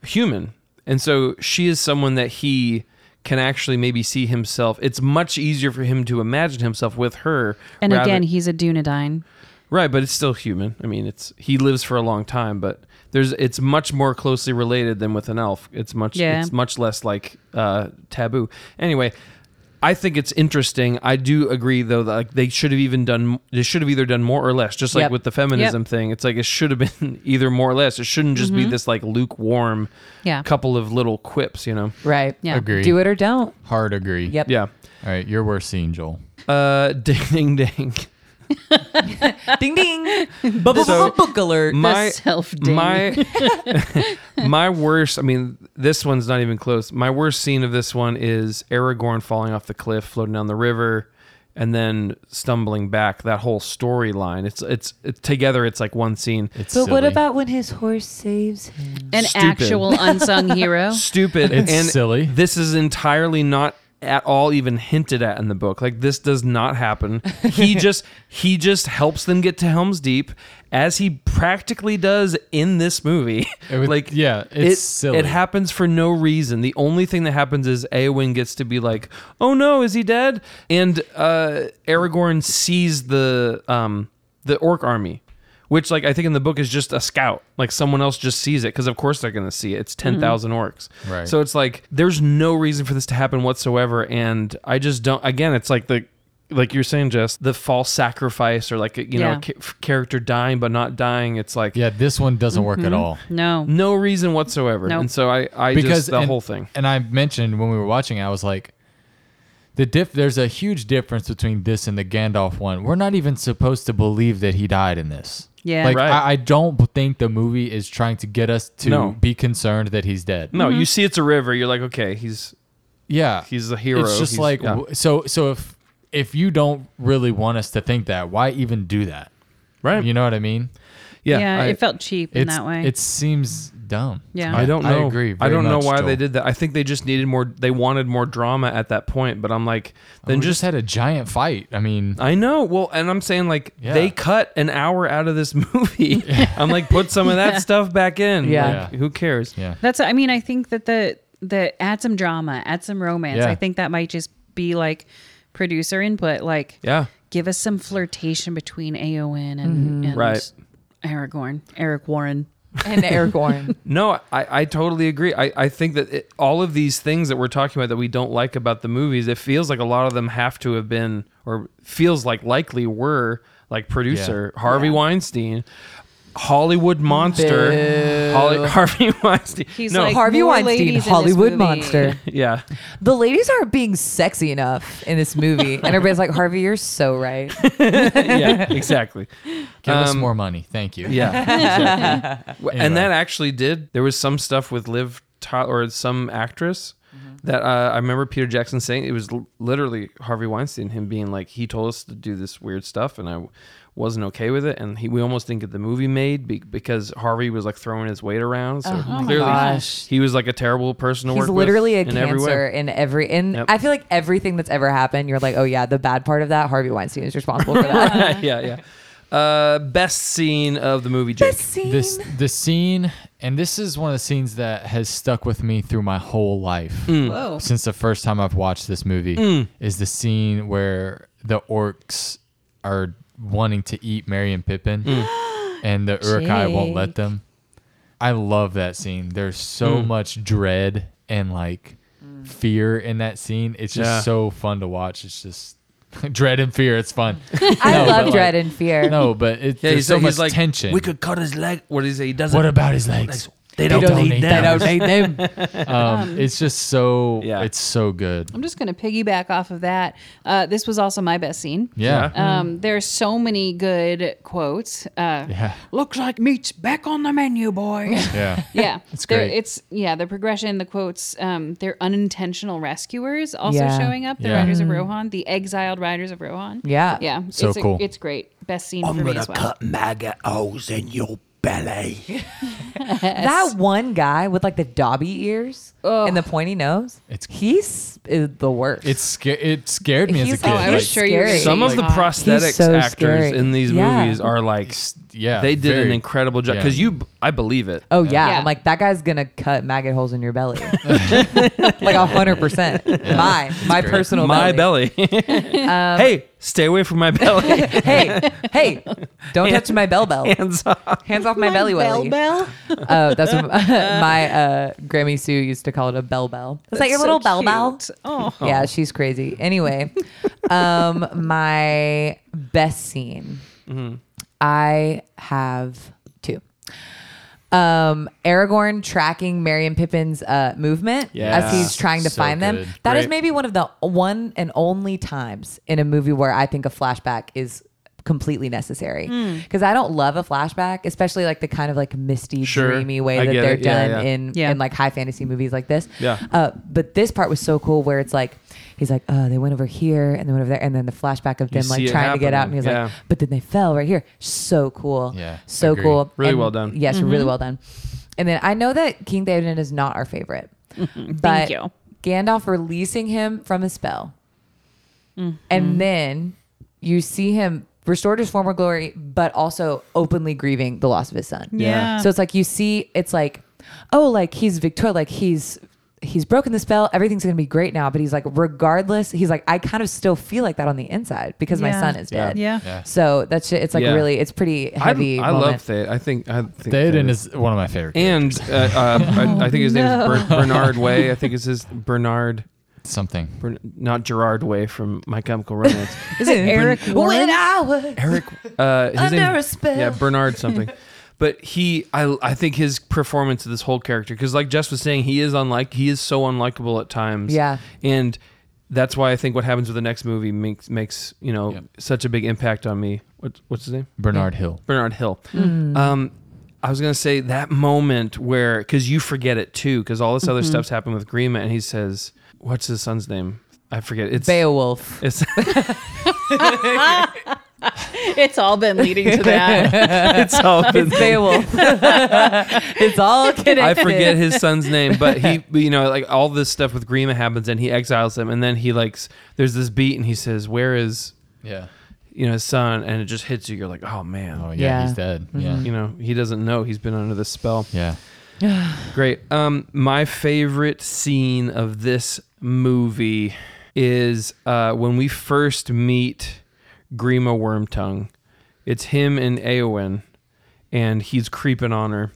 S2: human, and so she is someone that he can actually maybe see himself. It's much easier for him to imagine himself with her.
S5: And
S2: rather-
S5: again, he's a Dunedain.
S2: right? But it's still human. I mean, it's he lives for a long time, but there's it's much more closely related than with an elf. It's much
S5: Yeah.
S2: it's much less like uh, taboo. Anyway, I think it's interesting. I do agree though that like, they should have even done they should have either done more or less. Just like
S4: Yep. Mm-hmm.
S2: with the feminism thing, it's like it should have been either more or less. It shouldn't just be this like lukewarm
S5: Yeah.
S2: couple of little quips, you know.
S4: Right.
S5: Yeah.
S3: Agree.
S4: Do it or don't.
S3: Hard agree.
S4: Yep.
S2: Yeah.
S3: All right, your worst scene, Joel.
S2: Uh ding ding ding.
S4: ding ding. Bubble
S2: So-
S4: book alert.
S2: My
S5: self ding.
S2: my my worst I mean this one's not even close. My worst scene of this one is Aragorn falling off the cliff, floating down the river, and then stumbling back. That whole storyline. It's it's it, together it's like one scene.
S3: It's
S4: But what
S3: silly.
S4: about when his horse saves him?
S5: An
S2: Stupid.
S5: actual unsung hero.
S2: stupid
S3: It's
S2: and
S3: silly.
S2: This is entirely not at all even hinted at in the book. Like this does not happen. He just he just helps them get to Helm's Deep as he practically does in this movie.
S3: It would-
S2: like
S3: yeah,
S2: it,
S3: it's silly.
S2: It happens for no reason. The only thing that happens is Eowyn gets to be like, "Oh no, is he dead?" And uh Aragorn sees the um the orc army which like I think in the book is just a scout. Like someone else just sees it because of course they're going to see it. It's
S5: Mm-hmm.
S2: 10,000 orcs.
S3: Right.
S2: So it's like there's no reason for this to happen whatsoever and I just don't again it's like the like you're saying Jess, the false sacrifice or like you know
S5: Yeah.
S2: a ca- character dying but not dying. It's like
S3: Yeah, this one doesn't work
S4: Mm-hmm.
S3: at all.
S5: No.
S2: no reason whatsoever.
S5: Nope.
S2: And so I I
S3: because
S2: just the
S3: and-
S2: whole thing.
S3: And I mentioned when we were watching, I was like, the diff. There's a huge difference between this and the Gandalf one. We're not even supposed to believe that he died in this.
S5: Yeah.
S3: like
S2: Right.
S3: I, I don't think the movie is trying to get us to
S2: No.
S3: be concerned that he's dead.
S2: No,
S5: Mm-hmm.
S2: you see it's a river, you're like okay, he's
S3: Yeah,
S2: he's a hero.
S3: It's just
S2: He's-
S3: like
S2: yeah.
S3: w- so. So if if you don't really want us to think that, why even do that?
S2: right?
S3: You know what I mean?
S2: yeah.
S5: yeah,
S2: I-
S5: it felt cheap in
S3: It's,
S5: that way.
S3: It seems dumb.
S5: Yeah.
S2: I don't
S3: I
S2: know.
S3: agree
S2: I
S3: very
S2: don't know
S3: much,
S2: why they
S3: Joel.
S2: did that. I think they just needed more. They wanted more drama at that point. But I'm like, then
S3: Then just,
S2: just. Uh,
S3: had a giant fight. I mean,
S2: I know. Well, and I'm saying like
S3: Yeah.
S2: they cut an hour out of this movie. I'm like, put some of that stuff back in.
S4: Yeah.
S2: Like, who cares?
S3: yeah.
S5: That's I mean I think that the the add some drama, add some romance.
S3: Yeah.
S5: I think that might just be like producer input like
S2: Yeah.
S5: give us some flirtation between Aowen and, and
S2: Mm-hmm. Right.
S5: Aragorn, Eric Warren.
S4: And Aragorn.
S2: No, I, I totally agree. I, I think that it, all of these things that we're talking about that we don't like about the movies, it feels like a lot of them have to have been, or feels like likely were, like producer Harvey Weinstein, Hollywood monster, Holly, Harvey Weinstein.
S5: He's
S2: no,
S5: like
S4: Harvey
S5: more
S4: Weinstein,
S5: ladies in
S4: Hollywood
S5: this movie.
S4: monster.
S2: yeah,
S4: The ladies aren't being sexy enough in this movie. And everybody's like, Harvey, you're so right.
S2: yeah, exactly.
S3: Give us
S2: Um,
S3: more money. Thank you.
S2: Yeah. exactly.
S3: Anyway.
S2: And that actually did. There was some stuff with Liv Tyler or some actress
S4: Mm-hmm.
S2: that uh, I remember Peter Jackson saying it was l- literally Harvey Weinstein, him being like, he told us to do this weird stuff and I w- wasn't okay with it. And he, we almost didn't get the movie made be- because Harvey was like throwing his weight around. So clearly
S4: Oh, gosh.
S2: he was like a terrible person to
S4: He's
S2: work with.
S4: literally a
S2: in every way.
S4: cancer in every. And
S2: Yep.
S4: I feel like everything that's ever happened, you're like, oh yeah, the bad part of that, Harvey Weinstein is responsible for that.
S2: yeah, yeah. Uh, best scene of the movie, Jake.
S4: This scene.
S3: This the scene, and this is one of the scenes that has stuck with me through my whole life
S2: Hmm.
S5: Whoa.
S3: since the first time I've watched this movie. Is the scene where the orcs are wanting to eat Merry and Pippin,
S2: Hmm.
S3: and the Urukai won't let
S5: Jake.
S3: them. I love that scene. There's so
S2: Hmm.
S3: much dread and like fear in that scene. It's just
S2: Yeah.
S3: so fun to watch. It's just dread and fear. It's fun.
S4: I
S3: No,
S4: love
S3: but,
S4: dread
S3: like,
S4: and fear.
S3: No, but it,
S2: Yeah,
S3: there's
S2: he's,
S3: so
S2: he's
S3: much
S2: like
S3: tension.
S2: We could cut his leg. What is it? He doesn't.
S3: What about his legs?
S2: They
S3: don't
S2: don't
S3: need
S2: need that.
S3: them.
S4: They don't need them.
S3: Um, it's just so.
S2: Yeah.
S3: It's so good.
S5: I'm just gonna piggyback off of that. Uh, this was also my best scene.
S3: Yeah.
S5: Um, there's so many good quotes. Uh,
S3: Yeah.
S5: Looks like meat's back on the menu, boy.
S3: Yeah.
S5: yeah,
S3: It's
S5: They're-
S3: great.
S5: It's yeah, the progression, the quotes, um, they're unintentional rescuers also
S4: Yeah.
S5: showing up. The
S3: Yeah.
S5: Riders of Rohan, the exiled Riders of Rohan.
S4: Yeah.
S5: yeah,
S3: So
S5: it's a-
S3: cool.
S5: it's great. Best scene for me as well.
S6: maggot holes in your belly.
S4: That one guy with like the Dobby ears and the pointy nose.
S3: It's-
S4: he's is the worst.
S3: It's sca- it scared me as a
S4: He's
S3: kid.
S5: Oh, I was
S3: like,
S5: sure you were
S4: scary.
S5: gonna
S2: Some
S5: say
S2: of the
S5: that.
S2: prosthetics
S4: so
S2: actors
S4: scary.
S2: in these
S4: Yeah.
S2: movies are like,
S3: yeah,
S2: they did an
S3: very-
S2: incredible job.
S3: yeah.
S2: Because you, I believe it.
S4: oh yeah.
S5: Yeah.
S4: I'm like that guy's gonna cut maggot holes in your belly, like a hundred percent. My my personal Um,
S2: My belly. hey, Stay away from my belly.
S4: hey, hey, don't touch my bell bell.
S2: Hands off.
S4: Hands off my, belly welly.
S5: bell.
S4: Oh, that's what my uh, Grammy Sue used to call it a bell bell. Is that your little bell bell?
S5: Oh,
S4: Yeah, she's crazy. Anyway, um, my best scene.
S2: Mm-hmm.
S4: I have two. Um, Aragorn tracking Marion Pippin's uh, movement
S2: Yeah.
S4: as he's trying to
S3: So
S4: find them.
S3: good.
S4: That is
S3: Great.
S4: maybe one of the one and only times in a movie where I think a flashback is completely necessary because I don't love a flashback, especially like the kind of like misty,
S2: Sure.
S4: dreamy way
S2: I
S4: that
S2: get
S4: they're
S2: it. Yeah,
S4: done
S2: yeah.
S4: in
S5: Yeah.
S4: in like high fantasy movies like this.
S2: Yeah.
S4: Uh, but this part was so cool where it's like he's like, oh, they went over here and they went over there, and then the flashback of them
S2: see
S4: like
S2: it
S4: trying to get out, and
S2: happening.
S4: he's
S2: Yeah.
S4: like, but then they fell right here. So cool.
S3: Yeah,
S4: So
S3: agree.
S4: cool.
S2: Really
S4: And-
S2: well done.
S4: Yes,
S5: Mm-hmm.
S4: really well done. And then I know that King Theoden is not our favorite, but
S5: thank you.
S4: Gandalf releasing him from his spell,
S5: Mm-hmm.
S4: and then you see him restored his former glory, but also openly grieving the loss of his son.
S5: Yeah.
S4: So it's like you see, it's like, oh, like he's Victoria, like he's he's broken the spell, everything's gonna be great now. But he's like, regardless, he's like, I kind of still feel like that on the inside because my
S5: Yeah.
S4: son is dead.
S5: Yeah.
S3: Yeah.
S4: So that's shit. It's like
S2: Yeah.
S4: really, it's pretty heavy.
S2: I, I
S4: moment.
S2: love Thaden. I think I think
S3: Theoden is one of my favorite.
S2: and uh, uh, I, I think his name
S5: no.
S2: is Ber- Bernard Way. I think it's his Bernard,
S3: something.
S2: Bern- not Gerard Way from My Chemical Romance.
S5: Is it Eric
S4: When
S5: Warren?
S4: I was
S2: Eric, uh, his
S4: Under
S2: name,
S4: a spell.
S2: yeah, Bernard something. But he, I, I think his performance of this whole character, because like Jess was saying, he is unlike, he is so unlikable at times.
S4: Yeah.
S2: and that's why I think what happens with the next movie makes makes you know
S3: Yep.
S2: such a big impact on me. What, what's his name?
S3: Bernard Hill.
S2: Bernard Hill.
S4: Hmm.
S2: Um, I was gonna say that moment where, because you forget it too, because all this
S4: Mm-hmm.
S2: other stuff's happened with Grima, and he says, "What's his son's name?" I forget. It's
S4: Beowulf.
S2: It's
S5: It's all been leading to that.
S2: it's all.
S4: It's Beowulf. it's all connected.
S2: I forget his son's name, but he, you know, like all this stuff with Grima happens, and he exiles them, and then he likes. There's this beat, and he says, "Where is
S3: Yeah.
S2: you know his son?" And it just hits you. You're like, "Oh man."
S3: Oh yeah,
S4: Yeah.
S3: he's dead. Yeah.
S5: Mm-hmm.
S2: You know, he doesn't know he's been under this spell.
S3: Yeah.
S2: Great. Um, my favorite scene of this movie is uh, when we first meet Grima Wormtongue. It's him and Eowyn, and he's creeping on her.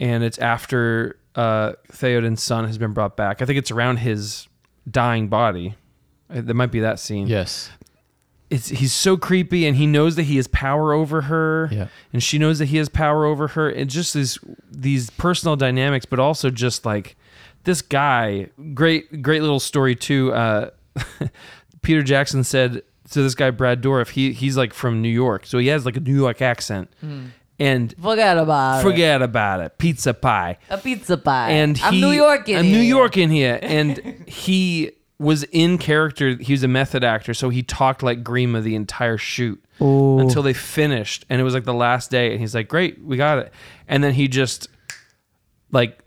S2: And it's after uh, Theoden's son has been brought back. I think it's around his dying body. Uh, That might be that scene.
S3: Yes.
S2: It's, he's so creepy, and he knows that he has power over her
S3: Yeah.
S2: and she knows that he has power over her and just these these personal dynamics but also just like this guy great great little story too uh peter jackson said to this guy brad dorff he he's like from new york so he has like a new york accent and
S4: Forget about it.
S2: forget about it pizza pie
S4: a pizza pie.
S2: and
S4: I'm
S2: he-
S4: New York.
S2: I'm New York in here, and he was in character. He was a method actor, so he talked like Grima the entire shoot until they finished, and it was like the last day, and he's like, "Great, we got it," and then he just like.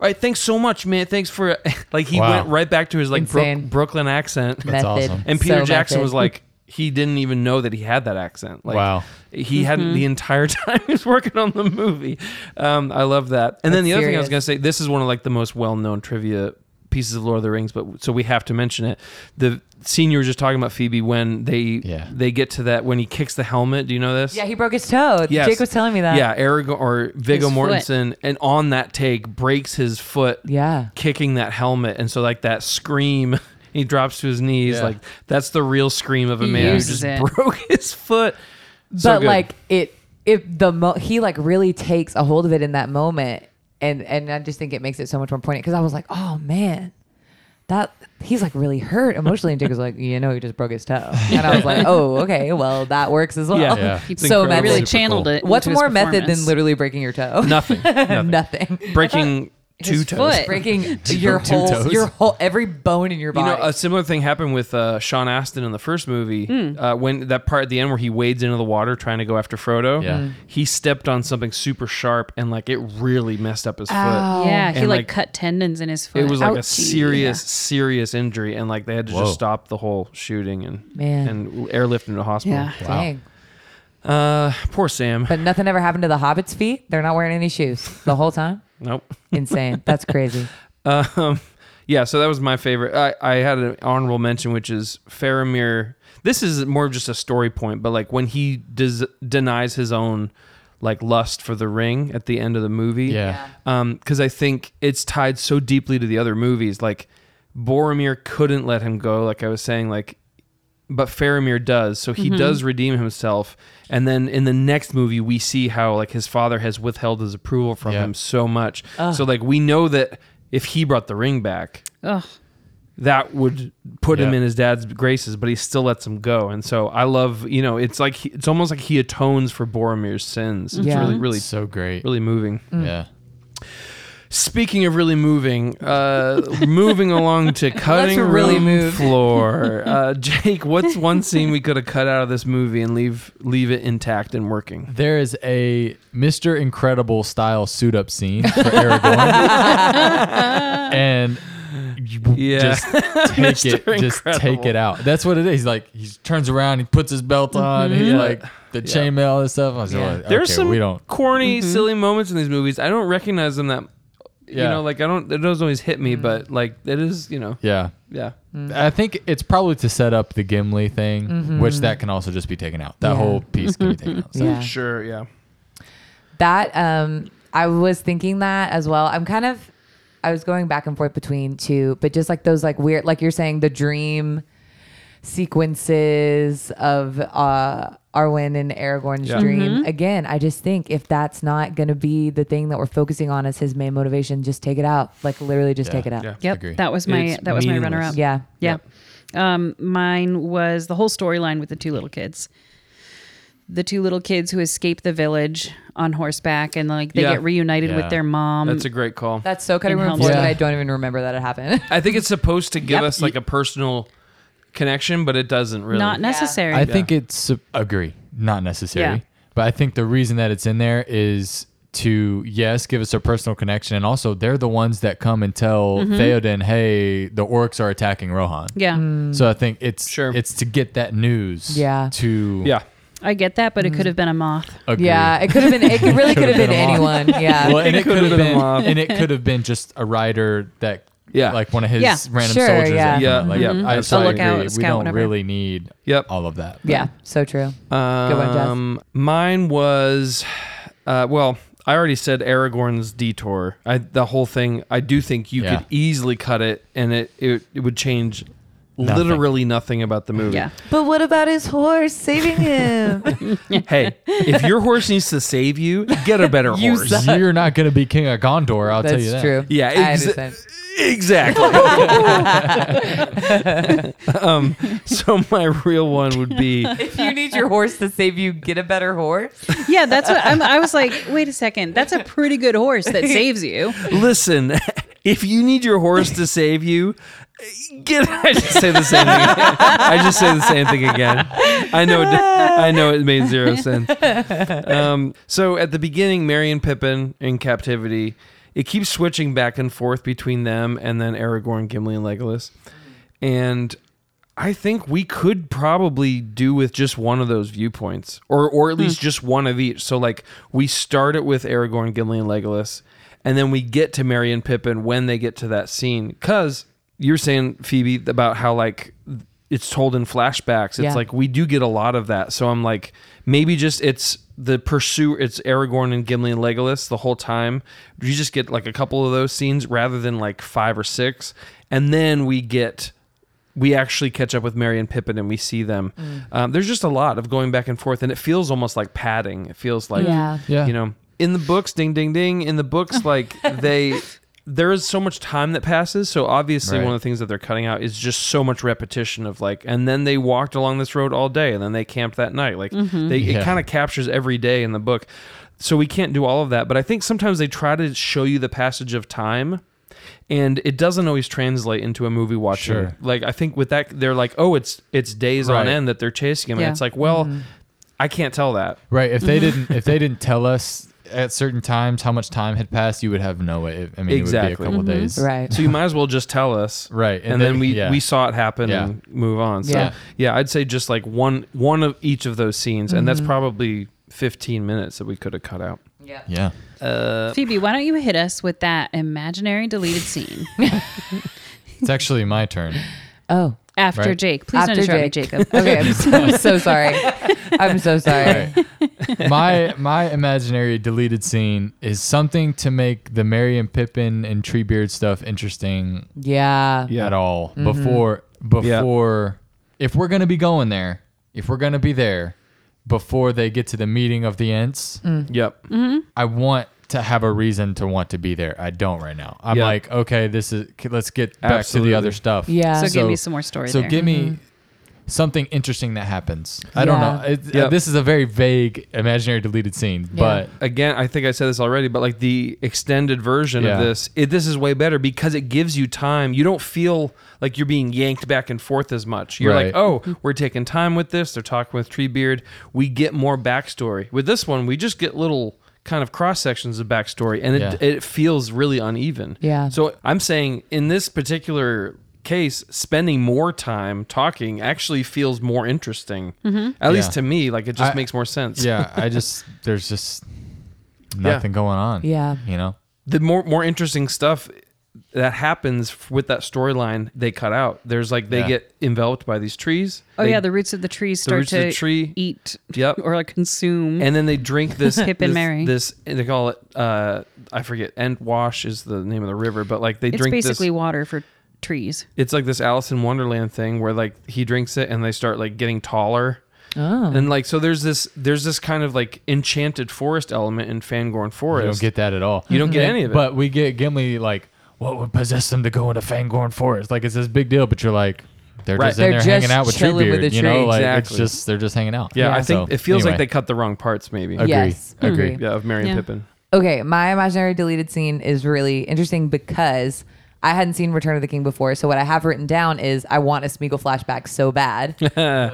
S2: All right, thanks so much, man. Thanks for like he
S3: Wow.
S2: went right back to his like Brook,
S4: Insane.
S2: Brooklyn accent.
S4: Method.
S3: awesome.
S2: And Peter
S4: So
S2: Jackson
S4: method.
S2: was like, he didn't even know that he had that accent. Like,
S3: Wow.
S2: He had
S4: Mm-hmm.
S2: it the entire time he was working on the movie. Um, I love that. And then
S4: That's
S2: the other thing I was
S4: serious.
S2: going to say, this is one of like the most well-known trivia pieces of Lord of the Rings, but so we have to mention it. The scene you were just talking about, Phoebe, when they
S3: Yeah.
S2: they get to that when he kicks the helmet. Do you know this?
S4: Yeah, he broke his toe.
S2: Yes.
S4: Jake was telling me that.
S2: Yeah, Aragorn or Viggo
S5: His foot.
S2: Mortensen, and on that take breaks his foot
S4: Yeah.
S2: kicking that helmet and so like that scream he drops to his knees
S3: Yeah.
S2: like that's the real scream of a
S5: He
S2: man who
S5: uses
S2: just
S5: it.
S2: broke his foot So
S4: but
S2: good.
S4: like it it the mo- he like really takes a hold of it in that moment and and i just think it makes it so much more poignant because i was like oh man that he's like really hurt emotionally and Jake was like you know he just broke his toe and i was like oh okay well that works as well
S2: Yeah.
S3: Yeah.
S5: He
S2: It's
S4: so
S2: incredible.
S4: method.
S5: really
S2: Super
S5: channeled
S2: cool.
S5: it.
S4: what's
S5: into his
S4: more method than
S5: performance.
S4: literally breaking your toe
S2: nothing, nothing.
S4: nothing
S2: breaking two
S5: his
S2: toes
S5: foot.
S4: breaking your
S3: Eh, two
S4: whole
S3: toes?
S4: your whole every bone in your
S2: you
S4: body
S2: know, a similar thing happened with uh, Sean Astin in the first movie.
S5: Hmm.
S2: Uh, when that part at the end where he wades into the water trying to go after Frodo,
S3: Yeah.
S5: Hmm.
S3: Mm.
S2: he stepped on something super sharp and like it really messed up his foot.
S5: Yeah, he
S2: And,
S5: like,
S2: like,
S5: cut tendons in his foot.
S2: It was like a
S5: Ouchie.
S2: serious, serious injury, and like they had to
S3: Whoa.
S2: just stop the whole shooting and
S4: Man.
S2: and airlift him to hospital.
S5: Yeah.
S3: Wow.
S4: Dang.
S2: Uh, poor Sam.
S4: but nothing ever happened to the hobbit's feet they're not wearing any shoes the whole time
S2: Nope.
S4: insane that's crazy
S2: Um, yeah, so that was my favorite. I, I had an honorable mention, which is Faramir. This is more of just a story point, but like when he des- denies his own like lust for the ring at the end of the movie.
S3: Yeah.
S2: Because Um, I think it's tied so deeply to the other movies. Like Boromir couldn't let him go. Like I was saying, like but Faramir does. So he does redeem himself. And then in the next movie, we see how like his father has withheld his approval from
S3: Yeah.
S2: him so much. So like we know that if he brought the ring back,
S5: Ugh.
S2: that would put him
S3: Yeah.
S2: in his dad's graces, but he still lets him go. And so I love, you know, it's like he, it's almost like he atones for Boromir's sins. It's
S4: Yeah.
S2: really, really,
S3: so great.
S2: really moving.
S3: Yeah.
S2: Speaking of really moving, uh, moving along to cutting
S4: really
S2: room
S4: move.
S2: floor. Uh, Jake, what's one scene we could have cut out of this movie and leave leave it intact and working?
S3: There is a Mr. Incredible style suit up scene for Aragorn. and you
S2: Yeah.
S3: just take it
S2: Mr.
S3: just take it
S2: Incredible.
S3: out. That's what it is. He's like he turns around, he puts his belt on, he's
S2: Mm-hmm. Yeah.
S3: like the chainmail all this stuff. I was
S4: Yeah.
S3: like,
S2: There's
S3: Uh, okay,
S2: some
S3: we don't
S2: corny, silly moments in these movies. I don't recognize them that. You
S3: Yeah.
S2: know, like I don't. It doesn't always hit me, but like it is. You know,
S3: Yeah.
S2: yeah.
S3: I think it's probably to set up the Gimli thing, which that can also just be taken out. That
S4: Yeah.
S3: whole piece can be taken out. So.
S4: Mm, Yeah.
S2: Sure. Yeah.
S4: That um I was thinking that as well. I'm kind of I was going back and forth between two, but just like those like weird like you're saying the dream sequences of uh Arwen and Aragorn's
S2: Yeah.
S4: dream.
S3: Mm-hmm.
S4: Again, I just think if that's not going to be the thing that we're focusing on as his main motivation, just take it out. Like literally just
S3: Yeah.
S4: take it out.
S2: Yeah.
S4: Yeah.
S5: Yep.
S3: Agree.
S5: That was my
S2: It's
S5: that was my runner up.
S2: meaningless.
S4: Yeah.
S5: Yeah. Um, mine was the whole storyline with the two little kids. The two little kids who escape the village on horseback and like they
S2: Yeah.
S5: get reunited
S3: Yeah.
S5: with their mom.
S2: That's a great call.
S4: That's so cutting
S5: In
S4: room
S5: Helm's
S4: floor
S3: Deep.
S4: that I don't even remember that it happened.
S2: I think it's supposed to give
S5: Yep.
S2: us like a personal connection, but it doesn't really.
S5: Not necessary.
S3: I think it's agree, not necessary.
S5: Yeah.
S3: But I think the reason that it's in there is to yes, give us a personal connection, and also they're the ones that come and tell Theoden, "Hey, the orcs are attacking Rohan."
S5: yeah.
S3: So I think it's
S2: Sure.
S3: it's to get that news.
S4: Yeah.
S3: To
S2: yeah.
S5: I get that,
S2: Mm.
S5: but it could have been a moth.
S3: agree.
S4: yeah, it could have been it could- really could have been,
S3: been a lot.
S4: anyone. Yeah.
S3: Well, and it could have
S2: been a
S3: been,
S2: mob.
S3: and it could have been just a rider that
S2: Yeah.
S3: like one of his
S5: Yeah.
S3: random
S4: Sure,
S3: soldiers.
S4: yeah.
S3: that-
S2: Yeah,
S3: Like,
S2: yeah, mm-hmm.
S3: I, so I
S5: absolutely.
S3: agree.
S5: Lookout,
S3: we
S5: scout,
S3: don't
S5: whatever.
S3: really need
S2: Yep.
S3: all of that.
S4: yeah, so true.
S2: Um,
S4: one, Jazz.
S2: Mine was, uh, well, I already said Aragorn's detour. I, the whole thing. I do think you
S3: Yeah.
S2: could easily cut it, and it it, it would change
S3: Nothing.
S2: literally nothing about the movie.
S5: Yeah.
S4: But what about his horse saving him?
S2: Hey, if your horse needs to save you, get a better
S4: You
S2: horse.
S4: suck.
S3: You're not going to be king of Gondor. I'll tell you that.
S4: true.
S2: Yeah,
S4: I
S2: exa-
S4: understand.
S2: Exactly. um, so my real one would be
S4: If you need your horse to save you, get a better horse.
S5: Yeah, that's what I'm, I was like. Wait a second, that's a pretty good horse that saves you.
S2: Listen, if you need your horse to save you, get. I just say the same thing. Again. I just say the same thing again. I know. It, I know it made zero sense. Um, so at the beginning, Merry and Pippin in captivity. It keeps switching back and forth between them and then Aragorn, Gimli, and Legolas. And I think we could probably do with just one of those viewpoints, or or at least just one of each. So like we start it with Aragorn, Gimli, and Legolas, and then we get to Merry and Pippin when they get to that scene. Because you're saying Phoebe about how like it's told in flashbacks. It's
S4: Yeah.
S2: like we do get a lot of that. So I'm like maybe just it's the pursue. It's Aragorn and Gimli and Legolas the whole time. You just get like a couple of those scenes rather than like five or six, and then we get we actually catch up with Mary and Pippin and we see them. Um, there's just a lot of going back and forth, and it feels almost like padding. It feels like,
S4: Yeah.
S3: Yeah.
S2: you know, in the books, ding, ding, ding. In the books, like they, there is so much time that passes. So obviously,
S3: Right.
S2: one of the things that they're cutting out is just so much repetition of like, and then they walked along this road all day, and then they camped that night. Like they, it
S3: Yeah.
S2: kind of captures every day in the book. So we can't do all of that, but I think sometimes they try to show you the passage of time and it doesn't always translate into a movie watching.
S3: Sure.
S2: Like I think with that they're like, "Oh, it's it's days on
S3: Right.
S2: end that they're chasing him."
S5: Yeah.
S2: And it's like, "Well,
S3: Mm-hmm.
S2: I can't tell that."
S3: Right. If they didn't, if they didn't tell us at certain times how much time had passed, you would have no way. I mean, it would be
S2: Exactly.
S3: a couple days.
S4: Right.
S2: So you might as well just tell us.
S3: Right.
S2: And,
S3: And
S2: then,
S3: then-
S2: we
S3: yeah.
S2: we saw it happen
S3: Yeah.
S2: and move on. So yeah.
S4: Yeah.
S2: I'd say just like one one of each of those scenes and that's probably 15 minutes that we could have cut out.
S3: Yeah. Uh,
S5: Phoebe, why don't you hit us with that imaginary deleted scene
S3: It's actually my turn.
S4: Oh,
S5: After
S3: Right.
S5: Jake. Please
S4: after
S5: don't interrupt
S4: Jake.
S5: me, Jacob.
S4: okay, I'm so, I'm so sorry. I'm so sorry.
S3: my my imaginary deleted scene is something to make the Merry and Pippin and Treebeard stuff interesting
S4: Yeah.
S3: at all before before if we're gonna be going there, if we're gonna be there before they get to the meeting of the Ents,
S2: Yep.
S3: I want to have a reason to want to be there. I don't right now. I'm
S2: Yeah.
S3: like, okay, this is k- let's get back to
S2: Absolutely.
S3: the other stuff.
S4: Yeah. Mm-hmm.
S5: So give me some more story
S3: So
S5: there.
S3: give me something interesting that happens. I don't
S4: Yeah.
S3: know. It, uh,
S2: Yep.
S3: this is a very vague imaginary deleted scene, but
S2: Again, I think I said this already, but like the extended version
S3: Yeah.
S2: of this, it, this is way better because it gives you time. You don't feel like you're being yanked back and forth as much. You're
S3: Right.
S2: like, oh, we're taking time with this. They're talking with Treebeard. We get more backstory. With this one, we just get little kind of cross sections of backstory, and it,
S3: Yeah.
S2: it feels really uneven.
S4: Yeah.
S2: So I'm saying in this particular case, spending more time talking actually feels more interesting. At least
S3: Yeah.
S2: to me, like it just
S3: I-
S2: makes more sense.
S3: yeah, I just there's just nothing going on.
S4: Yeah.
S3: you know.
S2: the more more interesting stuff that happens f- with that storyline they cut out. There's like they
S3: Yeah.
S2: get enveloped by these trees.
S5: oh
S2: They-
S5: yeah, the roots of the tree start
S2: roots of
S5: to
S2: the tree.
S5: eat
S2: Yep.
S5: or like consume.
S2: and then they drink this
S5: Pip and
S2: this,
S5: Mary.
S2: This they call it uh I forget. End wash is the name of the river, but like they
S5: it's
S2: drink
S5: basically
S2: this.
S5: water for trees.
S2: It's like this Alice in Wonderland thing where like he drinks it and they start like getting taller.
S4: Oh.
S2: And like so there's this there's this kind of like enchanted forest element in Fangorn
S3: You
S2: Forest.
S3: don't get that at all.
S2: You don't
S5: Mm-hmm.
S2: get any of it.
S3: But we get Gimli like, what would possess them to go into Fangorn Forest? Like it's this big deal, but you're like, they're
S2: Right.
S3: just in
S4: They're
S3: there
S4: just
S3: hanging out with
S4: chilling
S3: Treebeard.
S4: with the
S3: you know,
S4: tree.
S3: like
S2: Exactly.
S3: it's just they're just hanging out.
S2: yeah, I
S4: Yeah.
S2: think
S3: So,
S2: it feels like
S3: anyway.
S2: they cut the wrong parts maybe.
S3: Agree.
S4: Yes.
S3: Agree.
S2: Yeah, of Mary
S5: Yeah.
S2: and Pippin.
S4: Okay, my imaginary deleted scene is really interesting because I hadn't seen Return of the King before. So what I have written down is I want a Smeagol flashback so bad.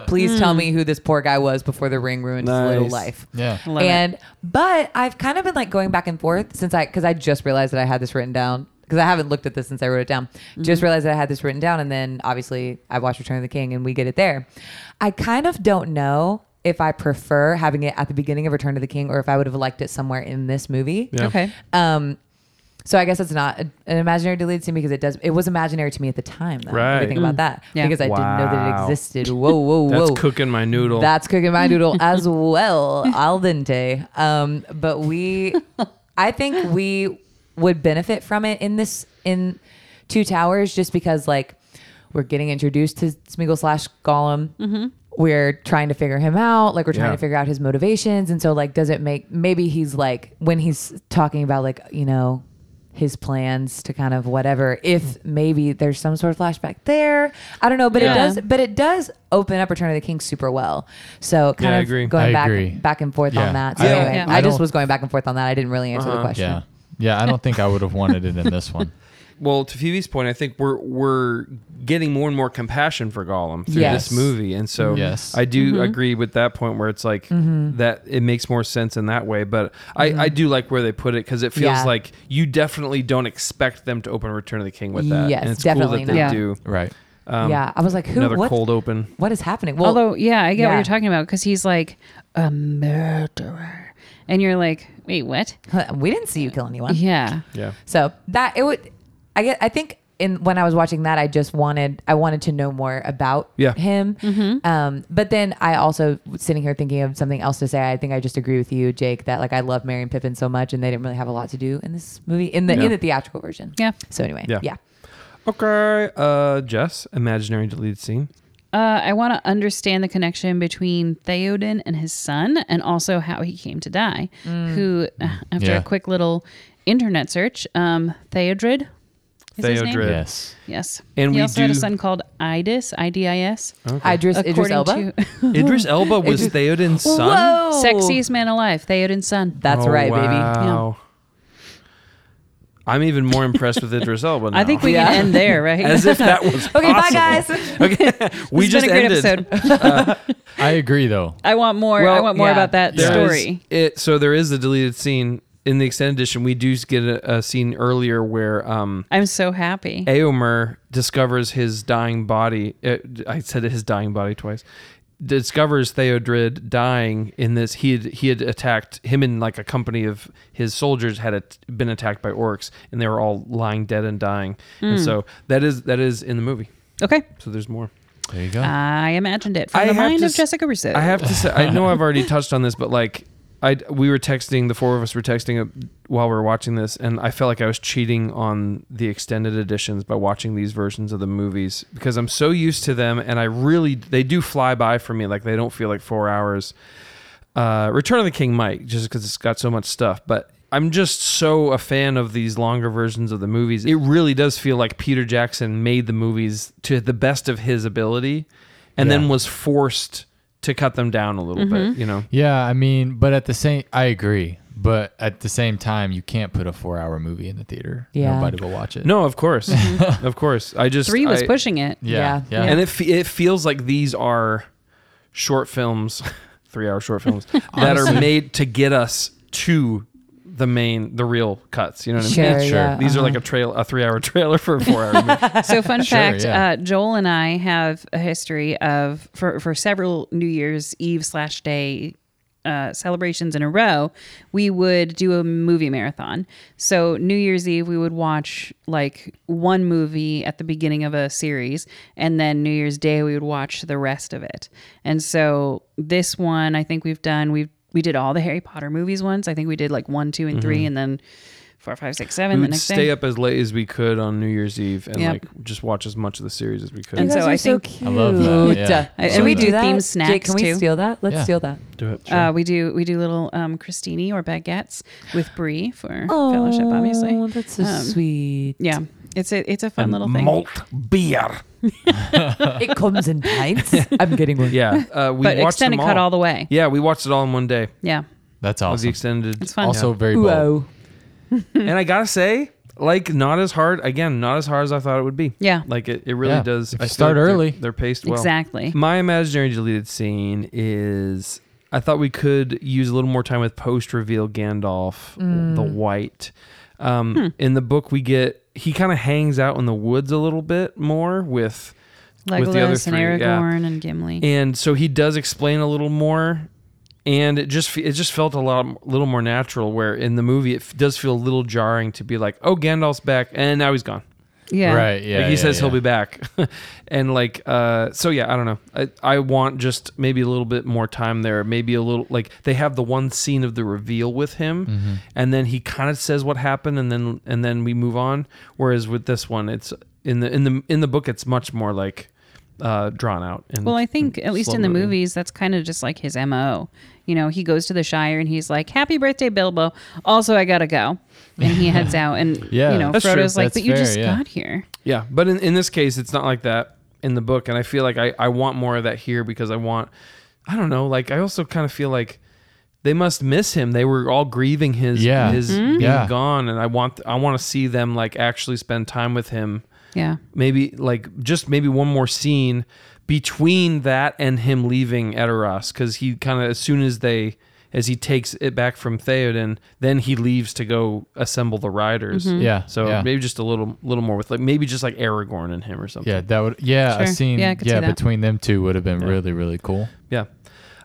S4: Please tell me who this poor guy was before the ring ruined his little
S2: Nice.
S4: life.
S3: Yeah.
S5: Love it.
S4: and but I've kind of been like going back and forth since I because I just realized that I had this written down because I haven't looked at this since I wrote it down.
S2: Mm-hmm.
S4: Just realized that I had this written down, and then obviously I watched Return of the King, and we get it there. I kind of don't know if I prefer having it at the beginning of Return of the King or if I would have liked it somewhere in this movie.
S5: Okay.
S4: Um, so I guess it's not a- an imaginary deleted scene because it does. It was imaginary to me at the time. Though, If
S2: Right.
S4: you think about that
S5: Yeah.
S4: because I didn't know that it
S2: Wow.
S4: existed. Whoa, whoa, whoa!
S2: That's cooking my noodle.
S4: That's cooking my noodle as well, al dente. Um, but we, I think we would benefit from it in this in Two Towers just because like we're getting introduced to Smeagol slash Gollum. We're trying to figure him out. Like we're trying
S2: Yeah.
S4: to figure out his motivations, and so like, does it make maybe he's like when he's talking about like you know his plans to kind of whatever if maybe there's some sort of flashback there i don't know but
S5: Yeah.
S4: it does but it does open up return of the king super well so kind
S2: Yeah, I
S4: of
S2: agree.
S4: going
S3: I
S4: back
S3: agree.
S4: back and forth
S3: Yeah.
S4: on that so
S3: I
S5: don't-
S4: anyway,
S5: Yeah.
S4: i,
S3: I
S4: just
S3: don't-
S4: was going back and forth on that i didn't really answer the question
S3: Yeah. Yeah. I don't think I would have wanted it in this one.
S2: well, to Phoebe's point, I think we're we're getting more and more compassion for Gollum through
S4: Yes. Mm-hmm.
S2: this movie, and so
S3: Yes.
S2: I do agree with that point where it's like that it makes more sense in that way. But I, I do like where they put it because it feels
S4: Mm-hmm. Yeah.
S2: like you definitely don't expect them to open Return of the King with that,
S4: Yes,
S2: and it's
S4: definitely
S2: cool that they
S5: not.
S2: do.
S3: Right.
S2: Um,
S4: yeah i was like who
S2: another
S4: what,
S2: cold open.
S4: what is happening well
S5: Although, yeah, I get what
S4: yeah.
S5: you're talking about because he's like a murderer, and you're like, wait, what?
S4: we didn't see you kill anyone
S5: Yeah.
S2: Yeah,
S4: So that it would, I get. I think in when I was watching that, I just wanted I wanted to know more about
S2: Yeah.
S4: him.
S5: Mm-hmm.
S4: Um, but then I also sitting here thinking of something else to say. I think I just agree with you, Jake, that like I love Mary and Pippin so much, and they didn't really have a lot to do in this movie in the
S2: Yeah.
S4: in the theatrical version.
S5: Yeah.
S4: So anyway, yeah,
S2: Yeah. okay. Uh, Jess, imaginary deleted scene.
S5: Uh, I want to understand the connection between Theoden and his son, and also how he came to die.
S2: Mm.
S5: Who, uh, after
S3: Yeah.
S5: a quick little internet search, um, Theodred. Is his name?
S2: Theodred.
S3: Yes.
S5: Yes.
S2: And
S5: he
S2: we
S5: also had a
S2: do-
S5: son called Idis, I D I S.
S4: Idris Idris Elba.
S5: to
S2: Idris Elba was Theoden's son.
S4: Whoa,
S5: Sexiest Man Alive, Theoden's son.
S4: That's
S2: Oh,
S4: right, baby.
S2: wow. I'm even more impressed with Idris Elba now.
S5: I think we
S4: Yeah.
S5: can end there, right?
S2: as if that was
S4: Okay, bye
S2: possible.
S4: guys.
S2: Okay, we
S5: It's
S2: just
S5: been a great
S2: ended.
S5: episode.
S3: I agree though.
S5: I want more. I
S2: Well,
S5: want more
S4: yeah.
S5: about that
S2: There is-
S5: story.
S2: it, so there is a deleted scene in the extended edition. We do get a, a scene earlier where um,
S5: I'm so happy.
S2: Aomer discovers his dying body. uh, I said his dying body twice. discovers Theodred dying in this. He had he had attacked him and like a company of his soldiers had at been attacked by orcs, and they were all lying dead and dying. And so that is that is in the movie.
S5: Okay.
S2: So there's more.
S3: There you go.
S5: I imagined it from
S2: I
S5: the
S2: have
S5: mind
S2: to
S5: of
S2: s-
S5: Jessica Rousseau.
S2: I have to say, I know I've already touched on this, but like, I we were texting, the four of us were texting uh, while we were watching this, and I felt like I was cheating on the extended editions by watching these versions of the movies because I'm so used to them, and I really they do fly by for me. Like they don't feel like four hours. Uh, Return of the King Mike, just because it's got so much stuff, but. I'm just so a fan of these longer versions of the movies. It really does feel like Peter Jackson made the movies to the best of his ability and then was forced to cut them down a little
S5: Mm-hmm.
S2: bit, you know.
S3: Yeah, I mean, but at the same, I agree. But at the same time, you can't put a four-hour movie in the theater.
S4: Yeah.
S3: nobody will watch it.
S2: No, of course. of course. I just
S5: Mm-hmm. Three was
S2: I-
S5: pushing it.
S3: Yeah.
S4: Yeah.
S3: Yeah.
S2: And it fe- it feels like these are short films, 3-hour short films that are made to get us to the main the real cuts, you know what I mean?
S4: Sure, Sure. yeah,
S2: These are
S5: uh-huh.
S2: like a trail a 3-hour trailer for a 4-hour movie.
S5: So, fun
S3: Sure,
S5: fact:
S3: yeah.
S5: uh, Joel and I have a history of for for several New Year's Eve slash day uh, celebrations in a row. We would do a movie marathon. So, New Year's Eve, we would watch like one movie at the beginning of a series, and then New Year's Day, we would watch the rest of it. And so, this one, I think we've done we've we did all the Harry Potter movies once. I think we did like one, two, and three, and then four, five, six, seven.
S2: Mm-hmm. We
S5: the
S2: would
S5: next
S2: stay
S5: day.
S2: up as late as we could on New Year's Eve and
S5: Yep.
S2: like just watch as much of the series as we could.
S5: And
S4: You guys
S5: so
S4: are
S5: I
S4: so
S5: think-
S4: cute.
S3: I love that, yeah.
S5: I-
S4: Should
S5: and
S4: we
S5: we
S4: do
S5: do
S4: that?
S5: theme
S4: Jake,
S5: snacks,
S4: can we
S5: too.
S4: steal that? Let's
S3: Yeah.
S4: steal that.
S2: do it.
S5: Uh, we do we do little um, crostini or baguettes with brie for fellowship,
S4: Oh,
S5: obviously.
S4: that's so
S5: Um,
S4: sweet.
S5: Yeah, it's a it's a fun little thing.
S6: Malt beer.
S4: It comes in pints. I'm getting one.
S2: Yeah. Uh, we
S5: but
S2: watched
S5: extended
S2: them
S5: cut all the way.
S2: Yeah, we watched it all in one day.
S5: Yeah,
S3: That's
S2: Of the
S3: awesome.
S2: extended.
S5: It's fun.
S3: Also very bold.
S4: Whoa.
S2: and I gotta say, like, not as hard. Again, not as hard as I thought it would be.
S5: Yeah.
S2: like it, it really
S3: Yeah.
S2: does.
S3: If
S2: I
S3: you
S2: feel
S3: start
S2: like they're-
S3: early.
S2: They're, paced well.
S5: exactly.
S2: My imaginary deleted scene is. I thought we could use a little more time with post reveal Gandalf the White. Um, In the book, we get he kind of hangs out in the woods a little bit more with
S5: Legolas
S2: with the other three.
S5: and
S2: yeah. Eh,
S5: Aragorn and Gimli.
S2: and so he does explain a little more and it just fe- it just felt a lot little more natural where in the movie it f- does feel a little jarring to be like oh Gandalf's back and now he's gone
S5: yeah,
S3: Right. Yeah.
S2: like he
S3: yeah,
S2: says he'll
S3: yeah.
S2: be back and like uh so yeah I don't know I, I want just maybe a little bit more time there maybe a little like they have the one scene of the reveal with him
S3: Mm-hmm.
S2: and then he kind of says what happened and then and then we move on whereas with this one it's in the in the in the book it's much more like uh drawn out and
S5: Well, I think
S2: and
S5: at least
S2: slow
S5: in the
S2: moving.
S5: movies, that's kind of just like his mo. You know, he goes to the Shire and he's like, "Happy birthday, Bilbo." Also, I gotta go, and he heads out. And
S3: Yeah.
S5: you know,
S3: That's
S2: true.
S5: Frodo's like,
S3: That's
S5: "But you
S3: fair,
S5: just
S3: yeah.
S5: got here."
S2: Yeah, but in, in this case, it's not like that in the book, and I feel like I, I want more of that here because I want, I don't know, like I also kind of feel like they must miss him. They were all grieving his
S3: Yeah.
S2: his being
S3: Yeah.
S2: gone, and I want I want to see them like actually spend time with him.
S5: Yeah,
S2: Maybe like just maybe one more scene between that and him leaving Edoras, because he kind of as soon as they as he takes it back from Theoden, then he leaves to go assemble the riders.
S3: Mm-hmm. Yeah.
S2: So
S3: yeah.
S2: maybe just a little little more with like maybe just like Aragorn and him or something.
S3: Yeah, that would. Yeah, a
S5: Sure.
S3: scene.
S5: Yeah,
S3: Yeah,
S5: I could see that.
S3: between them two would have been really, really cool.
S2: Yeah.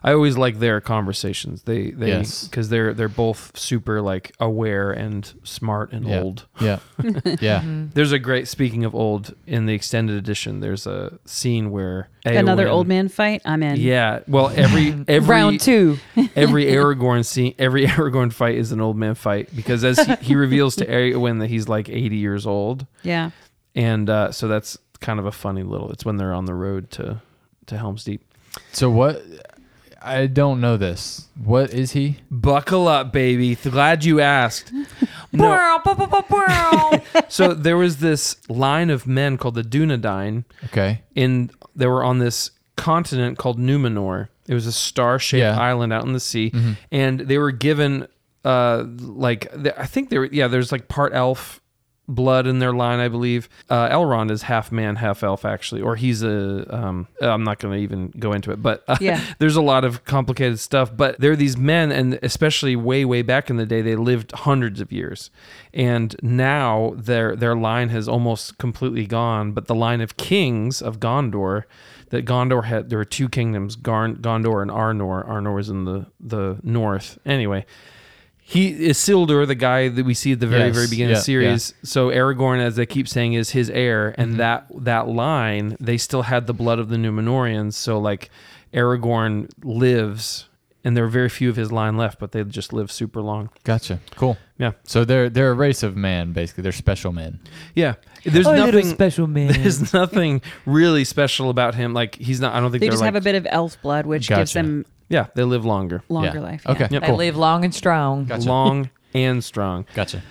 S2: I always like their conversations. They they
S3: Yes.
S2: because they're they're both super like aware and smart and
S3: Yeah.
S2: old.
S3: Yeah, yeah.
S5: Mm-hmm.
S2: There's a great speaking of old in the extended edition. There's a scene where
S5: another
S2: Eowyn-
S5: old man fight. I'm in.
S2: Yeah. Well, every every
S4: Round two.
S2: every Aragorn scene, every Aragorn fight is an old man fight because as he, he reveals to Aragorn that he's like 80 years old,
S5: yeah.
S2: and uh, so that's kind of a funny little. It's when they're on the road to to Helm's Deep.
S3: So what? I don't know this. What is he?
S2: Buckle up, baby. Th- Glad you asked. No,
S4: Bow, bow, bow, bow, bow.
S2: so there was this line of men called the Dunedain,
S3: Okay.
S2: and they were on this continent called Numenor. It was a star-shaped
S3: Yeah.
S2: island out in the sea, and they were given uh like th- I think they were yeah. There's like part elf, blood in their line, I believe. Uh, Elrond is half man, half elf, actually, or he's a. Um, I'm not going to even go into it, but uh,
S5: Yeah.
S2: there's a lot of complicated stuff. But there are these men, and especially way, way back in the day, they lived hundreds of years, and now their their line has almost completely gone. But the line of kings of Gondor, that Gondor had, there were two kingdoms, Garn, Gondor and Arnor. Arnor is in the the north. Anyway. He Isildur, the guy that we see at the very,
S3: Yes,
S2: very beginning
S3: yeah,
S2: of the series. So Aragorn, as they keep saying, is his heir, and that that line they still had the blood of the Numenorians. So like Aragorn lives, and there are very few of his line left, but they just live super long.
S3: Gotcha. Cool.
S2: Yeah,
S3: So they're they're a race of man, basically. They're special men.
S2: yeah. There's
S4: Oh, little
S2: nothing
S4: special man.
S2: There's nothing really special about him. Like he's not. I don't think
S5: They
S2: are
S5: just
S2: like,
S5: have a bit of elf blood, which gives
S3: Gotcha.
S5: them
S2: Yeah, they live longer,
S5: longer
S3: Yeah.
S5: life.
S3: Okay.
S4: They live long and strong.
S3: Gotcha.
S2: long and strong.
S3: Gotcha.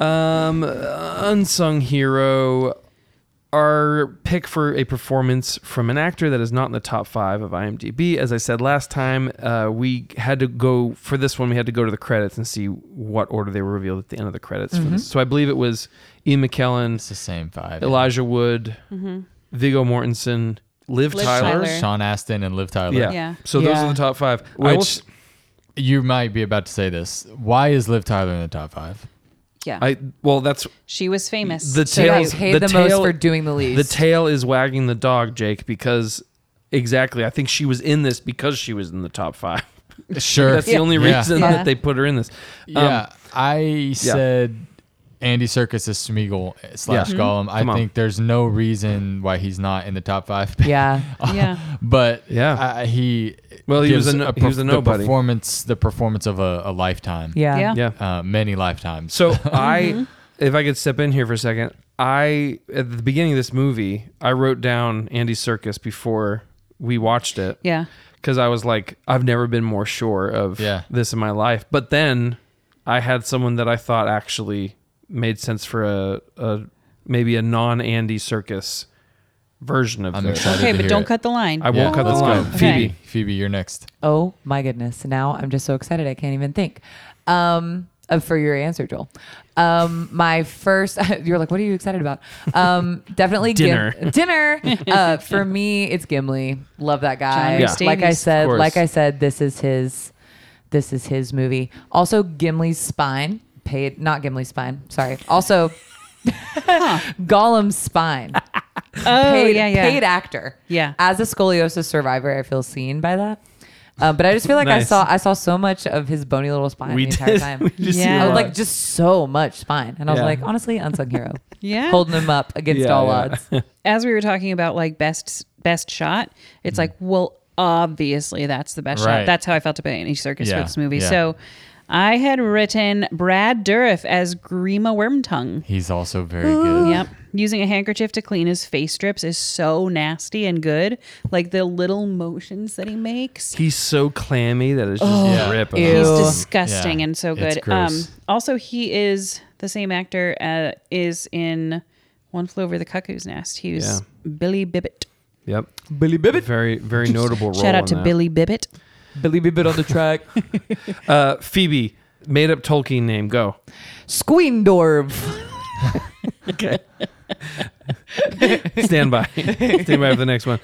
S2: Um, unsung hero. Our pick for a performance from an actor that is not in the top five of IMDb. As I said last time, uh, we had to go for this one. We had to go to the credits and see what order they were revealed at the end of the credits. For
S4: Mm-hmm.
S2: this. So I believe it was Ian McKellen,
S3: It's the same five.
S2: Elijah Wood,
S4: Mm-hmm.
S2: Viggo Mortensen, Liv,
S5: Liv
S2: Tyler.
S5: Tyler.
S3: Sean Astin and Liv Tyler.
S2: Yeah.
S5: Yeah.
S2: So those are
S4: Yeah.
S2: the top five. I will
S3: Which
S2: s-
S3: you might be about to say this. Why is Liv Tyler in the top five?
S5: Yeah.
S2: I well, that's
S5: she was famous.
S2: The
S5: so
S4: They
S2: tail-
S4: got
S2: Tails-
S4: paid
S2: the
S4: the, most
S2: tail-
S4: for doing the least.
S2: The tail is wagging the dog, Jake, because exactly. I think she was in this because she was in the top five.
S3: Sure.
S2: That's the only
S3: Yeah.
S2: reason
S5: Yeah.
S2: that they put her in this. Um,
S3: yeah. I said Andy Circus is Smeagol slash
S2: Yeah.
S3: Gollum. I
S2: Come on.
S3: think there's no reason why he's not in the top five.
S4: yeah.
S5: yeah.
S3: but
S2: Yeah.
S3: I, he
S2: Well, he
S3: gives
S2: was a no- he was a
S3: the
S2: nobody.
S3: performance the performance of a, a lifetime
S4: Yeah.
S5: Yeah.
S2: Yeah.
S3: uh, many lifetimes
S2: So I, if I could step in here for a second, I at the beginning of this movie, I wrote down Andy Circus before we watched it.
S5: Yeah.
S2: because I was like, I've never been more sure of
S3: Yeah.
S2: this in my life. But then I had someone that I thought actually made sense for a, a maybe a non Andy circus version of
S3: I'm
S2: this.
S3: excited.
S5: Okay,
S3: to
S5: but
S3: hear
S5: don't
S3: it.
S5: cut the line.
S2: I won't
S3: Yeah,
S2: cut this
S3: let's
S2: line.
S3: go.
S2: Phoebe.
S5: Okay.
S3: Phoebe, you're next.
S4: Oh my goodness. Now I'm just so excited. I can't even think. Um, uh, for your answer, Joel. Um, my first, you're like, what are you excited about? Um, definitely Gim-
S2: Dinner.
S4: dinner. Uh, for me, it's Gimli. Love that guy.
S5: Johnny
S2: Yeah.
S4: Like I
S5: Davies.
S4: said,
S2: Of course.
S4: like I said, this is his, this is his movie. Also, Gimli's spine. Paid not Gimli's spine. Sorry. Also, Gollum's spine.
S5: Oh
S4: paid,
S5: yeah, yeah.
S4: paid actor.
S5: Yeah.
S4: As a scoliosis survivor, I feel seen by that. Um, but I just feel like I
S2: Nice.
S4: saw I saw so much of his bony little spine
S2: We
S4: the entire
S2: did.
S4: time.
S2: We just
S5: Yeah.
S2: see a
S4: I was
S2: lot.
S4: like just so much spine, and I was
S2: Yeah.
S4: like, honestly, unsung hero.
S5: Yeah.
S4: holding him up against
S2: Yeah,
S4: all
S2: yeah.
S4: odds.
S5: As we were talking about like best best shot, it's like well obviously that's the best
S3: Mm-hmm. Right.
S5: shot. That's how I felt about Andy Circus
S3: Yeah,
S5: for this movie.
S3: yeah.
S5: So I had written Brad Dourif as Grima Wormtongue.
S3: He's also very good.
S5: Yep. Using a handkerchief to clean his face strips is so nasty and good. Like the little motions that he makes.
S2: He's so clammy that it's just
S3: Yeah.
S2: dripping.
S4: Ew.
S5: Oh, He's
S4: Ew.
S5: disgusting
S3: Yeah,
S5: and so
S3: it's
S5: good. Um,
S3: gross.
S5: also, he is the same actor uh, is in One Flew Over the Cuckoo's Nest. He was Billy Bibbit.
S2: Yep. Billy Bibbit. Very, very notable role. in
S5: Shout out to
S2: that.
S5: Billy Bibbit.
S4: Believe it on the track.
S2: Uh, Phoebe, made up Tolkien name. Go.
S4: Squeendorf.
S2: Okay. Stand by. Stand by for the next one.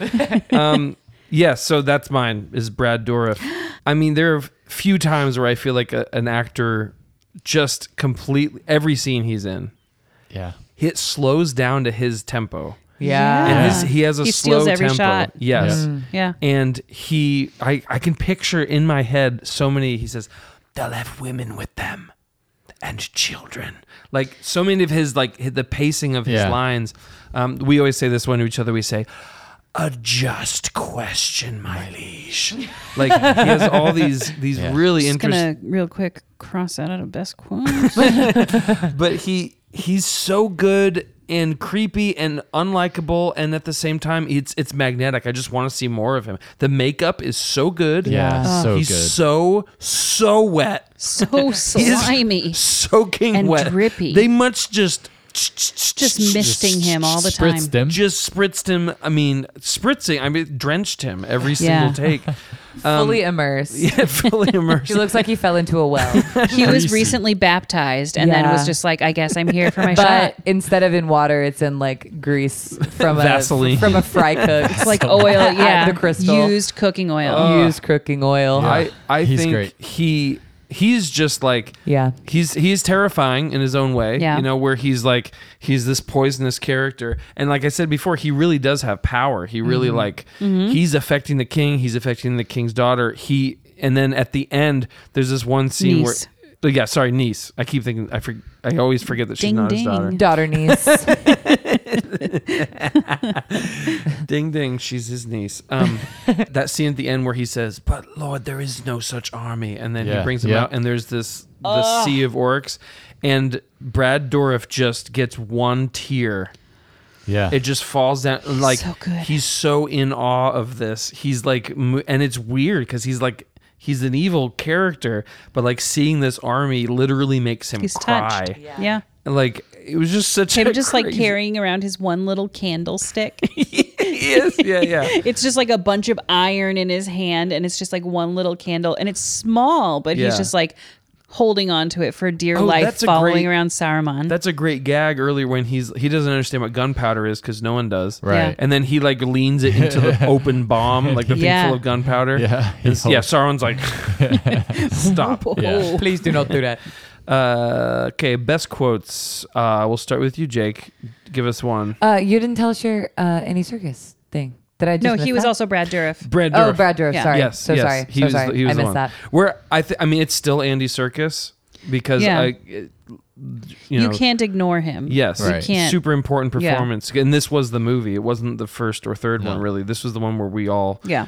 S2: Um, yeah, so that's mine is Brad Dourif. I mean, there are few times where I feel like a, an actor just completely every scene he's in,
S3: Yeah.
S2: it slows down to his tempo.
S4: Yeah.
S2: And his,
S5: Yeah.
S2: he has a
S5: Ah. He
S2: slow
S5: steals every
S2: tempo.
S5: shot. Mm.
S2: Yes
S5: Yeah.
S2: and he I, I can picture in my head so many he says they'll have women with them and children like so many of his like the pacing of his
S3: Yeah.
S2: lines um, we always say this one to each other we say a just question my liege like he has all these these
S3: Yeah.
S2: really
S5: Just
S2: interesting
S5: gonna real quick cross that out of best quote.
S2: but he he's so good and creepy and unlikable and at the same time it's it's magnetic i just want to see more of him the makeup is so good
S3: Yeah, Yeah. so
S2: Oh, he's
S3: Oh, good.
S2: so so wet
S5: so
S2: He is
S5: slimy.
S2: soaking
S5: And
S2: wet
S5: drippy.
S2: they must just
S5: just misting him all the time.
S3: Spritzed him.
S2: Just spritzed him. I mean, spritzing. I mean, drenched him every single
S5: Yeah.
S2: take.
S4: fully immersed.
S2: um, Yeah, fully immersed.
S4: He looks like he fell into a well.
S5: He was recently baptized and then was
S4: Yeah.
S5: just like, I guess I'm here for my shot.
S4: but instead of in water, it's in like grease from a
S2: Vaseline.
S4: from a fry cook. it's
S5: Like oil, yeah,
S4: the crystal. Oh,
S5: used cooking oil.
S4: used cooking oil.
S3: Yeah.
S2: I, I
S3: He's
S2: think
S3: great.
S2: he he's just like
S4: Yeah.
S2: he's he's terrifying in his own way
S5: Yeah.
S2: you know where he's like he's this poisonous character and like i said before he really does have power he really
S5: Mm-hmm.
S2: like he's affecting the king he's affecting the king's daughter he and then at the end there's this one scene
S5: Niece.
S2: where oh, yeah sorry niece i keep thinking i for, i always forget that she's
S5: Ding,
S2: not his
S5: ding.
S2: daughter
S4: Daughter niece.
S2: ding ding she's his niece um that scene at the end where he says but lord there is no such army and then
S3: Yeah,
S2: he brings them
S3: yeah.
S2: out and there's this the sea of orcs and brad dorff just gets one tear
S3: Yeah.
S2: it just falls down like
S5: so good.
S2: he's so in awe of this he's like mo- and it's weird because he's like he's an evil character but like seeing this army literally makes him
S5: He's
S2: cry
S5: touched. Yeah.
S2: And, like it was just such a
S5: Him just like
S2: crazy-
S5: carrying around his one little candlestick.
S2: yes yeah yeah
S5: it's just like a bunch of iron in his hand and it's just like one little candle and it's small, but
S2: Yeah.
S5: he's just like holding on to it for dear
S2: Oh,
S5: life,
S2: that's a
S5: following
S2: great-
S5: around Saruman.
S2: that's a great gag earlier when he's he doesn't understand what gunpowder is because no one does
S3: right.
S2: and then he like leans it into the open bomb like the
S5: Yeah.
S2: thing full of gunpowder
S3: Yeah.
S2: And s- yeah Sauron's like stop
S5: Oh.
S3: Yeah.
S4: Please do not do that.
S2: Uh, okay, best quotes. Uh, we'll start with you, Jake. Give us one.
S4: Uh, you didn't tell us your uh, any circus thing. Did I just
S5: no,
S4: miss
S5: he was
S4: that?
S5: also Brad Dourif.
S2: Brad
S4: Oh,
S2: Dourif.
S4: Brad Dourif.
S5: Yeah.
S4: Sorry.
S2: Yes,
S4: so
S2: yes.
S4: sorry.
S2: He
S4: so
S2: was,
S4: sorry.
S2: He was
S4: I
S2: the
S4: missed
S2: one.
S4: that.
S2: Where I, th- I mean, it's still Andy Circus because
S5: Yeah.
S2: I, it- you
S5: You,
S2: know,
S5: can't ignore him.
S2: Yes,
S3: Right.
S5: you can't-
S2: super important
S5: Yeah.
S2: performance. And this was the movie. It wasn't the first or third
S3: No.
S2: one, really. This was the one where we all
S5: Yeah.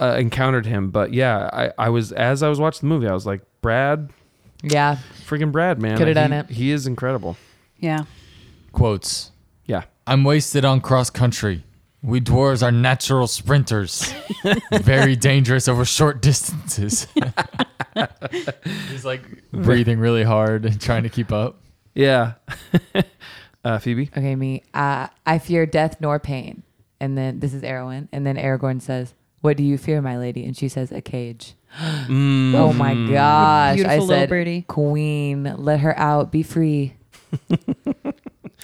S2: uh, encountered him. But yeah, I, I was as I was watching the movie, I was like, Brad,
S4: Yeah.
S2: freaking Brad, man,
S4: Coulda
S2: He-
S4: done it.
S2: He is incredible.
S5: Yeah.
S3: Quotes.
S2: Yeah,
S3: I'm wasted on cross country. We dwarves are natural sprinters, very dangerous over short distances. He's like breathing really hard and trying to keep up.
S2: yeah. uh, Phoebe.
S4: Okay, me. Uh, I fear death nor pain. And then this is Erwin. And then Aragorn says, "What do you fear, my lady?" And she says, "A cage."
S2: Mm.
S4: Oh my gosh!
S5: Beautiful
S4: I
S5: little
S4: said,
S5: birdie.
S4: "Queen, let her out. Be free."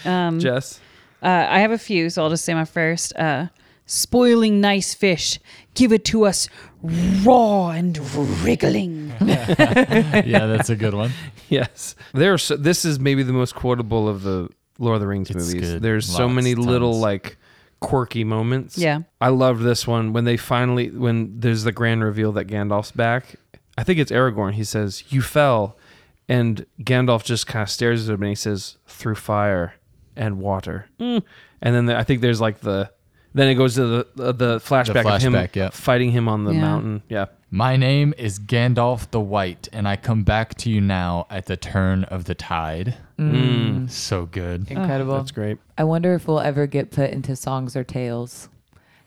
S5: Um,
S2: Jess.
S5: Uh, I have a few, so I'll just say my first. Uh, spoiling nice fish, give it to us raw and wriggling.
S3: Yeah, that's a good one.
S2: Yes, there's this is maybe the most quotable of the Lord of the Rings
S3: It's
S2: movies.
S3: good.
S2: There's so
S3: Lots,
S2: many little
S3: tons.
S2: like quirky moments.
S5: Yeah.
S2: I loved this one when they finally when there's the grand reveal that Gandalf's back. I think it's Aragorn. He says, "You fell," and Gandalf just kind of stares at him and he says, "Through fire and water." And then the, I think there's like the then it goes to the uh, the, flashback, of him
S3: flashback, yeah.
S2: fighting him on the
S5: Yeah.
S2: mountain. Yeah.
S3: My name is Gandalf the White, and I come back to you now at the turn of the tide.
S4: Mm.
S3: So
S5: Oh.
S3: good.
S4: Incredible.
S2: That's great.
S4: I wonder if we'll ever get put into songs or tales.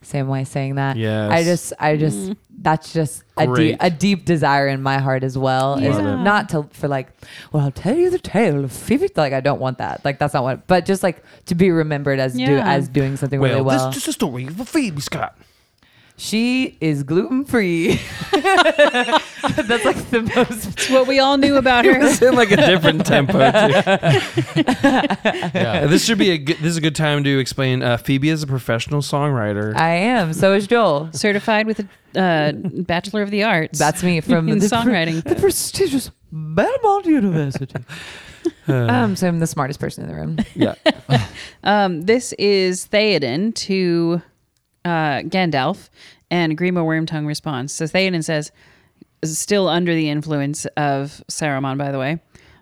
S4: Samwise saying that.
S2: Yes.
S4: I just, I just,
S5: Mm.
S4: that's just a
S2: Great.
S4: deep, a deep desire in my heart as well. Is
S5: Love it.
S4: not to for like, well, I'll tell you the tale of Phoebe. Like, I don't want that. Like, that's not what. But just like to be remembered as do
S5: Yeah.
S4: as doing something really
S2: Well, this-
S4: well.
S6: This is a story of a Phoebe Scott.
S4: she is gluten free. that's like the most.
S5: It's what we all knew about
S2: It
S5: her.
S2: was in like a different tempo too.
S3: Yeah.
S2: Uh, this should be a good, this is a good time to explain. Uh, Phoebe is a professional songwriter.
S4: I am. So is Joel.
S5: Certified with a uh, Bachelor of the Arts.
S4: That's me from
S5: in
S4: the
S5: songwriting.
S4: the prestigious Belmont University. um, so I'm the smartest person in the room.
S2: yeah,
S5: Um, this is Theoden to uh, Gandalf, and Grima Wormtongue responds. So Theoden says, still under the influence of Saruman, by the way.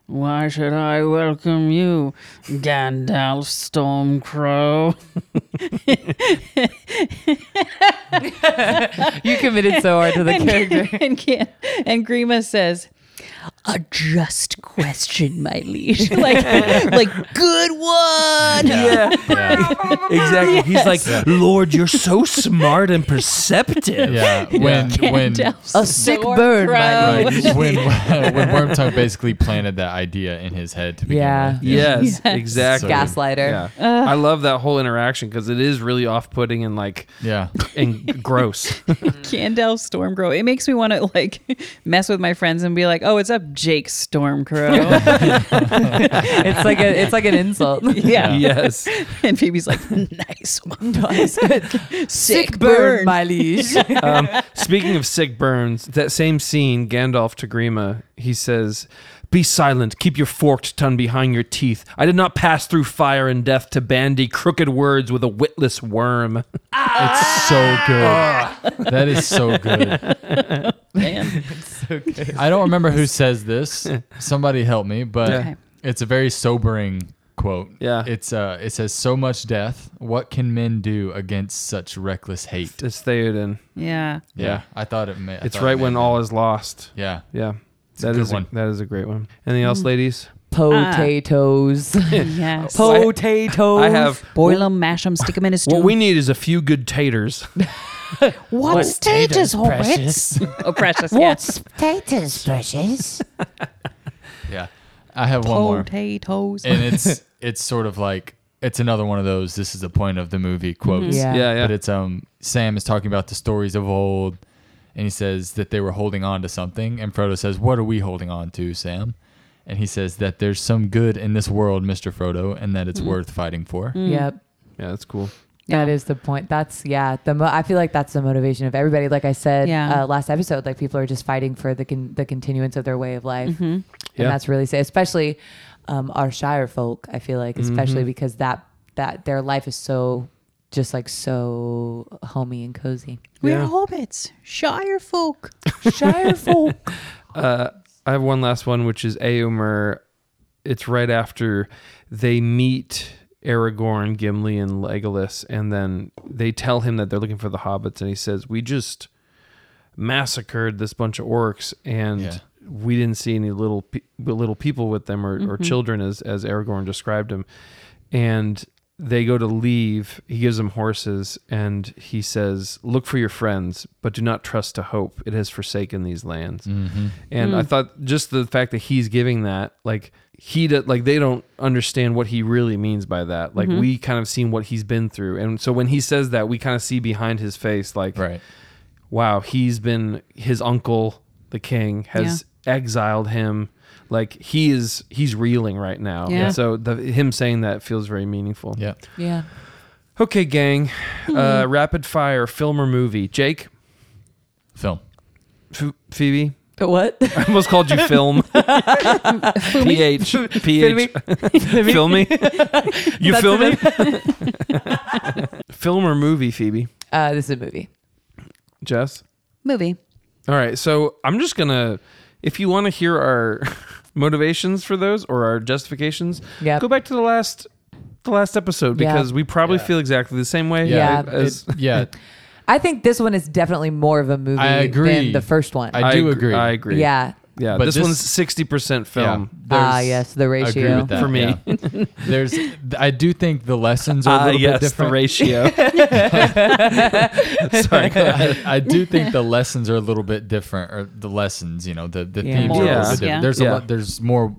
S5: Why should I welcome you, Gandalf Stormcrow?
S4: You committed so hard to the character.
S5: and, Gan- and Grima says, a just question, my liege. like, like good one.
S2: Exactly. He's like, Lord, you're so smart and perceptive.
S3: Yeah, when when
S4: A sick
S5: Door
S4: bird. my
S5: pro.
S4: lord.
S3: right, when when Wormtongue basically planted that idea in his head to begin
S4: Yeah.
S3: with.
S2: Yes, exactly.
S4: Gaslighter.
S2: Yeah. I love that whole interaction because it is really off-putting and like
S3: Yeah.
S2: and gross.
S5: Candel Stormcrow. It makes me want to like mess with my friends and be like, "Oh, it's up, Jake Stormcrow."
S4: It's like a it's like an insult.
S5: yeah.
S2: Yes.
S5: and Phoebe's like, "Nice one, sick,
S4: Sick
S5: burn."
S4: bird, my liege.
S2: Um, speaking of sick burns, that same scene, Gandalf to Grima, he says, "Be silent. Keep your forked tongue behind your teeth. I did not pass through fire and death to bandy crooked words with a witless worm."
S3: It's so
S2: Ah.
S3: good. that is so good.
S5: Man.
S3: I don't remember who says this. Somebody help me, but
S5: Okay.
S3: it's a very sobering quote.
S2: Yeah.
S3: It's uh it says so much death. What can men do against such reckless hate?
S2: It's Theoden.
S5: Yeah.
S3: Yeah. I thought it may I
S2: It's
S3: thought it
S2: right
S3: may
S2: when
S3: have
S2: all is lost.
S3: been. Yeah.
S2: Yeah.
S3: a
S2: That
S3: good
S2: is a,
S3: one.
S2: that is a great one. Anything else, ladies?
S4: Potatoes.
S5: Yes.
S2: Po-
S4: Potatoes.
S2: I have-
S5: Boil 'em, mash 'em, stick 'em in a stew.
S2: What we need is a few good taters.
S5: What status,
S3: precious.
S5: Oh, precious. Yeah.
S7: Potatoes, precious.
S3: Yeah. I have one more.
S5: Potatoes.
S3: and it's it's sort of like it's another one of those this is the point of the movie quotes
S4: Yeah.
S2: yeah, yeah.
S3: but it's um sam is talking about the stories of old and he says that they were holding on to something and frodo says what are we holding on to sam and he says that there's some good in this world mr frodo and that it's
S4: Mm-hmm.
S3: worth fighting for
S4: Yep.
S2: yeah, that's cool.
S4: That is the point. That's yeah. The mo- I feel like that's the motivation of everybody. Like I said
S5: Yeah.
S4: uh, last episode, like people are just fighting for the con- the continuance of their way of life, and
S2: Yeah.
S4: that's really sad. Especially um, our Shire folk, I feel like, especially
S2: Mm-hmm.
S4: because that that their life is so just like so homey and cozy.
S5: We're
S2: Yeah.
S5: hobbits, shire folk.
S4: Shire folk.
S2: Uh, I have one last one, which is Aomer. It's right after they meet Aragorn, Gimli, and Legolas, and then they tell him that they're looking for the hobbits, and he says, "We just massacred this bunch of orcs, and
S3: Yeah.
S2: we didn't see any little pe- little people with them or, or children, as as Aragorn described them." And they go to leave. He gives them horses, and he says, "Look for your friends, but do not trust to hope. It has forsaken these lands." And I thought just the fact that he's giving that, like he do, like they don't understand what he really means by that. Like we kind of seen what he's been through, and so when he says that, we kind of see behind his face, like,
S3: right
S2: wow, he's been his uncle, the king, has exiled him. Like he is, he's reeling right now.
S5: Yeah.
S2: And so the, him saying that feels very meaningful.
S3: yeah
S4: yeah.
S2: Okay, gang.
S4: Hmm.
S2: Uh, rapid fire film or movie? Jake,
S3: film
S2: Ph- Phoebe.
S4: Uh, What?
S2: I almost called you film. PH. PH. Film me. You
S4: That's
S2: film me? film or movie, Phoebe?
S4: Uh, this is a movie.
S2: Jess?
S5: Movie.
S2: All right. So I'm just going to, if you want to hear our motivations for those or our justifications,
S4: Yep.
S2: go back to the last. The last episode
S4: Yeah.
S2: because we probably
S3: Yeah.
S2: feel exactly the same way.
S4: Yeah.
S3: it-
S2: as-
S3: it- yeah
S4: I think this one is definitely more of a movie
S3: I agree.
S4: than the first one.
S3: I do
S2: ag-
S3: agree.
S2: I agree.
S4: yeah.
S2: yeah.
S3: But
S2: This,
S3: this-
S2: one's sixty percent film.
S3: yeah, there's-
S4: Ah, yes, the ratio.
S3: agree with that,
S2: For me.
S3: yeah. there's i do think the lessons are a
S2: Ah,
S3: little
S2: yes,
S3: bit different
S2: the ratio. Sorry, go ahead.
S3: I, I do think the lessons are a little bit different, or the lessons, you know, the the
S4: Yeah.
S3: themes are a little
S2: Morals,
S3: bit different.
S5: yeah.
S3: There's
S2: Yeah.
S3: a lot. There's more.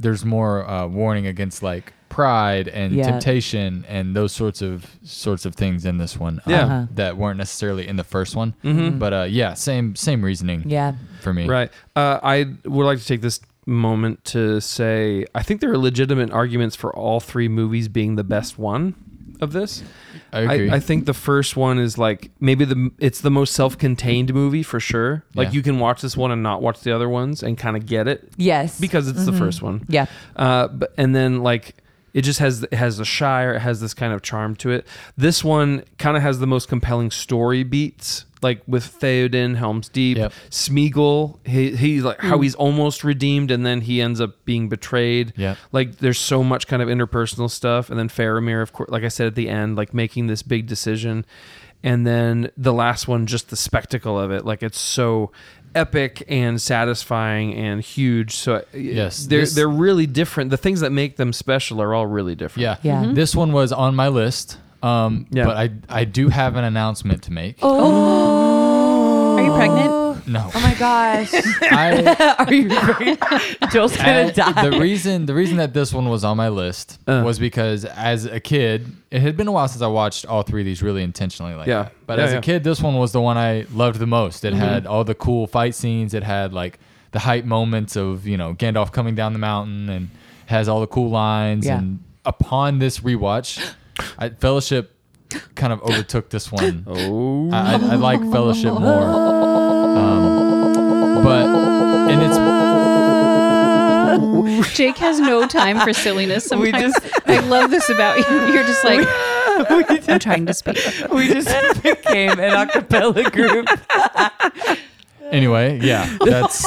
S3: There's more uh, warning against like pride and
S4: Yeah.
S3: temptation and those sorts of sorts of things in this one. um,
S2: Yeah. Uh-huh.
S3: that weren't necessarily in the first one. But uh, yeah, same same reasoning.
S4: Mm-hmm. Yeah.
S3: for me.
S2: Right. Uh, I would like to take this moment to say I think there are legitimate arguments for all three movies being the best one of this.
S3: I agree.
S2: I, think the first one is like maybe the it's the most self-contained movie for sure. Like
S3: Yeah.
S2: you can watch this one and not watch the other ones and kind of get it
S4: Yes.
S2: because it's the first one.
S4: Yeah.
S2: Uh, but, and then like it just has it has the shire. It has this kind of charm to it. This one kind of has the most compelling story beats, like with Theoden, Helm's Deep,
S3: Yep.
S2: Smeagol. He, he's like how he's almost redeemed, and then he ends up being betrayed.
S3: Yep.
S2: like there's so much kind of interpersonal stuff, and then Faramir, of course, like I said at the end, like making this big decision. And then the last one, just the spectacle of it, like it's so epic and satisfying and huge. So uh,
S3: Yes,
S2: they're
S3: this-
S2: they're really different. The things that make them special are all really different.
S3: Yeah.
S4: Yeah. Mhm.
S3: This one was on my list. Um,
S2: Yeah.
S3: But I, I do have an announcement to make.
S5: Are you pregnant?
S3: No.
S4: Oh my gosh.
S3: I,
S4: Are you afraid Joel's gonna
S3: I-
S4: die?
S3: the reason the reason that this one was on my list
S2: Uh.
S3: was because as a kid, it had been a while since I watched all three of these really intentionally like
S2: Yeah.
S3: that. But
S2: Yeah,
S3: as
S2: yeah. Mm-hmm.
S3: a kid, this one was the one I loved the most. It had all the cool fight scenes. It had like the hype moments of you know Gandalf coming down the mountain and has all the cool lines.
S4: Yeah.
S3: And upon this rewatch, I, Fellowship kind of overtook this one.
S2: Oh.
S3: I, I, I like Fellowship more. Um, but and it's
S5: Jake has no time for silliness. Sometimes. I love this about you. You're just like I'm trying to speak.
S4: we just became an acapella group.
S3: anyway, yeah, that's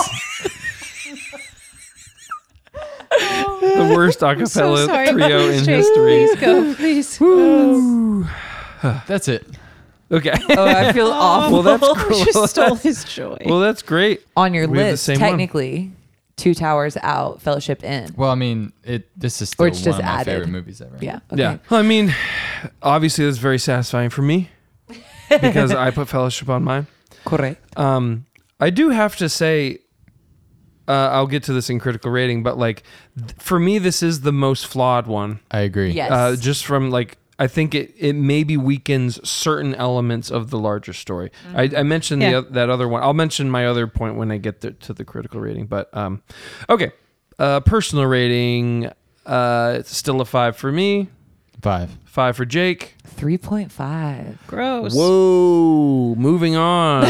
S2: the worst
S5: So
S2: acapella
S5: sorry.
S2: trio in
S5: Jake,
S2: history.
S5: Please go, please.
S3: that's it.
S2: Okay.
S4: Oh, I feel
S2: well,
S4: awful.
S2: that's cool.
S5: Just stole his joy.
S2: well, that's great.
S4: On your
S2: We have the
S4: list,
S2: same one.
S4: technically, two towers out, fellowship in.
S3: Well, I mean, it. This is still
S4: Or
S3: one
S4: it's
S3: of
S4: just
S3: my
S4: added.
S3: favorite movies ever.
S4: Yeah.
S2: Yeah. I mean, obviously that's very satisfying for me because I put fellowship on mine.
S4: Correct.
S2: Um, I do have to say, uh, I'll get to this in critical rating, but like th- for me, this is the most flawed one.
S3: I agree.
S4: Yes.
S2: Uh, just from like, I think it, it maybe weakens certain elements of the larger story.
S4: Mm-hmm.
S2: I, I mentioned
S5: Yeah.
S2: the, oth- that other one. I'll mention my other point when I get the, to the critical rating. But um, okay, uh, personal rating, uh, it's still a five for me,
S3: Five.
S2: five for Jake.
S4: 3.5.
S5: Gross.
S2: Whoa, moving on.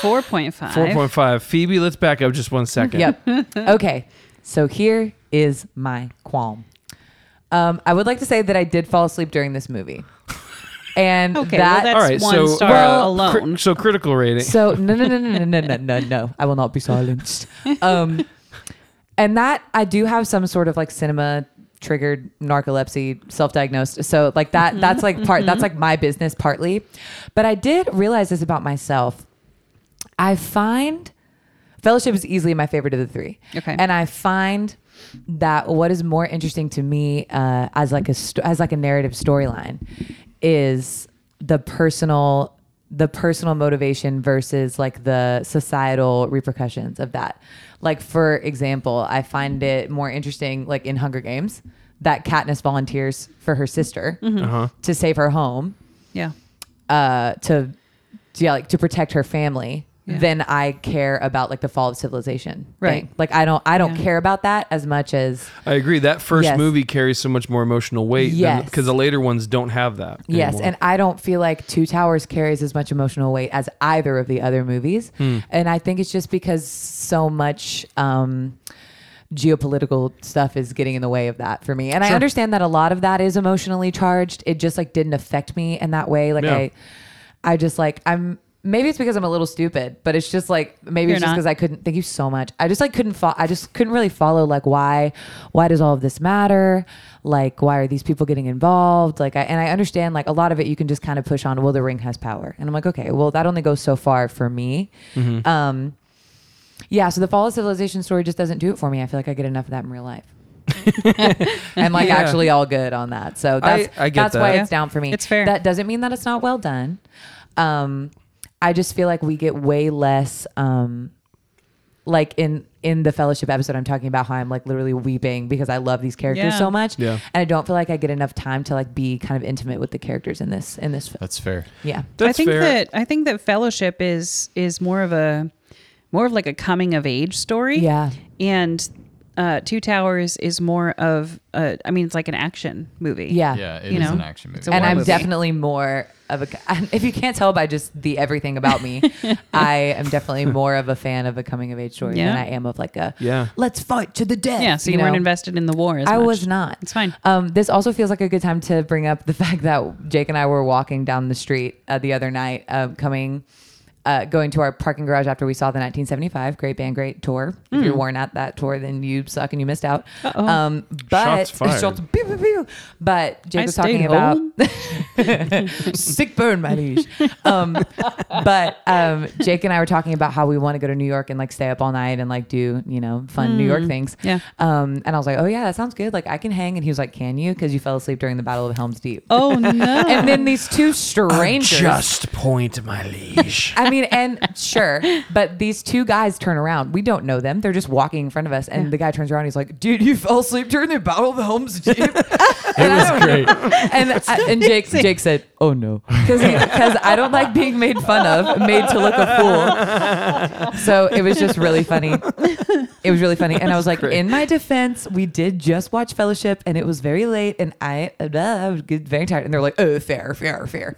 S5: Four point five.
S2: 4.5. Phoebe, let's back up just one second.
S4: Yep. okay. So here is my qualm. Um, I would like to say that I did fall asleep during this movie. And
S5: Okay,
S4: that
S5: well,
S2: All
S5: that's
S2: right,
S5: one
S2: so
S5: star
S2: well,
S5: alone.
S2: cri- so critical rating.
S4: So no no no no no no no no no. I will not be silenced. Um and that I do have some sort of like cinema triggered narcolepsy self-diagnosed. So like that that's like part that's
S5: Mm-hmm.
S4: like my business partly. But I did realize this about myself. I find Fellowship is easily my favorite of the three.
S5: Okay.
S4: And I find that what is more interesting to me uh, as like a sto- as like a narrative storyline is the personal the personal motivation versus like the societal repercussions of that. Like for example, I find it more interesting like in Hunger Games that Katniss volunteers for her sister to save her home
S5: yeah.
S4: uh, to to, yeah, like to protect her family
S5: Yeah.
S4: then I care about like the fall of civilization.
S5: Right.
S4: thing. Like I don't I don't
S5: Yeah.
S4: care about that as much as
S2: I agree. That first
S4: Yes.
S2: movie carries so much more emotional weight
S4: Yes.
S2: because the later ones don't have that.
S4: Yes,
S2: anymore.
S4: and I don't feel like Two Towers carries as much emotional weight as either of the other movies,
S2: Hmm.
S4: and I think it's just because so much um, geopolitical stuff is getting in the way of that for me. And I understand that a lot of that is emotionally charged. It just like didn't affect me in that way. Like
S2: Yeah.
S4: I, I just like I'm. Maybe it's because I'm a little stupid, but it's just like maybe
S5: You're
S4: it's just
S5: not.
S4: because I couldn't. Thank you so much. I just like couldn't. Fo- I just couldn't really follow like why. Why does all of this matter? Like why are these people getting involved? Like I and I understand like a lot of it you can just kind of push on. Well, the ring has power, and I'm like okay, well that only goes so far for me.
S2: Mm-hmm.
S4: Um, yeah. So the fall of civilization story just doesn't do it for me. I feel like I get enough of that in real life. I'm like actually all good on that. So that's
S2: I get
S4: that's why
S2: that.
S4: it's down for me.
S5: It's fair.
S4: That doesn't mean that it's not well done. Um, I just feel like we get way less um, like in in the fellowship episode i'm talking about how i'm like literally weeping because i love these characters
S5: Yeah.
S4: so much
S2: Yeah.
S4: and i don't feel like i get enough time to like be kind of intimate with the characters in this in this film
S3: That's fair.
S4: yeah
S2: That's
S5: I think
S2: fair.
S5: that I think that fellowship is is more of a more of like a coming of age story.
S4: Yeah.
S5: And uh, Two Towers is more of a, I mean it's like an action movie.
S4: yeah
S3: Yeah, it is
S5: You know,
S3: an action movie.
S5: it's a
S4: and
S5: war
S4: i'm
S5: movie.
S4: definitely more of a if you can't tell by just the everything about me i am definitely more of a fan of a coming of age story than
S5: Yeah.
S4: i am of like a
S2: Yeah.
S4: let's fight to the death
S5: Yeah. So you, weren't
S4: know?
S5: invested in the war as
S4: I
S5: much.
S4: was not.
S5: It's fine.
S4: Um, this also feels like a good time to bring up the fact that Jake and I were walking down the street uh, the other night, uh, um, coming uh, going to our parking garage after we saw the 1975 great band, great tour. If
S5: Hmm.
S4: you weren't at that tour, then you suck and you missed out. Um, but
S2: Shots fired.
S4: pew, pew, pew. But Jake
S5: I
S4: was talking
S5: stayed home.
S4: about sick burn, my liege. Um, but um, Jake and I were talking about how we want to go to New York and like stay up all night and like do you know fun New York things.
S5: Mm, Yeah.
S4: Um, and I was like, oh yeah, that sounds good. Like I can hang. And he was like, can you? Because you fell asleep during the Battle of Helm's Deep.
S5: Oh no.
S4: And then these two strangers.
S6: Just point, my liege.
S4: I mean, and sure, but these two guys turn around. We don't know them. They're just walking in front of us, and the guy turns around. He's like, "Dude, you fell asleep during the Battle of the Helm's Deep." it was
S3: great.
S4: And I, and Jake Jake said, "Oh no," because I don't like being made fun of, made to look a fool. So it was just really funny. It was really funny, and I was like, "In my defense, we did just watch Fellowship, and it was very late, and I, uh, I was get very tired." And they're like, "Oh, fair, fair, fair,"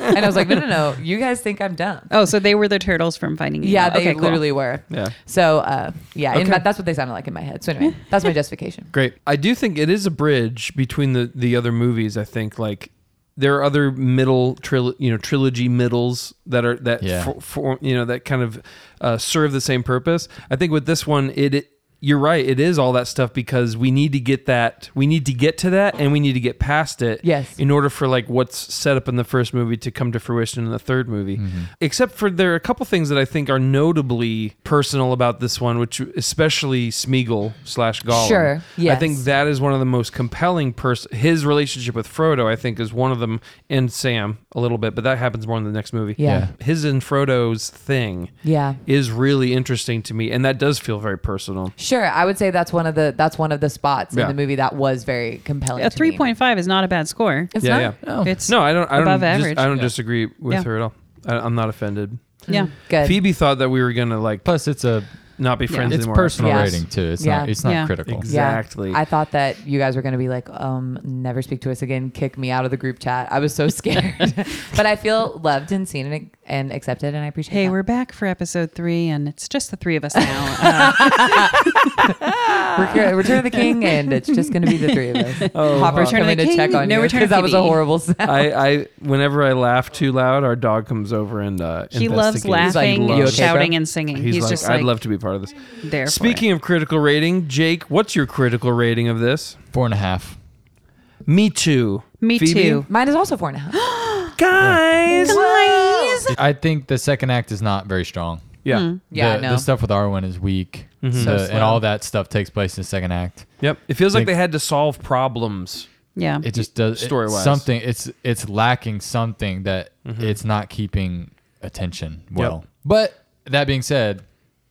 S4: and I was like, "No, no, no, you guys think I'm dumb."
S5: oh, so they were the turtles from Finding Nemo.
S4: Yeah, they
S5: Okay, cool.
S4: literally were.
S2: Yeah.
S4: So, uh, yeah, in my, that's what they sounded like in my head. So anyway, that's my justification.
S2: Great. I do think it is a bridge between the the other movies. I think like there are other middle tril- you know trilogy middles that are that
S3: Yeah.
S2: for, for- you know that kind of uh, serve the same purpose. I think with this one it, it you're right. It is all that stuff because we need to get that. We need to get to that, and we need to get past it.
S4: Yes.
S2: In order for like what's set up in the first movie to come to fruition in the third movie, except for there are a couple things that I think are notably personal about this one, which especially Smeagol slash Gollum.
S4: Sure,
S2: I
S4: yes.
S2: think that is one of the most compelling person. His relationship with Frodo, I think, is one of them, and Sam a little bit, but that happens more in the next movie.
S4: Yeah.
S2: His and Frodo's thing
S4: Yeah.
S2: is really interesting to me, and that does feel very personal.
S4: Sure, I would say that's one of the that's one of the spots
S2: Yeah.
S4: in the movie that was very compelling.
S5: A
S4: to me.
S5: three point five is not a bad score.
S4: It's
S2: Yeah,
S4: not.
S2: yeah.
S5: It's
S2: No, I don't. I don't.
S5: Above
S2: dis-
S5: average.
S2: I don't disagree with
S5: Yeah.
S2: her at all. I, I'm not offended.
S5: yeah.
S4: Good.
S2: Phoebe thought that we were gonna like
S3: Plus, it's a
S2: not be friends
S3: it's
S2: anymore.
S3: personal
S4: Yeah.
S3: rating too. It's not
S4: Yeah.
S3: it's not
S5: Yeah.
S3: critical.
S2: Exactly.
S4: Yeah. I thought that you guys were going to be like, um, never speak to us again, kick me out of the group chat. I was so scared. but I feel loved and seen and, and accepted, and I appreciate
S5: Hey,
S4: that.
S5: we're back for episode three, and it's just the three of us now. Uh,
S4: We're here- Return of the King, and it's just going to be the three of us. Oh, Hopper's
S5: Return of
S4: coming
S5: the
S4: to check
S5: King,
S4: on
S5: no
S4: you
S5: Return of
S4: that was a
S5: Phoebe.
S4: horrible sound.
S2: I, I whenever I laugh too loud, our dog comes over and uh,
S5: he loves
S2: investigates.
S5: laughing,
S4: "You okay,
S5: shouting,
S4: bro?"
S5: and singing.
S2: He's,
S5: He's,
S2: like,
S5: just
S2: I'd
S5: like
S2: love to be part of this.
S5: there. for
S2: Speaking of critical rating, Jake, what's your critical rating of this?
S3: Four and a half.
S2: Me too.
S5: Me
S2: Phoebe?
S5: too.
S4: Mine is also four and a half.
S2: Guys.
S3: I think the second act is not very strong.
S2: Yeah.
S4: Yeah,
S3: the,
S4: no.
S3: the stuff with Arwen is weak,
S4: So
S3: The-
S4: slow.
S3: and all that stuff takes place in the second act.
S2: Yep. It feels like
S3: Like-
S2: they had to solve problems.
S5: Yeah.
S3: It just does it-
S2: Story-wise.
S3: something. It's it's lacking something that it's not keeping attention well. But that being said,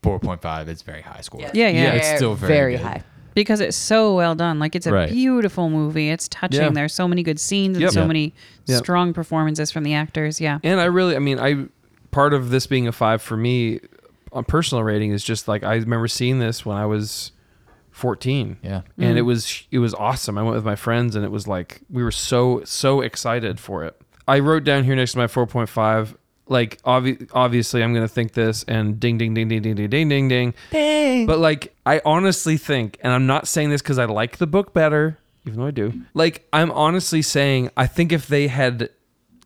S3: four point five is very high score.
S5: yeah, yeah,
S3: it's still very
S4: very
S3: good.
S4: high.
S5: because it's so well done. Like it's a
S3: Right.
S5: beautiful movie. It's touching.
S2: Yeah.
S5: There's so many good scenes and
S2: Yep.
S5: so
S2: Yeah.
S5: many
S2: Yep.
S5: strong performances from the actors. Yeah.
S2: And I really, I mean, I part of this being a five for me on personal rating is just like I remember seeing this when I was 14.
S3: Yeah.
S2: And it was it was awesome. I went with my friends and it was like we were so so excited for it. I wrote down here next to my 4.5 like obvi- obviously I'm going to think this and ding ding ding ding ding ding ding ding ding. But like I honestly think and I'm not saying this cuz I like the book better even though I do. Like I'm honestly saying I think if they had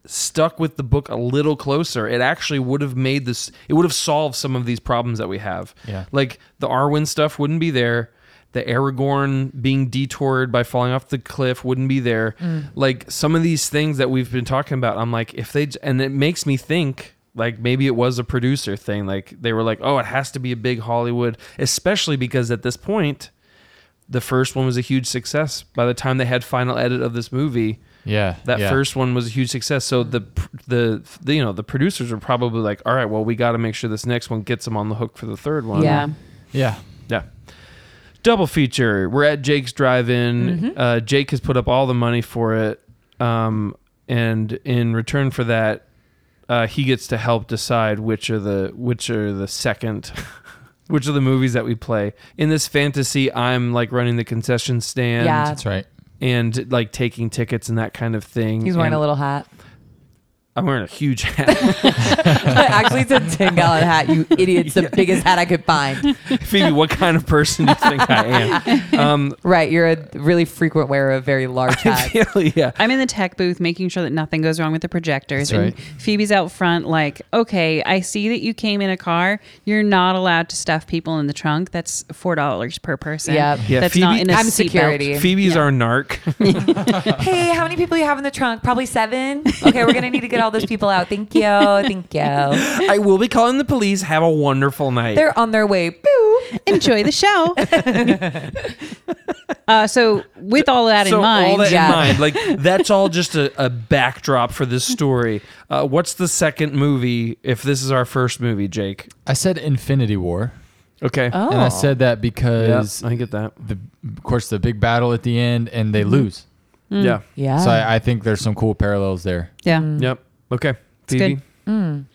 S2: stuck with the book a little closer, it actually would have made this. It would have solved some of these problems that we have.
S3: Yeah.
S2: like the Arwen stuff wouldn't be there. The Aragorn being detoured by falling off the cliff wouldn't be there. Like some of these things that we've been talking about, I'm like, if they, and it makes me think like maybe it was a producer thing. Like they were like, oh, it has to be a big Hollywood, especially because at this point, the first one was a huge success. By the time they had final edit of this movie,
S3: Yeah,
S2: that
S3: yeah.
S2: first one was a huge success. So the, pr- the the you know the producers are probably like, all right, well we got to make sure this next one gets them on the hook for the third one.
S4: Yeah.
S3: Yeah,
S2: yeah. Double feature. We're at Jake's drive-in.
S4: Mm-hmm.
S2: Uh, Jake has put up all the money for it, um, and in return for that, uh, he gets to help decide which are the which are the second. Which are the movies that we play in this fantasy? I'm like running the concession stand
S4: Yeah.
S3: that's right.
S2: and like taking tickets and that kind of thing.
S4: He's wearing
S2: and
S4: a little hat.
S2: I'm wearing a huge hat.
S4: Actually, it's a 10 gallon hat, you idiot. It's the biggest hat I could find.
S2: Phoebe, what kind of person do you think I am? Um,
S4: Right. You're a really frequent wearer of very large hats.
S2: really, yeah.
S5: I'm in the tech booth making sure that nothing goes wrong with the projectors.
S3: That's
S5: And
S3: right.
S5: Phoebe's out front, like, okay, I see that you came in a car. You're not allowed to stuff people in the trunk. That's $4 per person.
S4: Yep.
S2: Yeah,
S5: That's
S2: Phoebe-
S5: not in a
S4: I'm
S5: seatbelt.
S4: security.
S2: Phoebe's our narc.
S4: hey, how many people you have in the trunk? Probably seven. Okay, we're gonna need to get all those people out. Thank you, thank you.
S2: I will be calling the police. Have a wonderful night.
S4: They're on their way. Boop.
S5: Enjoy the show. uh, so, with all that
S2: so
S5: in mind,
S2: all that
S4: yeah.
S2: in mind, like that's all just a, a backdrop for this story. Uh, what's the second movie? If this is our first movie, Jake.
S3: I said Infinity War,
S2: Okay. Oh,
S3: and I said that because
S2: I get that.
S3: the, of course, the big battle at the end, and they lose.
S2: Mm-hmm.
S5: Hmm.
S2: Yeah.
S4: Yeah.
S3: So I, I think there's some cool parallels there.
S5: yeah.
S4: Mm.
S2: Yep. Okay.
S5: good.
S2: Phoebe.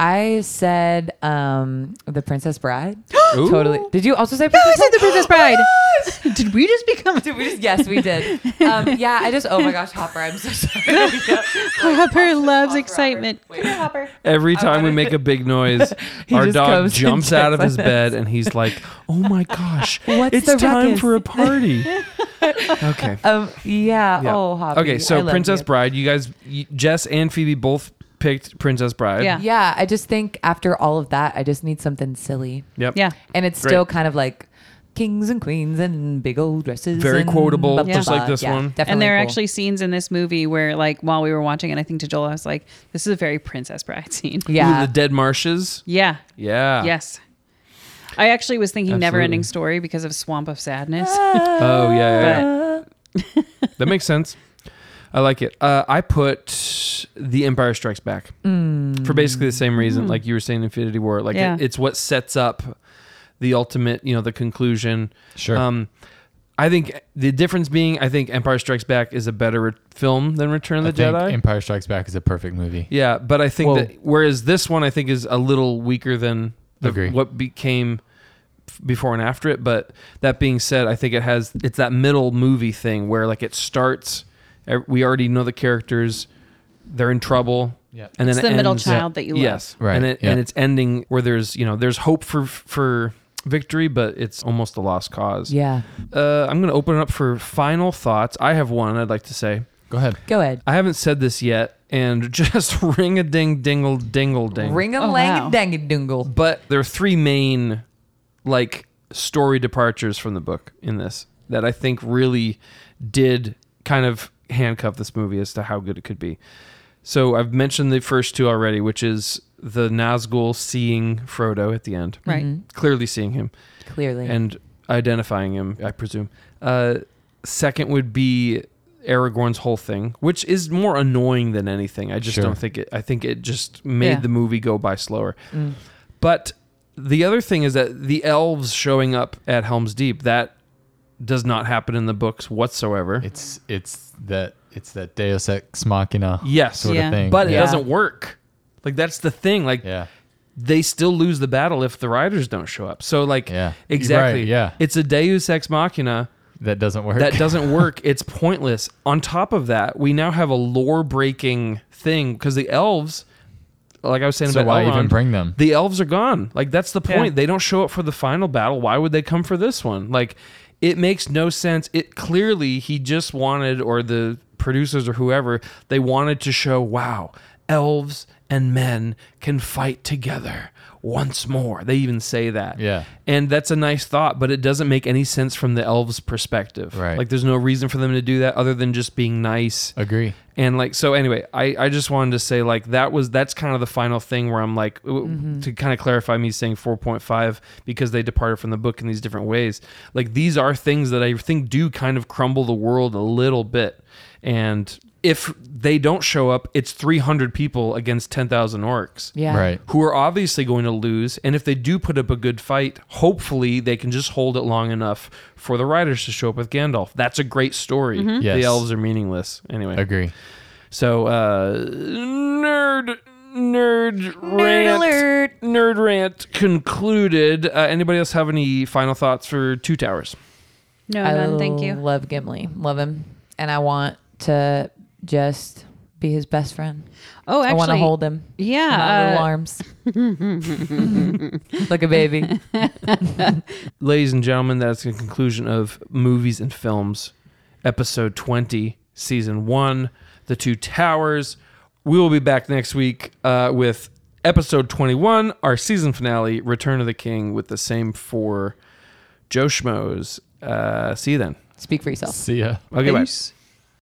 S4: I said um, the Princess Bride. totally. Did you also say? Princess
S5: I said The Princess Bride.
S4: did we just become? Did we just? Yes, we did. Um, yeah. I just. Oh my gosh, Hopper. I'm so sorry.
S5: Hopper loves excitement.
S2: Every time we make a big noise, our
S4: just
S2: dog
S4: comes and
S2: jumps
S4: checks
S2: out of
S4: on
S2: his bed and he's like, "Oh my gosh,
S4: What's
S2: it's
S4: the
S2: time
S4: ruckus?"
S2: for a party." okay.
S4: Um, yeah,
S2: Yeah.
S4: Oh, Hopper.
S2: Okay,
S4: I
S2: so
S4: love
S2: Princess
S4: you.
S2: Bride, you guys, y- Jess and Phoebe both picked Princess Bride.
S5: Yeah.
S4: Yeah, I just think after all of that, I just need something silly.
S2: Yep.
S5: Yeah.
S4: And it's
S2: Great.
S4: still kind of like kings and queens and big old dresses.
S2: Very
S4: and
S2: quotable, just like this
S4: Yeah,
S2: one.
S4: Definitely
S5: and there are
S4: cool.
S5: actually scenes in this movie where, like, while we were watching it, I think to Joel, I was like, this is a very Princess Bride scene.
S2: Ooh,
S4: yeah.
S2: the Dead Marshes.
S5: Yeah.
S4: Ah.
S2: Yeah.
S5: Yes. I actually was thinking
S2: Absolutely.
S5: never ending story because of Swamp of Sadness.
S4: Ah.
S2: Oh yeah. yeah, yeah. that makes sense. I like it. Uh, I put The Empire Strikes Back
S4: Mm.
S2: for basically the same reason, like you were saying, Infinity War. Like
S5: Yeah.
S2: it, it's what sets up the ultimate, you know, the conclusion.
S3: Sure.
S2: Um, I think the difference being, I think Empire Strikes Back is a better re- film than Return of the
S3: I think
S2: Jedi.
S3: Empire Strikes Back is a perfect movie.
S2: Yeah, but I think
S3: Well-
S2: that whereas this one I think is a little weaker than the,
S3: Agree.
S2: what became f- before and after it. But that being said, I think it has it's that middle movie thing where like it starts. e- We already know the characters; they're in trouble.
S3: Yeah.
S2: and then
S5: It's
S2: it
S5: the middle
S2: ends-
S5: child that you love.
S2: Yes,
S3: Right,
S2: and it,
S3: yeah.
S2: and it's ending where there's you know there's hope for for victory, but it's almost a lost cause.
S4: yeah.
S2: Uh, I'm gonna open it up for final thoughts. I have one I'd like to say.
S3: Go ahead.
S4: Go ahead.
S2: I haven't said this yet, and just ring a ding dingle dingle ding.
S4: Ring a
S5: Oh,
S4: lang
S5: wow.
S4: dang dingle.
S2: But there are three main like story departures from the book in this that I think really did kind of handcuff this movie as to how good it could be. So I've mentioned the first two already, which is the Nazgul seeing Frodo at the end.
S5: Right.
S2: Clearly seeing him
S4: Clearly.
S2: and identifying him, I presume. Uh, second would be Aragorn's whole thing, which is more annoying than anything. I just
S3: Sure.
S2: don't think it. I think it just made
S5: Yeah.
S2: the movie go by slower. But the other thing is that the elves showing up at Helm's Deep that does not happen in the books whatsoever.
S3: It's it's that it's that Deus ex machina
S2: yes,
S3: sort
S5: Yeah.
S3: of thing.
S2: but it
S4: Yeah.
S2: doesn't work. Like that's the thing. Like
S3: yeah.
S2: they still lose the battle if the riders don't show up. So like
S3: Yeah.
S2: exactly.
S3: Right, yeah.
S2: It's a Deus ex machina.
S3: that doesn't work.
S2: that doesn't work. It's pointless. On top of that, we now have a lore breaking thing because the elves, like I was saying
S3: So
S2: about
S3: why even
S2: Elrond,
S3: bring them?
S2: The elves are gone. Like that's the point.
S5: Yeah.
S2: They don't show up for the final battle. Why would they come for this one? Like it makes no sense. It clearly he just wanted, or the producers or whoever, they wanted to show, wow, elves and men can fight together once more. They even say that.
S3: Yeah.
S2: And that's a nice thought, but it doesn't make any sense from the elves' perspective.
S3: Right. Uh,
S2: Like there's no reason for them to do that other than just being nice.
S3: Agree.
S2: And like so anyway, I I just wanted to say like that was that's kind of the final thing where I'm like w- to kind of clarify me saying 4.5 because they departed from the book in these different ways. Like these are things that I think do kind of crumble the world a little bit. And if they don't show up, it's 300 people against 10,000 orcs
S4: yeah.
S3: Right.
S2: who are obviously going to lose. And if they do put up a good fight, hopefully they can just hold it long enough for the riders to show up with Gandalf. That's a great story. The
S3: Yes.
S2: elves are meaningless anyway.
S3: Agree.
S2: So uh, nerd nerd rant
S4: alert.
S2: nerd rant concluded. Uh, anybody else have any final thoughts for Two Towers?
S5: No,
S4: I
S5: none. Thank you.
S4: Love Gimli. Love him. And I want to just be his best friend.
S5: Oh, actually,
S4: I want to hold him. in my
S5: Yeah,
S4: little
S5: uh,
S4: arms. like a baby.
S2: Ladies and gentlemen, that's the conclusion of Movies and Films, episode 20, season one, The Two Towers. We will be back next week uh, with episode 21, our season finale, Return of the King, with the same four Joe Schmoes. Uh, see you then.
S4: Speak for yourself.
S3: See ya.
S2: Okay, bye.
S5: Peace.